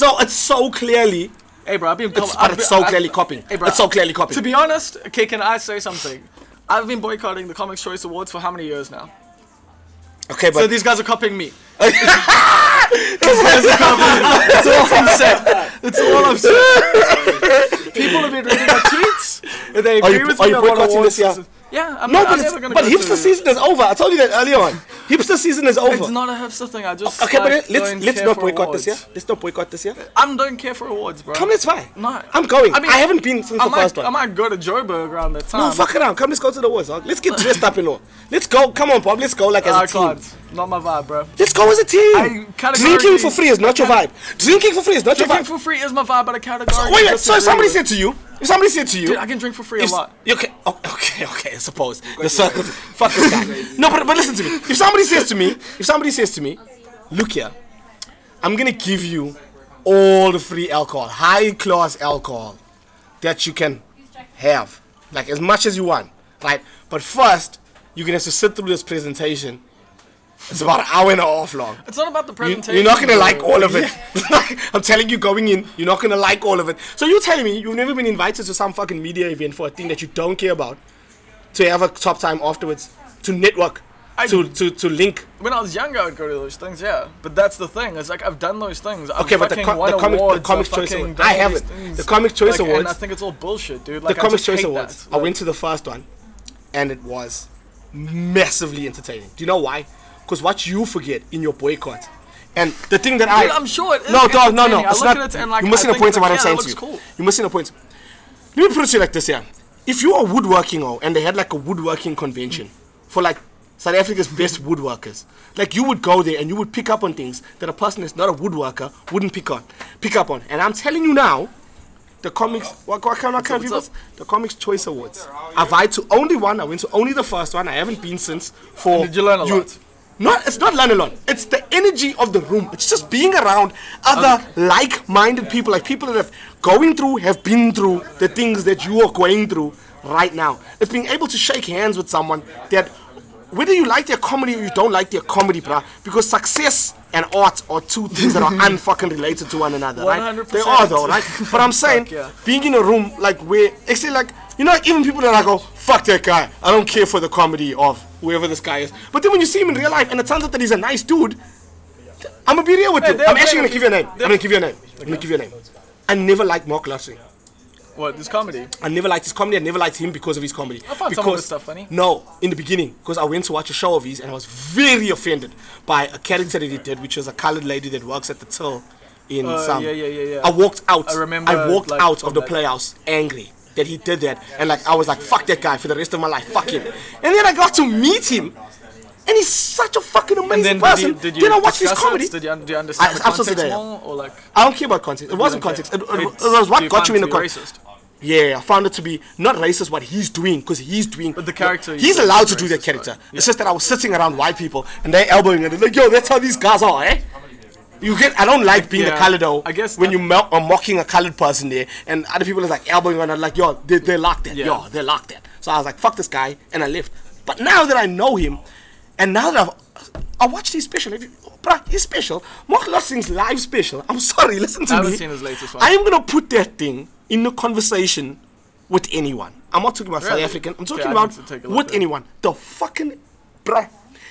Speaker 2: So it's so clearly,
Speaker 3: Hey, bro, I've been.
Speaker 2: it's,
Speaker 3: I've
Speaker 2: but
Speaker 3: been-
Speaker 2: it's so
Speaker 3: I've-
Speaker 2: clearly copying.
Speaker 3: Hey, bro,
Speaker 2: It's so clearly copying.
Speaker 3: To be honest, okay, can I say something? I've been boycotting the Comics Choice Awards for how many years now?
Speaker 2: okay, but
Speaker 3: So these guys are copying me. These guys are copying me. That's all I'm saying. That's all I'm saying. People have been reading my tweets. and They
Speaker 2: Are
Speaker 3: agree
Speaker 2: you-
Speaker 3: with
Speaker 2: are
Speaker 3: me
Speaker 2: you
Speaker 3: on what
Speaker 2: boycotting
Speaker 3: awards
Speaker 2: this year?
Speaker 3: is- Yeah, I'm,
Speaker 2: no,
Speaker 3: I'm
Speaker 2: but, it's,
Speaker 3: never gonna
Speaker 2: but
Speaker 3: go
Speaker 2: hipster
Speaker 3: to-
Speaker 2: season is over. I told you that earlier on. Hipster season is over.
Speaker 3: It's not a hipster thing. I just
Speaker 2: okay,
Speaker 3: like,
Speaker 2: but let's
Speaker 3: don't
Speaker 2: let's
Speaker 3: care
Speaker 2: not
Speaker 3: for
Speaker 2: boycott this year.
Speaker 3: awards.
Speaker 2: Let's not boycott this year.
Speaker 3: I don't care for awards, bro.
Speaker 2: Come, let's fly.
Speaker 3: No.
Speaker 2: I'm going. I,
Speaker 3: I mean,
Speaker 2: haven't been since
Speaker 3: I
Speaker 2: the
Speaker 3: might,
Speaker 2: first one.
Speaker 3: I might go to Joburg around that time.
Speaker 2: no, fuck around. Come, let's go to the wars. dog. Let's get dressed up and all. Let's go. Come on, Bob. Let's go like as
Speaker 3: I
Speaker 2: a team.
Speaker 3: can't. Not my vibe, bro.
Speaker 2: Let's go as a team.
Speaker 3: I
Speaker 2: Drinking
Speaker 3: categorically-
Speaker 2: for free is not your vibe. Drinking for free is not your
Speaker 3: Drinking
Speaker 2: vibe.
Speaker 3: for free is my vibe, but I categorically.
Speaker 2: Wait, wait. So if
Speaker 3: disagree
Speaker 2: somebody
Speaker 3: with-
Speaker 2: said to you, if somebody said to you,
Speaker 3: Dude, I can drink for free a
Speaker 2: If-
Speaker 3: lot.
Speaker 2: Okay, o- okay, okay. I suppose the circle. Fuck this guy. No, but but listen to me. If somebody says to me, if somebody says to me, look here, I'm gonna give you all the free alcohol, high class alcohol that you can have, like as much as you want, right? But first, you're gonna have to sit through this presentation. It's about an hour and a half long.
Speaker 3: It's not about the
Speaker 2: You,
Speaker 3: presentation.
Speaker 2: you're not gonna like
Speaker 3: bro.
Speaker 2: all of it. I'm telling you, going in, you're not gonna like all of it. So you're telling me you've never been invited to some fucking media event for a thing that you don't care about, to have a top time afterwards, to network,
Speaker 3: I-
Speaker 2: to, to to link.
Speaker 3: When I was younger, I'd go to those things, yeah. But that's the thing. It's like I've done those things. I've
Speaker 2: Okay, but the
Speaker 3: fucking
Speaker 2: co-
Speaker 3: won
Speaker 2: the comic- the
Speaker 3: awards, I've
Speaker 2: Comic Choice
Speaker 3: fucking
Speaker 2: Award.
Speaker 3: done
Speaker 2: I
Speaker 3: all
Speaker 2: have
Speaker 3: these
Speaker 2: it.
Speaker 3: things.
Speaker 2: The Comic Choice
Speaker 3: Like, And I
Speaker 2: Awards-
Speaker 3: think it's all bullshit, dude.
Speaker 2: The
Speaker 3: Like, I
Speaker 2: Comic
Speaker 3: just
Speaker 2: Choice
Speaker 3: hate
Speaker 2: Awards.
Speaker 3: that.
Speaker 2: I went to the first one, and it was massively entertaining. Do you know why? Because what you forget in your boycott, and the thing that I
Speaker 3: Dude, I'm sure it is
Speaker 2: no, dog, no, no,
Speaker 3: entertaining. I
Speaker 2: it's
Speaker 3: look
Speaker 2: not.
Speaker 3: at it and, like,
Speaker 2: you're missing
Speaker 3: I
Speaker 2: the
Speaker 3: think
Speaker 2: point of what I'm
Speaker 3: like, yeah, that
Speaker 2: saying to
Speaker 3: looks
Speaker 2: you.
Speaker 3: cool.
Speaker 2: You're missing the point. Let me put it to you like this, yeah. If you are woodworking, oh, and they had like a woodworking convention for like South Africa's best woodworkers, like you would go there and you would pick up on things that a person that's not a woodworker wouldn't pick on, pick up on. And I'm telling you now, The comics, what, what kind of kind of
Speaker 3: Oh. What's up?
Speaker 2: people? The Comics Choice Awards. I've had to only one. I went to only the first one. I haven't been since. For
Speaker 3: did you learn a lot?
Speaker 2: Not, it's not learn a lot. It's the energy of the room. It's just being around other like-minded people, like people that have going through, have been through the things that you are going through right now. It's being able to shake hands with someone that whether you like their comedy or you don't like their comedy, bruh, because success and art are two things that are unfucking related to one another, right? They are
Speaker 3: 100%.
Speaker 2: though, right? But I'm saying
Speaker 3: yeah.
Speaker 2: being in a room like where actually like you know like, even people that I go, fuck that guy. I don't care for the comedy of whoever this guy is. But then when you see him in real life and it turns out that he's a nice dude, I'm gonna be real with
Speaker 3: Hey,
Speaker 2: you.
Speaker 3: they're-
Speaker 2: I'm actually gonna
Speaker 3: they're-
Speaker 2: give you a name. I'm
Speaker 3: they're-
Speaker 2: gonna give you a name. I'm gonna give you a name. I never liked Mark Luttrell.
Speaker 3: What this comedy?
Speaker 2: I never liked his comedy. I never liked him because of his comedy. I
Speaker 3: found
Speaker 2: because,
Speaker 3: some of his stuff funny.
Speaker 2: No, in the beginning, because I went to watch a show of his and I was very offended by a character that he did, which was a colored lady that works at the till in
Speaker 3: Uh,
Speaker 2: some.
Speaker 3: yeah, yeah, yeah, yeah.
Speaker 2: I walked out.
Speaker 3: I remember,
Speaker 2: I walked
Speaker 3: like,
Speaker 2: out
Speaker 3: from
Speaker 2: of the
Speaker 3: that.
Speaker 2: playhouse angry that he did that, and like I was like, "Fuck that guy for the rest of my life, fuck him." And then I got to meet him, and he's such a fucking amazing person. then I watched his
Speaker 3: discuss it?
Speaker 2: comedy.
Speaker 3: Did you, un- do you understand
Speaker 2: I-
Speaker 3: the
Speaker 2: I'm so
Speaker 3: context
Speaker 2: there.
Speaker 3: more, or like?
Speaker 2: I don't care about context. It wasn't
Speaker 3: don't care.
Speaker 2: context. It, it- it
Speaker 3: It's-
Speaker 2: was what
Speaker 3: do
Speaker 2: got
Speaker 3: find
Speaker 2: you in the
Speaker 3: to be
Speaker 2: context.
Speaker 3: racist? Oh,
Speaker 2: Yeah, I found it to be not racist what he's doing because he's doing. But
Speaker 3: the character you
Speaker 2: he's
Speaker 3: said
Speaker 2: allowed
Speaker 3: was
Speaker 2: to do that
Speaker 3: racist,
Speaker 2: character.
Speaker 3: right?
Speaker 2: It's just that I was sitting around white people and they're elbowing and they're like, "Yo, that's how these guys are, eh?" You get. I don't like being
Speaker 3: Yeah,
Speaker 2: a colored though.
Speaker 3: I guess
Speaker 2: when
Speaker 3: not-
Speaker 2: you mo- are mocking a colored person there and other people is like elbowing and I'm like, "Yo, they they like that.
Speaker 3: Yeah.
Speaker 2: Yo, they like that." So I was like, "Fuck this guy," and I left. But now that I know him, and now that I've I watched his special. If you, bruh, his special, Mark Lossing's live special. I'm sorry, listen to
Speaker 3: I
Speaker 2: me.
Speaker 3: haven't seen his latest one.
Speaker 2: I am gonna put that thing in a conversation with anyone. I'm not talking about
Speaker 3: Really?
Speaker 2: South African. I'm
Speaker 3: Okay,
Speaker 2: talking
Speaker 3: I
Speaker 2: about
Speaker 3: need to take a look
Speaker 2: with
Speaker 3: then.
Speaker 2: anyone. The fucking bruh.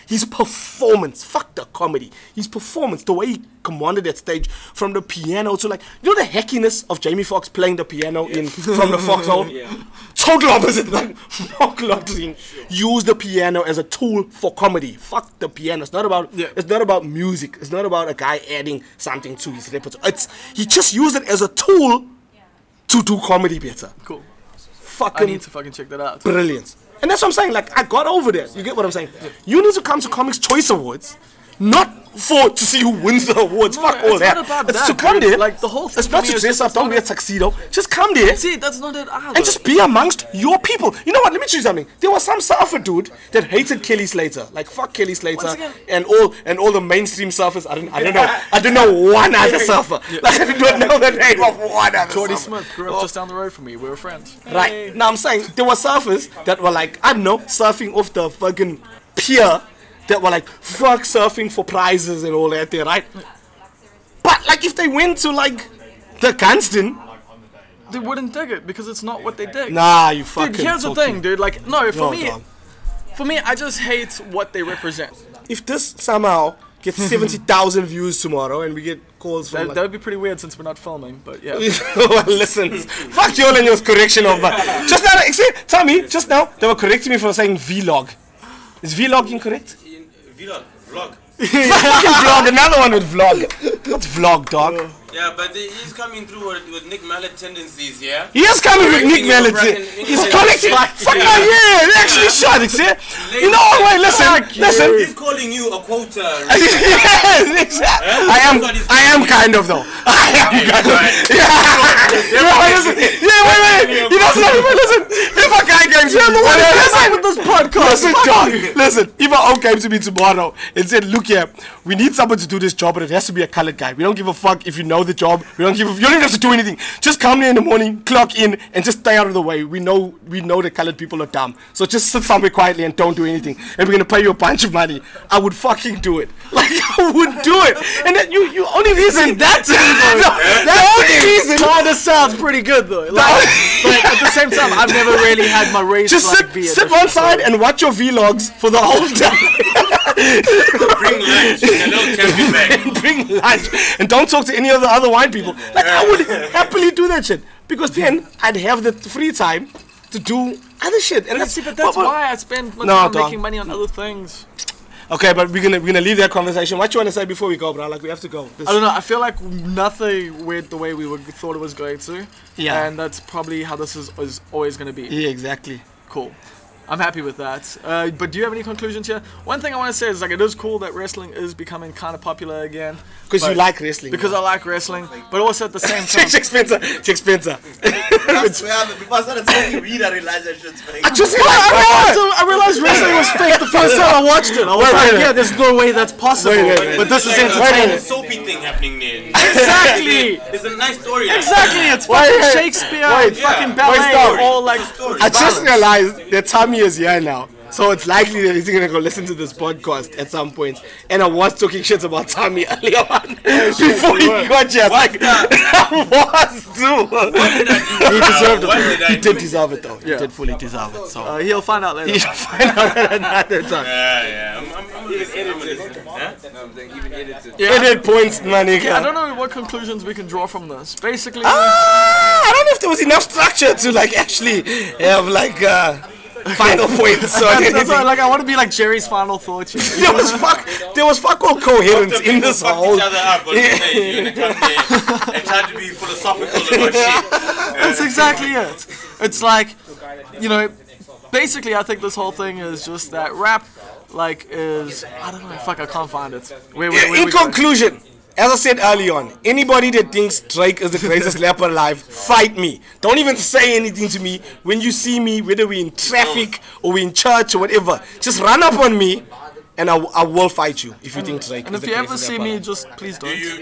Speaker 2: His performance, fuck the comedy. His performance, the way he commanded that stage from the piano to like, you know the hackiness of Jamie Foxx playing the piano in from the foxhole. Total opposite. Like Mark Lotzing used the piano as a tool for comedy. Fuck the piano. It's not about.
Speaker 3: Yeah.
Speaker 2: It's not about music. It's not about a guy adding something to his repertoire. It's he just used it as a tool to do comedy better.
Speaker 3: Cool. I
Speaker 2: Fucking
Speaker 3: need to fucking check that out.
Speaker 2: brilliant. And that's what I'm saying. Like I got over that. You get what I'm saying? You need to come to Comics Choice Awards, not for to see who wins the awards.
Speaker 3: No,
Speaker 2: Fuck all
Speaker 3: it's
Speaker 2: that.
Speaker 3: not about
Speaker 2: it's
Speaker 3: that,
Speaker 2: to come
Speaker 3: dude.
Speaker 2: there.
Speaker 3: Like, the whole thing
Speaker 2: It's
Speaker 3: for
Speaker 2: not
Speaker 3: me
Speaker 2: to
Speaker 3: is
Speaker 2: dress
Speaker 3: just-
Speaker 2: up.
Speaker 3: it's
Speaker 2: Don't
Speaker 3: not
Speaker 2: wear a
Speaker 3: a-
Speaker 2: tuxedo. Just come there
Speaker 3: See, that's not it either.
Speaker 2: and just be amongst your people. You know what? Let me tell you something. There was some surfer dude that hated Kelly Slater, like fuck Kelly Slater,
Speaker 3: Once again-
Speaker 2: and all and all the mainstream surfers. I don't, I don't know. I don't know one other surfer. Like I don't know the name of one other.
Speaker 3: Jordy
Speaker 2: surfer.
Speaker 3: Smith grew up just down the road from me. We were friends.
Speaker 2: Right. Now I'm saying there were surfers that were like, I don't know, surfing off the fucking pier that were like, fuck surfing for prizes and all that there, right? But like if they went to like the Gunston,
Speaker 3: They wouldn't dig it because it's not what they dig.
Speaker 2: nah, you fucking.
Speaker 3: Dude, here's the
Speaker 2: talking.
Speaker 3: thing, dude. Like, no, for
Speaker 2: No,
Speaker 3: me,
Speaker 2: dog.
Speaker 3: for me, I just hate what they represent.
Speaker 2: if this somehow gets 70,000 views tomorrow and we get calls from
Speaker 3: That,
Speaker 2: like,
Speaker 3: that would be pretty weird since we're not filming, but yeah.
Speaker 2: listen, fuck you all and your correction of that. Just now, actually, tell me, just now, they were correcting me for saying vlog. Is vlog incorrect?
Speaker 5: In vlog, vlog.
Speaker 2: fucking vlog, another one with vlog. What's vlog, dog?
Speaker 5: Yeah, but the- he's coming through with, with Nick Mallet tendencies, yeah?
Speaker 2: He is coming with Nick Melody.
Speaker 5: Correcting
Speaker 2: He's
Speaker 5: English.
Speaker 2: correcting. Fuck yeah, yeah, they actually shot it, see? You know what, wait, listen, listen.
Speaker 5: He's calling you a quota.
Speaker 2: yes, exactly. I am. I am kind of though. I am kind of. Yeah. Yeah, but listen. Yeah, wait, wait. You know, listen, wait, listen. If a guy came to me, listen, listen with this podcast. Listen, dog. Listen. If a old came to me tomorrow and said, "Look here, we need someone to do this job, but it has to be a colored guy. We don't give a fuck if you know the job. We don't give. A, you don't have to do anything. Just come here in the morning, clock in, and just stay out of the way. We know. We know the colored people are dumb. So just sit somewhere quietly and don't do anything. And we're gonna pay you a bunch of money. I would fucking do it. Like I would do it. And that you, you only reason that the only reason
Speaker 3: Kinda sounds pretty good though. Like, but at the same time, I've never really had my race
Speaker 2: just
Speaker 3: like
Speaker 2: sit,
Speaker 3: be a
Speaker 2: sit one side and watch your vlogs for the whole day.
Speaker 5: Bring lunch. Hello, champion man.
Speaker 2: Bring lunch and don't talk to any of the other white people. Like I would happily do that shit because then I'd have the free time to do other shit. And that's
Speaker 3: See, but that's
Speaker 2: what- what-
Speaker 3: why I spend my
Speaker 2: No,
Speaker 3: time
Speaker 2: dog.
Speaker 3: making money on other things.
Speaker 2: Okay, but we're gonna we're gonna leave that conversation. What you wanna say before we go, bro? Like we have to go. This-
Speaker 3: I don't know. I feel like nothing went the way we were, thought it was going to.
Speaker 2: Yeah.
Speaker 3: And that's probably how this is, is always going to be.
Speaker 2: Yeah, exactly.
Speaker 3: Cool. I'm happy with that. Uh, but do you have any conclusions here? One thing I want to say is like it is cool that wrestling is becoming kind of popular again.
Speaker 2: 'Cause you
Speaker 3: but-
Speaker 2: like wrestling,
Speaker 3: Because I like wrestling, but also at the same time.
Speaker 2: Check Spencer. Check Spencer.
Speaker 6: I swear, man, before I started talking weed, I realized that shit's fake.
Speaker 2: Just like,
Speaker 3: I, realized, I realized wrestling was fake the first time I watched it. I was
Speaker 2: Wait,
Speaker 3: like,
Speaker 2: wait, wait.
Speaker 3: yeah, there's no way that's possible.
Speaker 2: Wait, wait, wait.
Speaker 3: But this is
Speaker 6: Like, uh,
Speaker 3: entertaining.
Speaker 6: there's a soapy thing happening there.
Speaker 3: Exactly.
Speaker 6: It's a nice story.
Speaker 3: Exactly. It's
Speaker 2: Wait,
Speaker 3: fucking
Speaker 2: wait.
Speaker 3: Shakespeare,
Speaker 2: Wait,
Speaker 3: fucking
Speaker 6: yeah.
Speaker 2: Wait,
Speaker 3: ballet,
Speaker 2: stop.
Speaker 3: all like.
Speaker 6: Story.
Speaker 2: I just
Speaker 3: balance.
Speaker 2: realized that Tommy is here now. So it's likely that he's gonna go listen to this podcast at some point. And I was talking shit about Tommy earlier on before he got here. Like I was too. He deserved
Speaker 6: What did
Speaker 2: it.
Speaker 6: I
Speaker 2: He did
Speaker 6: do?
Speaker 2: deserve it though. He
Speaker 3: Yeah.
Speaker 2: did fully deserve it. So
Speaker 3: Uh, he'll find out later.
Speaker 2: you'll find out at another time.
Speaker 6: Yeah, yeah. I'm, I'm, I'm listening. I'm listening. Huh?
Speaker 5: No, I'm saying even edited.
Speaker 2: Edit points, my nigga.
Speaker 3: I don't know what conclusions we can draw from this. Basically,
Speaker 2: Ah, I don't know if there was enough structure to like actually have like uh, final points or
Speaker 3: that's,
Speaker 2: anything.
Speaker 3: that's why, like I want to be like Jerry's final thought. here.
Speaker 2: there was fuck. There was fuck all coherence in this
Speaker 6: Fuck
Speaker 2: whole.
Speaker 6: each other up on the stage, you know, come there and try to be philosophical about shit.
Speaker 3: That's exactly it. It's like, you know, basically, I think this whole thing is just that rap, like, is I don't know. Fuck, I can't find it. Where, where, where
Speaker 2: In
Speaker 3: we go?
Speaker 2: conclusion, as I said early on, anybody that thinks Drake is the greatest rapper alive, fight me. Don't even say anything to me when you see me, whether we're in traffic or we're in church or whatever. Just run up on me, and I, I will fight you if you think Drake.
Speaker 3: And
Speaker 2: is
Speaker 3: if
Speaker 2: the
Speaker 3: you ever
Speaker 2: greatest
Speaker 3: see
Speaker 2: rapper
Speaker 3: me,
Speaker 2: alive.
Speaker 3: just please don't.
Speaker 6: You